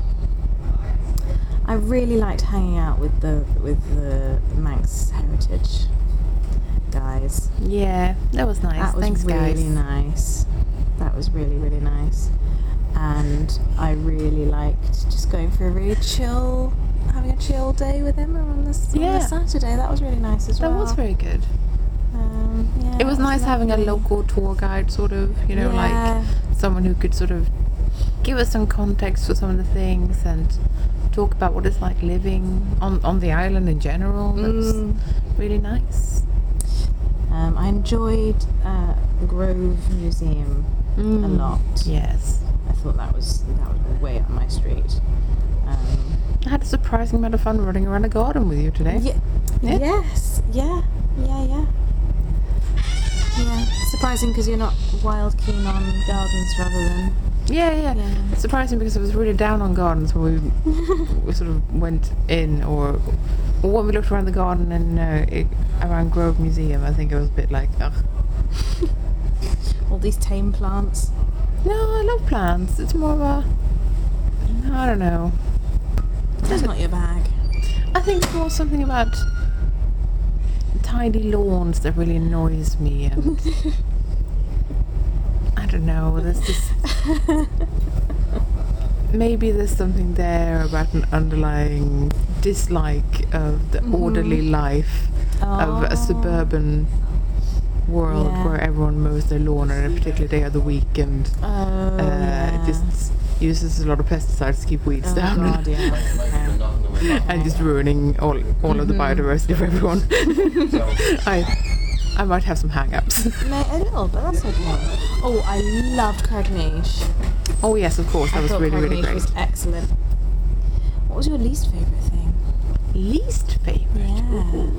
I really liked hanging out with the with the Manx Heritage guys.
Yeah, that was nice.
That was
Thanks,
really
guys.
nice. That was really really nice, and I really liked just going for a really chill, having a chill day with Emma on this on
Yeah.
the Saturday. That was really nice as
That
well.
was very good.
Um, yeah,
it was nice having a
lovely.
local tour guide, sort of, you know,
Yeah.
like someone who could sort of give us some context for some of the things and talk about what it's like living on, on the island in general. That
Mm.
was really nice.
Um, I enjoyed uh, Grove Museum a lot.
Mm. Yes,
I thought that was that was way up my street. Um,
I had a surprising amount of fun running around the garden with you today.
Yeah. Yes. Yeah. Yeah. Yeah. Yeah. Surprising because you're not wild keen on gardens rather than.
Yeah, yeah. Surprising because I was really down on gardens when we, we sort of went in, or, or when we looked around the garden and uh, it, around Grove Museum. I think I was a bit like, ugh.
All these tame plants.
No, I love plants. It's more of a, I don't know.
That's not your bag.
I think it's more something about tidy lawns that really annoys me, and I don't know. There's just maybe there's something there about an underlying dislike of the orderly life
Mm-hmm.
of a suburban world
Mm-hmm.
Oh,
Yeah.
where uh, everyone mows their lawn on a particular day of the week and
Oh.
uh, just uses a lot of pesticides to keep weeds
Oh,
down
God, yeah.
and just ruining all all of the biodiversity for everyone. I I might have some hang-ups.
May- a little, but that's okay. Oh, I loved Cargnish.
Oh yes, of course, that
I
was
thought
really really
Cargnish
great.
was excellent. What was your least favorite thing?
Least favorite.
Yeah.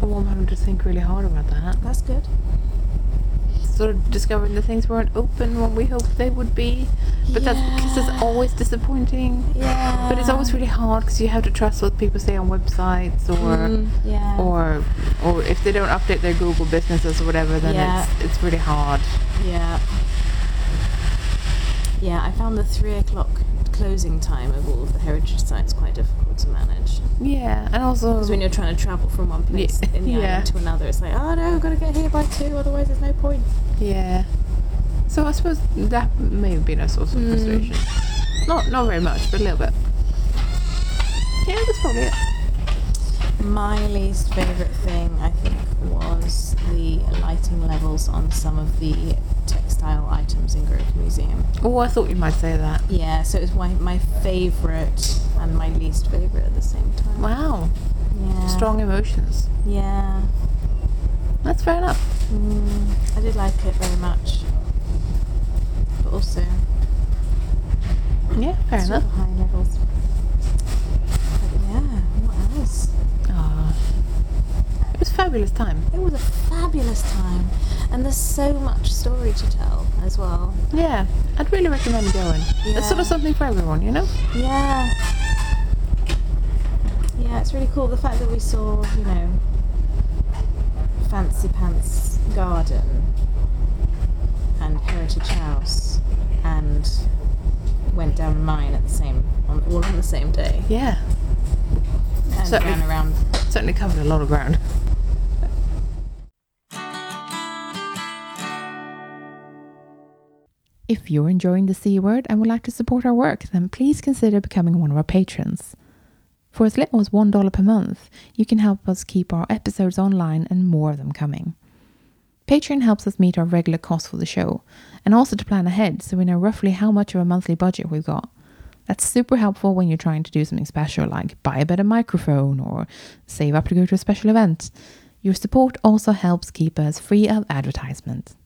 Oh, I'm having to think really hard about that.
That's good.
Sort of discovering the things weren't open when we hoped they would be, but that's because it's always disappointing.
Yeah.
But it's always really hard because you have to trust what people say on websites or
Mm, yeah.
or or if they don't update their Google businesses or whatever, then
Yeah.
it's it's really hard.
Yeah. Yeah, I found the three o'clock closing time of all of the heritage sites quite difficult to manage.
Yeah, and also
because when you're trying to travel from one place in the
yeah.
island to another, it's like, oh no, gotta get here by two, otherwise there's no point.
Yeah. So I suppose that may have been a source of
Mm.
frustration. Not not very much, but a little bit. Yeah, that's probably it.
My least favourite thing, I think, was the lighting levels on some of the textile items in Grove Museum.
Oh, I thought you might say that.
Yeah, so it was my, my favourite and my least favourite at the same time.
Wow.
Yeah.
Strong emotions.
Yeah.
That's fair enough.
Mm, I did like it very much. But also,
Yeah, fair
sort
enough.
of high levels. But yeah, what else?
Ah. It was fabulous time.
It was a fabulous time. And there's so much story to tell as well.
Yeah, I'd really recommend going.
Yeah.
It's sort of something for everyone, you know?
Yeah. Ah. Yeah, it's really cool. The fact that we saw, you know, Fancy Pants Garden and Heritage House and went down a mine at the same, on, all on the same day.
Yeah.
And
Certainly-
ran around.
Certainly covered a lot of ground. If you're enjoying the C word and would like to support our work, then please consider becoming one of our patrons.
For as little as $1 per month, you can help us keep our episodes online and more of them coming. Patreon helps us meet our regular costs for the show and also to plan ahead so we know roughly how much of a monthly budget we've got. That's super helpful when you're trying to do something special like buy a better microphone or save up to go to a special event. Your support also helps keep us free of advertisements.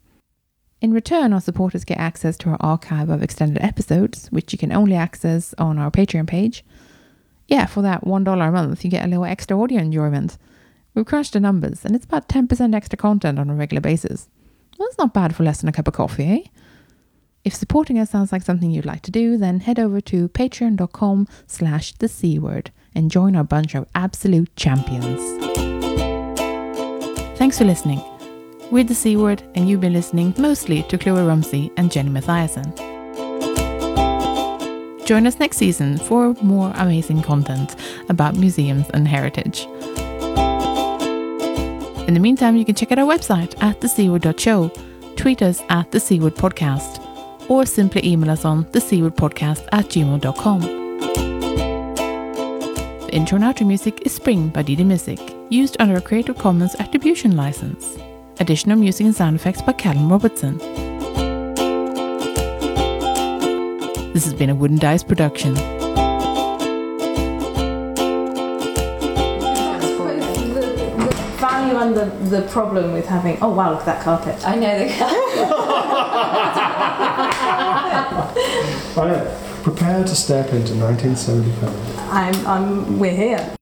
In return, our supporters get access to our archive of extended episodes, which you can only access on our Patreon page. Yeah, for that $1 a month, you get a little extra audio enjoyment. We've crushed the numbers, and it's about 10% extra content on a regular basis. That's not bad for less than a cup of coffee, eh? If supporting us sounds like something you'd like to do, then head over to patreon.com slash the C word and join our bunch of absolute champions. Thanks for listening. We're the C word, and you've been listening mostly to Chloe Rumsey and Jenny Mathiasen. Join us next season for more amazing content about museums and heritage. In the meantime, you can check out our website at theseaward.show, tweet us at the Seaward Podcast, or simply email us on theseawardpodcast at gmail.com. The intro and outro music is Spring by Didi Music, used under a Creative Commons Attribution License. Additional music and sound effects by Callum Robertson. This has been a Wooden Dice production.
The value and the, the problem with having. Oh wow, look at that carpet. I know the
I am. Prepare to step into 1975.
I'm, I'm, we're here.